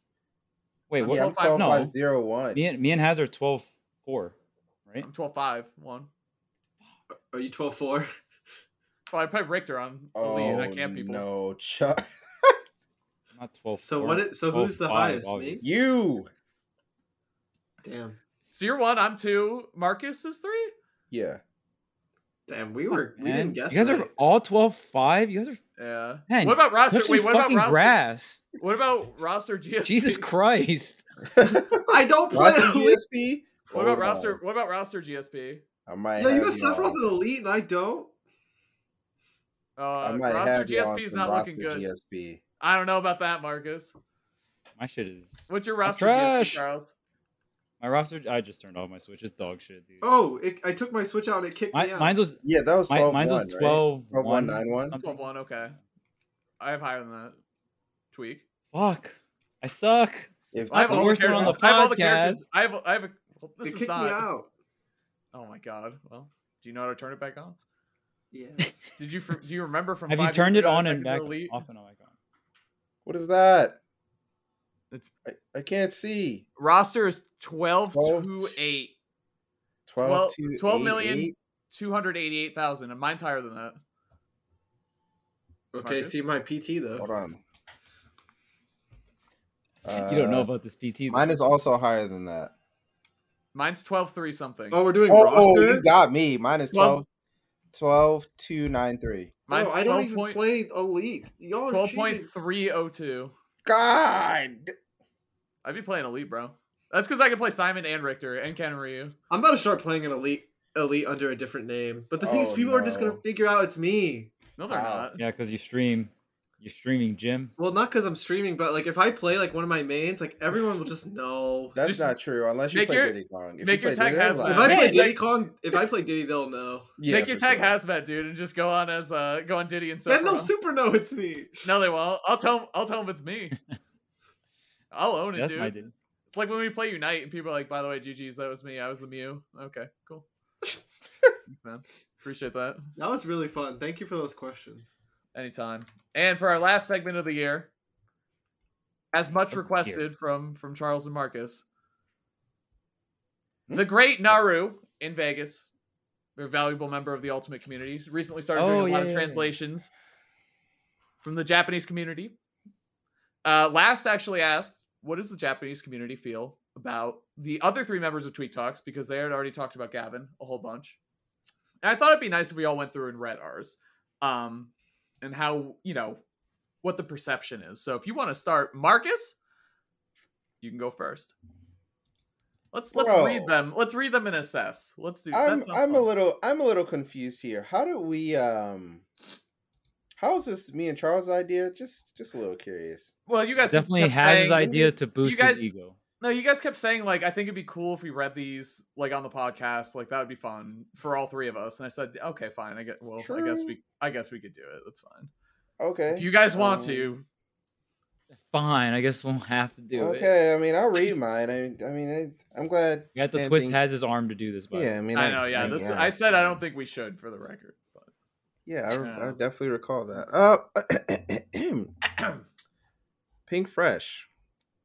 Speaker 3: Wait,
Speaker 4: I'm
Speaker 3: what?
Speaker 2: yeah, I'm
Speaker 4: 12-5.
Speaker 2: twelve
Speaker 3: No.
Speaker 2: five zero one.
Speaker 3: Me and me and Haz are 12 4, right?
Speaker 4: I'm 12 5 1.
Speaker 1: Are you twelve four?
Speaker 4: Well, I probably Richter on the
Speaker 2: Oh
Speaker 4: lead. I can't people.
Speaker 2: no, Chuck,
Speaker 3: I'm not 12
Speaker 1: So what is- so who's the highest, me?
Speaker 2: you.
Speaker 1: Damn,
Speaker 4: So you're one, I'm two, Marcus is three?
Speaker 2: Yeah,
Speaker 1: damn, we were we didn't guess.
Speaker 3: You guys are
Speaker 1: right.
Speaker 3: all 12 5? You guys are
Speaker 4: Yeah.
Speaker 3: Man,
Speaker 4: what about roster?
Speaker 3: touching
Speaker 4: Wait, what about
Speaker 3: fucking
Speaker 4: roster?
Speaker 3: grass.
Speaker 4: What about roster GSP?
Speaker 3: Jesus Christ.
Speaker 1: I don't play
Speaker 2: Watson
Speaker 1: elite.
Speaker 2: GSP.
Speaker 4: What about
Speaker 2: Hold
Speaker 4: roster?
Speaker 2: on.
Speaker 4: What about roster GSP?
Speaker 2: I might.
Speaker 1: Yeah, you have
Speaker 2: have
Speaker 1: several
Speaker 2: on-
Speaker 1: in elite, and I don't.
Speaker 4: Uh,
Speaker 2: I might
Speaker 4: roster
Speaker 2: have you on
Speaker 4: GSP is
Speaker 2: some
Speaker 4: not
Speaker 2: roster
Speaker 4: looking good.
Speaker 2: GSP.
Speaker 4: I don't know about that, Marcus.
Speaker 3: My shit is.
Speaker 4: What's your roster
Speaker 3: trash.
Speaker 4: GSP, Charles?
Speaker 3: My roster. I just turned off my Switch. It's dog shit, dude.
Speaker 1: Oh, it, I took my switch out and it kicked
Speaker 3: my,
Speaker 1: me out.
Speaker 3: mine's was.
Speaker 2: Yeah, that was
Speaker 3: My,
Speaker 2: 12
Speaker 3: mine's
Speaker 2: 1,
Speaker 3: was
Speaker 2: right?
Speaker 3: 12
Speaker 2: 12
Speaker 3: 1.
Speaker 2: 9 1.
Speaker 3: something.
Speaker 4: 12 1, okay. I have higher than that. Tweak.
Speaker 3: Fuck. I suck.
Speaker 2: If
Speaker 4: I have
Speaker 3: the
Speaker 4: all the
Speaker 3: worst one on
Speaker 4: characters.
Speaker 3: the
Speaker 4: I have all the
Speaker 3: podcast.
Speaker 4: characters. I have, I have a. well,
Speaker 1: it
Speaker 4: this is
Speaker 1: kicked me
Speaker 4: not.
Speaker 1: out.
Speaker 4: Oh my god. Well, do you know how to turn it back on?
Speaker 1: Yeah.
Speaker 4: Did you fr- do you remember from?
Speaker 3: Have you
Speaker 4: five years
Speaker 3: turned it
Speaker 4: ago
Speaker 3: on
Speaker 4: back
Speaker 3: and
Speaker 4: in the
Speaker 3: back
Speaker 4: Elite?
Speaker 3: off and on? Back on?
Speaker 2: what is that?
Speaker 4: It's
Speaker 2: I, I can't see.
Speaker 4: roster is 12
Speaker 2: 12
Speaker 4: to 8,
Speaker 2: 12, 2,
Speaker 4: 12
Speaker 2: eight,
Speaker 4: million.
Speaker 2: eight?
Speaker 4: 288,000, and mine's higher than that.
Speaker 1: Okay,
Speaker 4: Marcus?
Speaker 1: see my PT
Speaker 2: Hold
Speaker 1: though.
Speaker 2: on.
Speaker 3: you don't know
Speaker 2: Uh,
Speaker 3: about this PT. though.
Speaker 2: Mine is also higher than that.
Speaker 4: Mine's 12 3 something.
Speaker 1: Oh, we're doing
Speaker 2: Oh, oh,
Speaker 1: roster.
Speaker 2: you got me. Mine is
Speaker 4: Well-
Speaker 2: 12, 12 2, 9 3.
Speaker 1: Bro,
Speaker 4: mine's
Speaker 1: I don't
Speaker 4: 12
Speaker 1: even
Speaker 4: point-
Speaker 1: play elite. Y'all are cheating.
Speaker 4: 12.302.
Speaker 2: God.
Speaker 4: I'd be playing Elite, bro. That's because I can play Simon and Richter and Ken Ryu.
Speaker 1: I'm about to start playing an elite elite under a different name. But the thing is,
Speaker 2: Oh,
Speaker 1: people are just gonna
Speaker 2: no.
Speaker 1: figure out it's me.
Speaker 4: No, they're
Speaker 2: Wow.
Speaker 4: not.
Speaker 3: Yeah, because you stream. You're streaming Jim.
Speaker 1: Well, not because I'm streaming, but like if I play like one of my mains, like everyone will just know.
Speaker 2: That's
Speaker 4: Just
Speaker 2: not true unless you
Speaker 4: make
Speaker 2: play
Speaker 4: your-
Speaker 2: Diddy Kong.
Speaker 4: make your
Speaker 2: you play
Speaker 4: tag
Speaker 2: Diddy,
Speaker 4: has
Speaker 2: like-
Speaker 1: if I
Speaker 4: Man,
Speaker 1: play
Speaker 4: like-
Speaker 1: Diddy Kong, if I play Diddy, they'll know.
Speaker 2: Yeah,
Speaker 4: Make your
Speaker 2: for
Speaker 4: tag
Speaker 2: sure.
Speaker 4: hazmat, dude, and just go on as uh go on Diddy and so.
Speaker 1: Then they'll super know it's me.
Speaker 4: No, they won't. I'll tell. 'em- I'll tell them it's me. I'll own it,
Speaker 3: That's
Speaker 4: dude.
Speaker 3: my dude.
Speaker 4: It's like when we play Unite and people are like, by the way, GG's, that was me. I was the Mew. Okay, cool. Thanks, man. Appreciate that.
Speaker 1: That was really fun. Thank you for those questions.
Speaker 4: Anytime. And for our last segment of the year, as much
Speaker 3: Of the year.
Speaker 4: requested from from Charles and Marcus,
Speaker 3: Hmm?
Speaker 4: the great Naru in Vegas, a valuable member of the Ultimate community, he's recently started doing
Speaker 3: Oh,
Speaker 4: a
Speaker 3: yeah,
Speaker 4: lot of
Speaker 3: yeah, yeah.
Speaker 4: translations from the Japanese community. Uh, last actually asked, what does the Japanese community feel about the other three members of Tweet Talks? Because they had already talked about Gavin a whole bunch. And I thought it'd be nice if we all went through and read ours um, and how, you know, what the perception is. So if you want to start, Marcus, you can go first. Let's let's read
Speaker 2: Bro.
Speaker 4: them. Let's read them and assess. Let's do.
Speaker 2: I'm,
Speaker 4: that sounds
Speaker 2: I'm a
Speaker 4: fun.
Speaker 2: little I'm a little confused here. How do we um how is this me and Charles idea? Just just a little curious.
Speaker 4: Well, you guys
Speaker 3: Definitely
Speaker 4: kept
Speaker 3: has his
Speaker 4: saying-
Speaker 3: idea to boost
Speaker 4: guys-
Speaker 3: his ego.
Speaker 4: No, you guys kept saying like I think it'd be cool if we read these like on the podcast. Like that would be fun for all three of us. And I said, okay, fine. I get. Well, I guess
Speaker 2: True.
Speaker 4: we. I guess we could do it. That's fine.
Speaker 2: Okay.
Speaker 4: If you guys want
Speaker 2: um,
Speaker 4: to,
Speaker 3: Fine, I guess we'll have to do it.
Speaker 2: okay, I mean I'll read mine. I I mean I, I'm glad
Speaker 3: You got the
Speaker 2: Stan
Speaker 3: twist
Speaker 2: thinks-
Speaker 3: has his arm to do this, but
Speaker 2: Oh, Yeah, I mean
Speaker 4: I know. Yeah, this. I
Speaker 2: guess.
Speaker 4: said I don't think we should for the record. But
Speaker 2: Yeah, I, re- I
Speaker 4: Yeah.
Speaker 2: definitely recall that. Uh, Pink Fresh,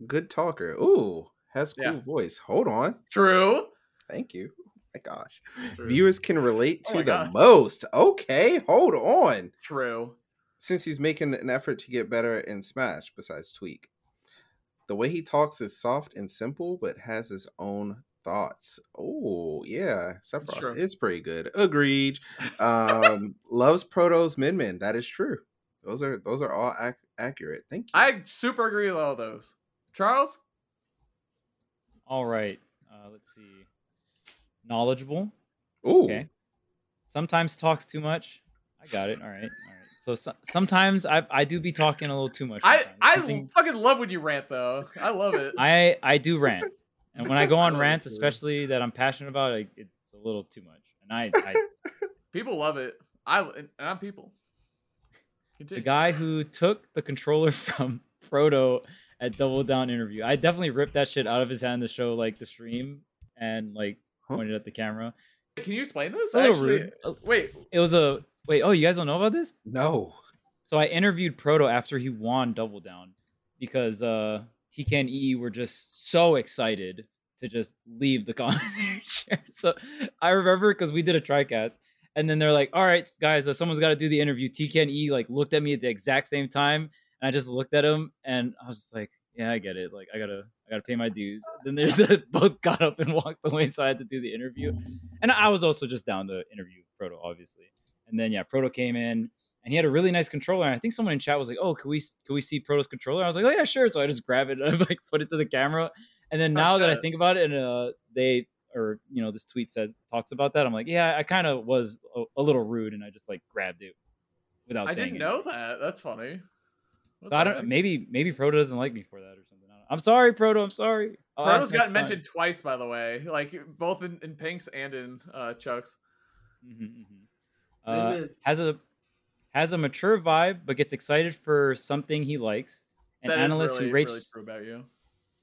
Speaker 2: good talker. Ooh, has cool
Speaker 4: Yeah.
Speaker 2: voice. Hold on,
Speaker 4: true.
Speaker 2: thank you. Oh my gosh,
Speaker 1: True.
Speaker 2: viewers can relate
Speaker 4: Oh
Speaker 2: to
Speaker 4: my
Speaker 2: the
Speaker 4: gosh.
Speaker 2: most. Okay, hold on.
Speaker 4: True.
Speaker 2: Since he's making an effort to get better in Smash, besides Tweak, the way he talks is soft and simple, but has his own thoughts. Oh yeah, Sephiroth
Speaker 4: true.
Speaker 2: is pretty good. Agreed. um loves protos min min that is true those are those are all ac- accurate thank you
Speaker 4: I super agree with all those. Charles?
Speaker 3: all right. Uh, let's see. Knowledgeable.
Speaker 2: Ooh,
Speaker 3: okay. Sometimes talks too much. I got it. All right. All right. So, so sometimes I I do be talking a little too much.
Speaker 4: I
Speaker 3: sometimes.
Speaker 4: I
Speaker 3: Something-
Speaker 4: fucking love when you rant though. I love it.
Speaker 3: I I do rant, and when I go
Speaker 1: Oh,
Speaker 3: on rants,
Speaker 1: dude.
Speaker 3: especially that I'm passionate about, I, it's a little too much, and I, I
Speaker 4: People love it. I and I'm people.
Speaker 3: the
Speaker 4: Continue.
Speaker 3: guy who took the controller from Frodo at Double Down interview. I definitely ripped that shit out of his hand to show like the stream and like
Speaker 2: Huh?
Speaker 3: pointed at the camera.
Speaker 4: Can you explain this?
Speaker 3: It's a little
Speaker 4: Actually,
Speaker 3: rude. Uh,
Speaker 4: wait.
Speaker 3: It was a wait. Oh, you guys don't know about this?
Speaker 2: No.
Speaker 3: So I interviewed Proto after he won Double Down because uh, TK and EE were just so excited to just leave the commentary chair. So I remember because we did a tricast, and then they're like, "All right, guys, uh, someone's got to do the interview." TK and EE like looked at me at the exact same time, and I just looked at him, and I was just like, "Yeah, I get it. Like, I gotta." I gotta pay my dues. Then there's the, both got up and walked away, so I had to do the interview, and I was also just down to interview Proto, obviously. And then yeah, Proto came in, and he had a really nice controller. And I think someone in chat was like, "Oh, can we can we see Proto's controller?" I was like, "Oh yeah, sure." So I just grab it and I like put it to the camera. And then
Speaker 4: Oh,
Speaker 3: now that I
Speaker 4: shit.
Speaker 3: think about it, and uh, they or you know this tweet says talks about that, I'm like, yeah, I kind of was a, a little rude, and I just like grabbed it without
Speaker 4: I
Speaker 3: saying.
Speaker 4: didn't
Speaker 3: anything.
Speaker 4: know that. That's funny. What
Speaker 3: So I
Speaker 4: the
Speaker 3: don't.
Speaker 4: heck?
Speaker 3: Maybe maybe Proto doesn't like me for that or something. I don't- I'm sorry, Proto. I'm sorry. Oh, I'll ask
Speaker 4: Proto's gotten
Speaker 3: next time.
Speaker 4: mentioned twice, by the way, like both in, in Pink's and in uh, Chuck's.
Speaker 3: Mhm, mhm.
Speaker 1: Wait a
Speaker 3: Uh,
Speaker 1: minute.
Speaker 3: has a has a mature vibe, but gets excited for something he likes. An
Speaker 4: That is
Speaker 3: analyst
Speaker 4: really,
Speaker 3: who rates
Speaker 4: really true about you.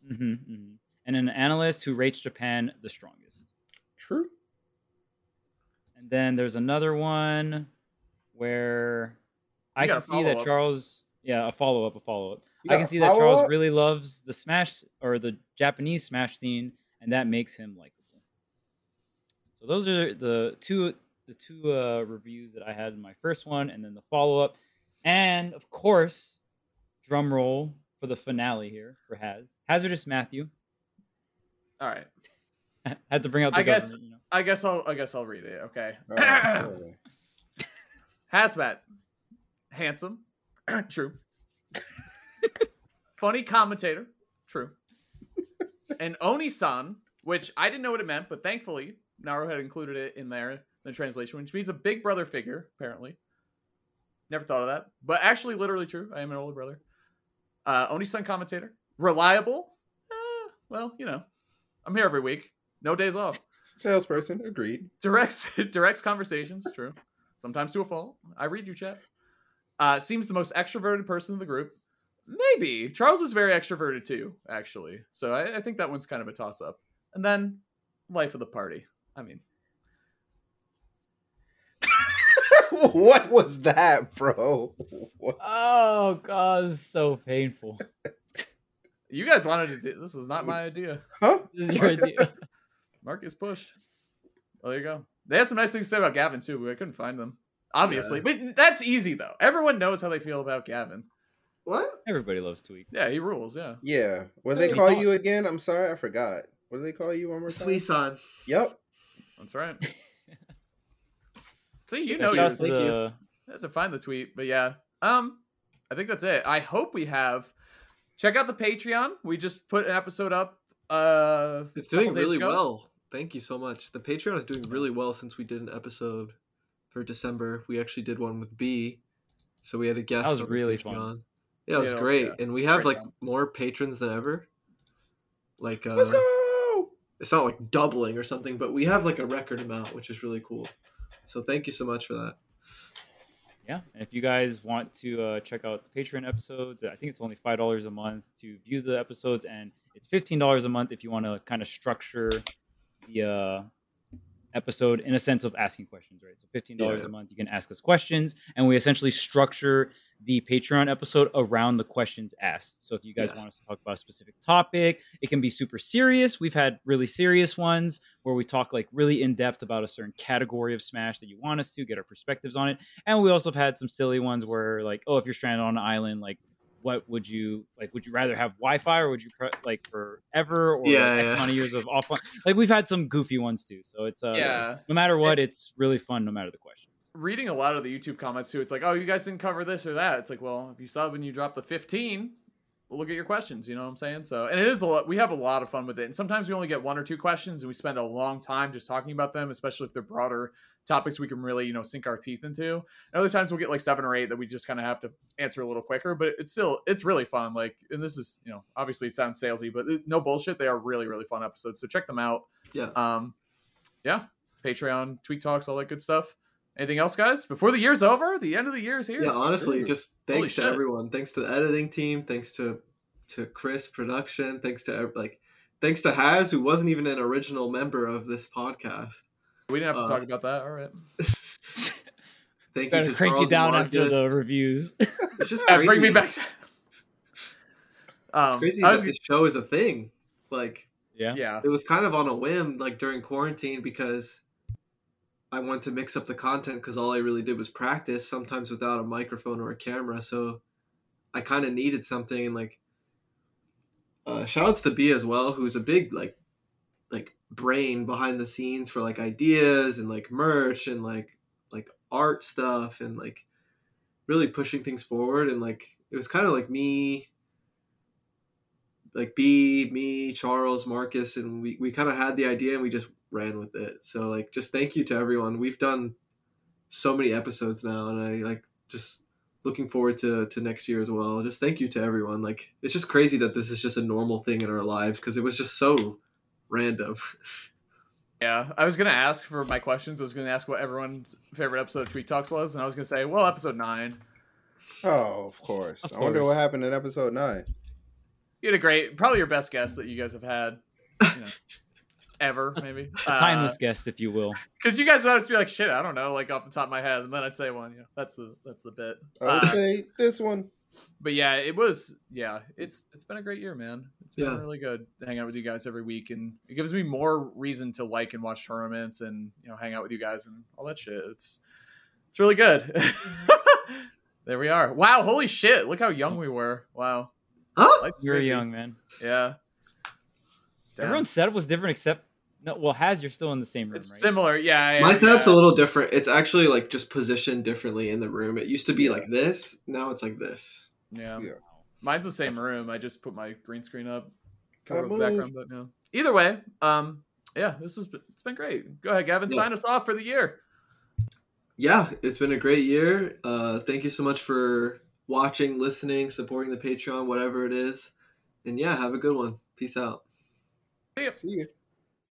Speaker 3: hmm hmm and an analyst who rates Japan the strongest.
Speaker 2: True.
Speaker 3: And then there's another one where I
Speaker 4: You got
Speaker 3: can
Speaker 4: a
Speaker 3: see that
Speaker 4: follow-up.
Speaker 3: Charles, yeah, a follow up, a follow up.
Speaker 2: You
Speaker 3: I
Speaker 2: got
Speaker 3: can
Speaker 2: a
Speaker 3: see that Charles
Speaker 2: follow-up?
Speaker 3: really loves the Smash or the Japanese Smash scene, and that makes him likable. So those are the two the two uh, reviews that I had in my first one, and then the follow up, and of course, drum roll for the finale here for Haz Hazardous Matthew.
Speaker 4: All right.
Speaker 3: had to bring out the
Speaker 4: I guess-
Speaker 3: government. You know?
Speaker 4: I guess I'll I guess I'll read it. Okay.
Speaker 2: Oh, boy.
Speaker 4: Hazmat. Handsome. True. Funny commentator. True. and Oni-san, which I didn't know what it meant, but thankfully Naruto had included it in there, the translation, which means a big brother figure, apparently. Never thought of that. But actually, literally true. I am an older brother. Uh, Oni-san commentator. Reliable. Eh, well, you know, I'm here every week. No days off
Speaker 2: Salesperson agreed.
Speaker 4: directs directs conversations. True, sometimes to a fault. I read you, chat. Uh, seems the most extroverted person in the group. Maybe Charles is very extroverted too, actually. So I, I think that one's kind of a toss up. And then life of the party. I mean,
Speaker 2: what was that, bro? What?
Speaker 3: Oh god, this is so painful.
Speaker 4: you guys wanted to do this. Is not my idea.
Speaker 2: Huh?
Speaker 3: This is your idea.
Speaker 4: Mark is pushed. Well, there you go. They had some nice things to say about Gavin too, but I couldn't find them. Obviously, but that's easy though. Everyone knows how they feel about Gavin.
Speaker 1: What?
Speaker 3: Everybody loves Tweak.
Speaker 4: Yeah, he rules. Yeah.
Speaker 2: Yeah. What do they
Speaker 1: Hey,
Speaker 2: call
Speaker 3: Tom.
Speaker 2: you again? I'm sorry, I forgot. What do they call you one more time?
Speaker 1: Sweet son.
Speaker 2: Yep.
Speaker 4: That's right. See, you
Speaker 1: It's
Speaker 4: know
Speaker 1: a shout
Speaker 4: yours.
Speaker 3: Shouts
Speaker 1: thank
Speaker 3: to
Speaker 1: you.
Speaker 3: the-
Speaker 4: I have to find the tweet, but yeah. Um, I think that's it. I hope we have. Check out the Patreon. We just put an episode up. Uh,
Speaker 1: It's doing
Speaker 4: couple days
Speaker 1: really
Speaker 4: ago.
Speaker 1: well. Thank you so much. The Patreon is doing really well since we did an episode for December. We actually did one with B, so we had a guest.
Speaker 3: was
Speaker 1: on the
Speaker 3: really
Speaker 1: Patreon.
Speaker 3: fun.
Speaker 1: Yeah, it was
Speaker 4: Yeah,
Speaker 1: great,
Speaker 4: yeah.
Speaker 1: and we
Speaker 4: It's a
Speaker 1: have
Speaker 4: great
Speaker 1: like
Speaker 4: time.
Speaker 1: more patrons than ever. Like, uh,
Speaker 2: Let's go.
Speaker 1: it's not like doubling or something, but we have like a record amount, which is really cool. So thank you so much for that.
Speaker 3: yeah. And if you guys want to uh, check out the Patreon episodes, I think it's only five dollars a month to view the episodes, and it's fifteen dollars a month if you want to kind of structure the uh, episode in a sense of asking questions, right? So fifteen dollars
Speaker 2: Yeah.
Speaker 3: a month, you can ask us questions, and we essentially structure the Patreon episode around the questions asked. So if you guys
Speaker 1: Yes.
Speaker 3: want us to talk about a specific topic, it can be super serious. We've had really serious ones where we talk like really in depth about a certain category of Smash that you want us to get our perspectives on it, and we also have had some silly ones where like, oh, if you're stranded on an island, like. What would you like? Would you rather have Wi-Fi or would you pre- like forever or
Speaker 1: Yeah,
Speaker 3: like, X
Speaker 1: yeah.
Speaker 3: amount of years of offline? Like we've had some goofy ones too. So it's uh,
Speaker 4: Yeah.
Speaker 3: no matter what, it's really fun no matter the questions.
Speaker 4: Reading a lot of the YouTube comments too, it's like, oh, you guys didn't cover this or that. It's like, well, if you sub and you drop the fifteen, look at your questions. You know what I'm saying? So, and it is a lot. We have a lot of fun with it, and sometimes we only get one or two questions, and we spend a long time just talking about them, especially if they're broader topics we can really you know sink our teeth into. And other times we'll get like seven or eight that we just kind of have to answer a little quicker, but it's still it's really fun. Like, and this is you know obviously it sounds salesy, but it- no bullshit. They are really really fun episodes, so check them out.
Speaker 1: Yeah.
Speaker 4: Um, yeah, Patreon, Tweak Talks, all that good stuff. Anything else, guys? Before the year's over, the end of the year is here.
Speaker 1: Yeah, honestly,
Speaker 4: Ooh.
Speaker 1: just
Speaker 4: Holy
Speaker 1: thanks to
Speaker 4: shit.
Speaker 1: everyone. Thanks to the editing team. Thanks to to Chris production. Thanks to ev- like thanks to Haz who wasn't even an original member of this podcast.
Speaker 4: we didn't have to
Speaker 1: uh,
Speaker 4: talk about that. All right,
Speaker 1: Thank you
Speaker 3: Better
Speaker 1: to
Speaker 3: crank you
Speaker 1: Charles
Speaker 3: down
Speaker 1: and
Speaker 3: after the
Speaker 1: Marcus.
Speaker 3: reviews.
Speaker 1: It's just
Speaker 4: Yeah,
Speaker 1: crazy.
Speaker 4: bring me back. um,
Speaker 1: It's crazy
Speaker 4: I
Speaker 1: that
Speaker 4: was-
Speaker 1: this show is a thing. Like
Speaker 3: yeah.
Speaker 4: yeah,
Speaker 1: it was kind of on a whim, like during quarantine, because I wanted to mix up the content because all I really did was practice, sometimes without a microphone or a camera. So I kind of needed something. And like, uh, shout outs to B as well, who's a big like, like brain behind the scenes for like ideas and like merch and like like art stuff and like really pushing things forward and like it was kind of like me like B, me, Charles, Marcus, and we, we kind of had the idea and we just ran with it. So like, just thank you to everyone. We've done so many episodes now, and I like just looking forward to to next year as well. Just thank you to everyone. Like, it's just crazy that this is just a normal thing in our lives because it was just so random.
Speaker 4: yeah. I was gonna ask for my questions. I was gonna ask what everyone's favorite episode of Tweet Talks was, and I was gonna say, well, episode nine.
Speaker 2: Oh, of course.
Speaker 3: Of
Speaker 2: I wonder
Speaker 3: course.
Speaker 2: what happened in episode nine.
Speaker 4: You had a great, probably your best guess that you guys have had, you know, ever maybe.
Speaker 3: A timeless guest, if you will.
Speaker 4: because you guys would always be like, shit, I don't know, like off the top of my head, and then I'd say one. You know, that's the that's the bit.
Speaker 2: I would
Speaker 4: Uh,
Speaker 2: say this one.
Speaker 4: but yeah, it was yeah, it's it's been a great year, man. It's been
Speaker 1: Yeah.
Speaker 4: really good to hang out with you guys every week and it gives me more reason to like and watch tournaments and you know hang out with you guys and all that shit. It's it's really good. there we are. Wow, holy shit. Look how young we were. Wow.
Speaker 1: huh?
Speaker 4: Life's
Speaker 3: You were
Speaker 4: crazy.
Speaker 3: young, man.
Speaker 4: Yeah. Damn.
Speaker 3: Everyone's setup was different except no well, Has you're still in the same room,
Speaker 4: it's
Speaker 3: right?
Speaker 4: similar. Yeah, yeah.
Speaker 1: My setup's
Speaker 4: yeah.
Speaker 1: a little different. It's actually like just positioned differently in the room. It used to be like this. Now it's like this.
Speaker 4: Yeah.
Speaker 2: Yeah.
Speaker 4: Mine's the same room. I just put my green screen up.
Speaker 2: Gotta
Speaker 4: cover the
Speaker 2: move.
Speaker 4: background, but no. Either way, um, yeah, this has been, it's been great. Go ahead, Gavin,
Speaker 1: Yeah.
Speaker 4: sign us off for the year.
Speaker 1: yeah, it's been a great year. Uh, thank you so much for watching, listening, supporting the Patreon, whatever it is. And yeah, have a good one. Peace out.
Speaker 4: See ya.
Speaker 2: See you.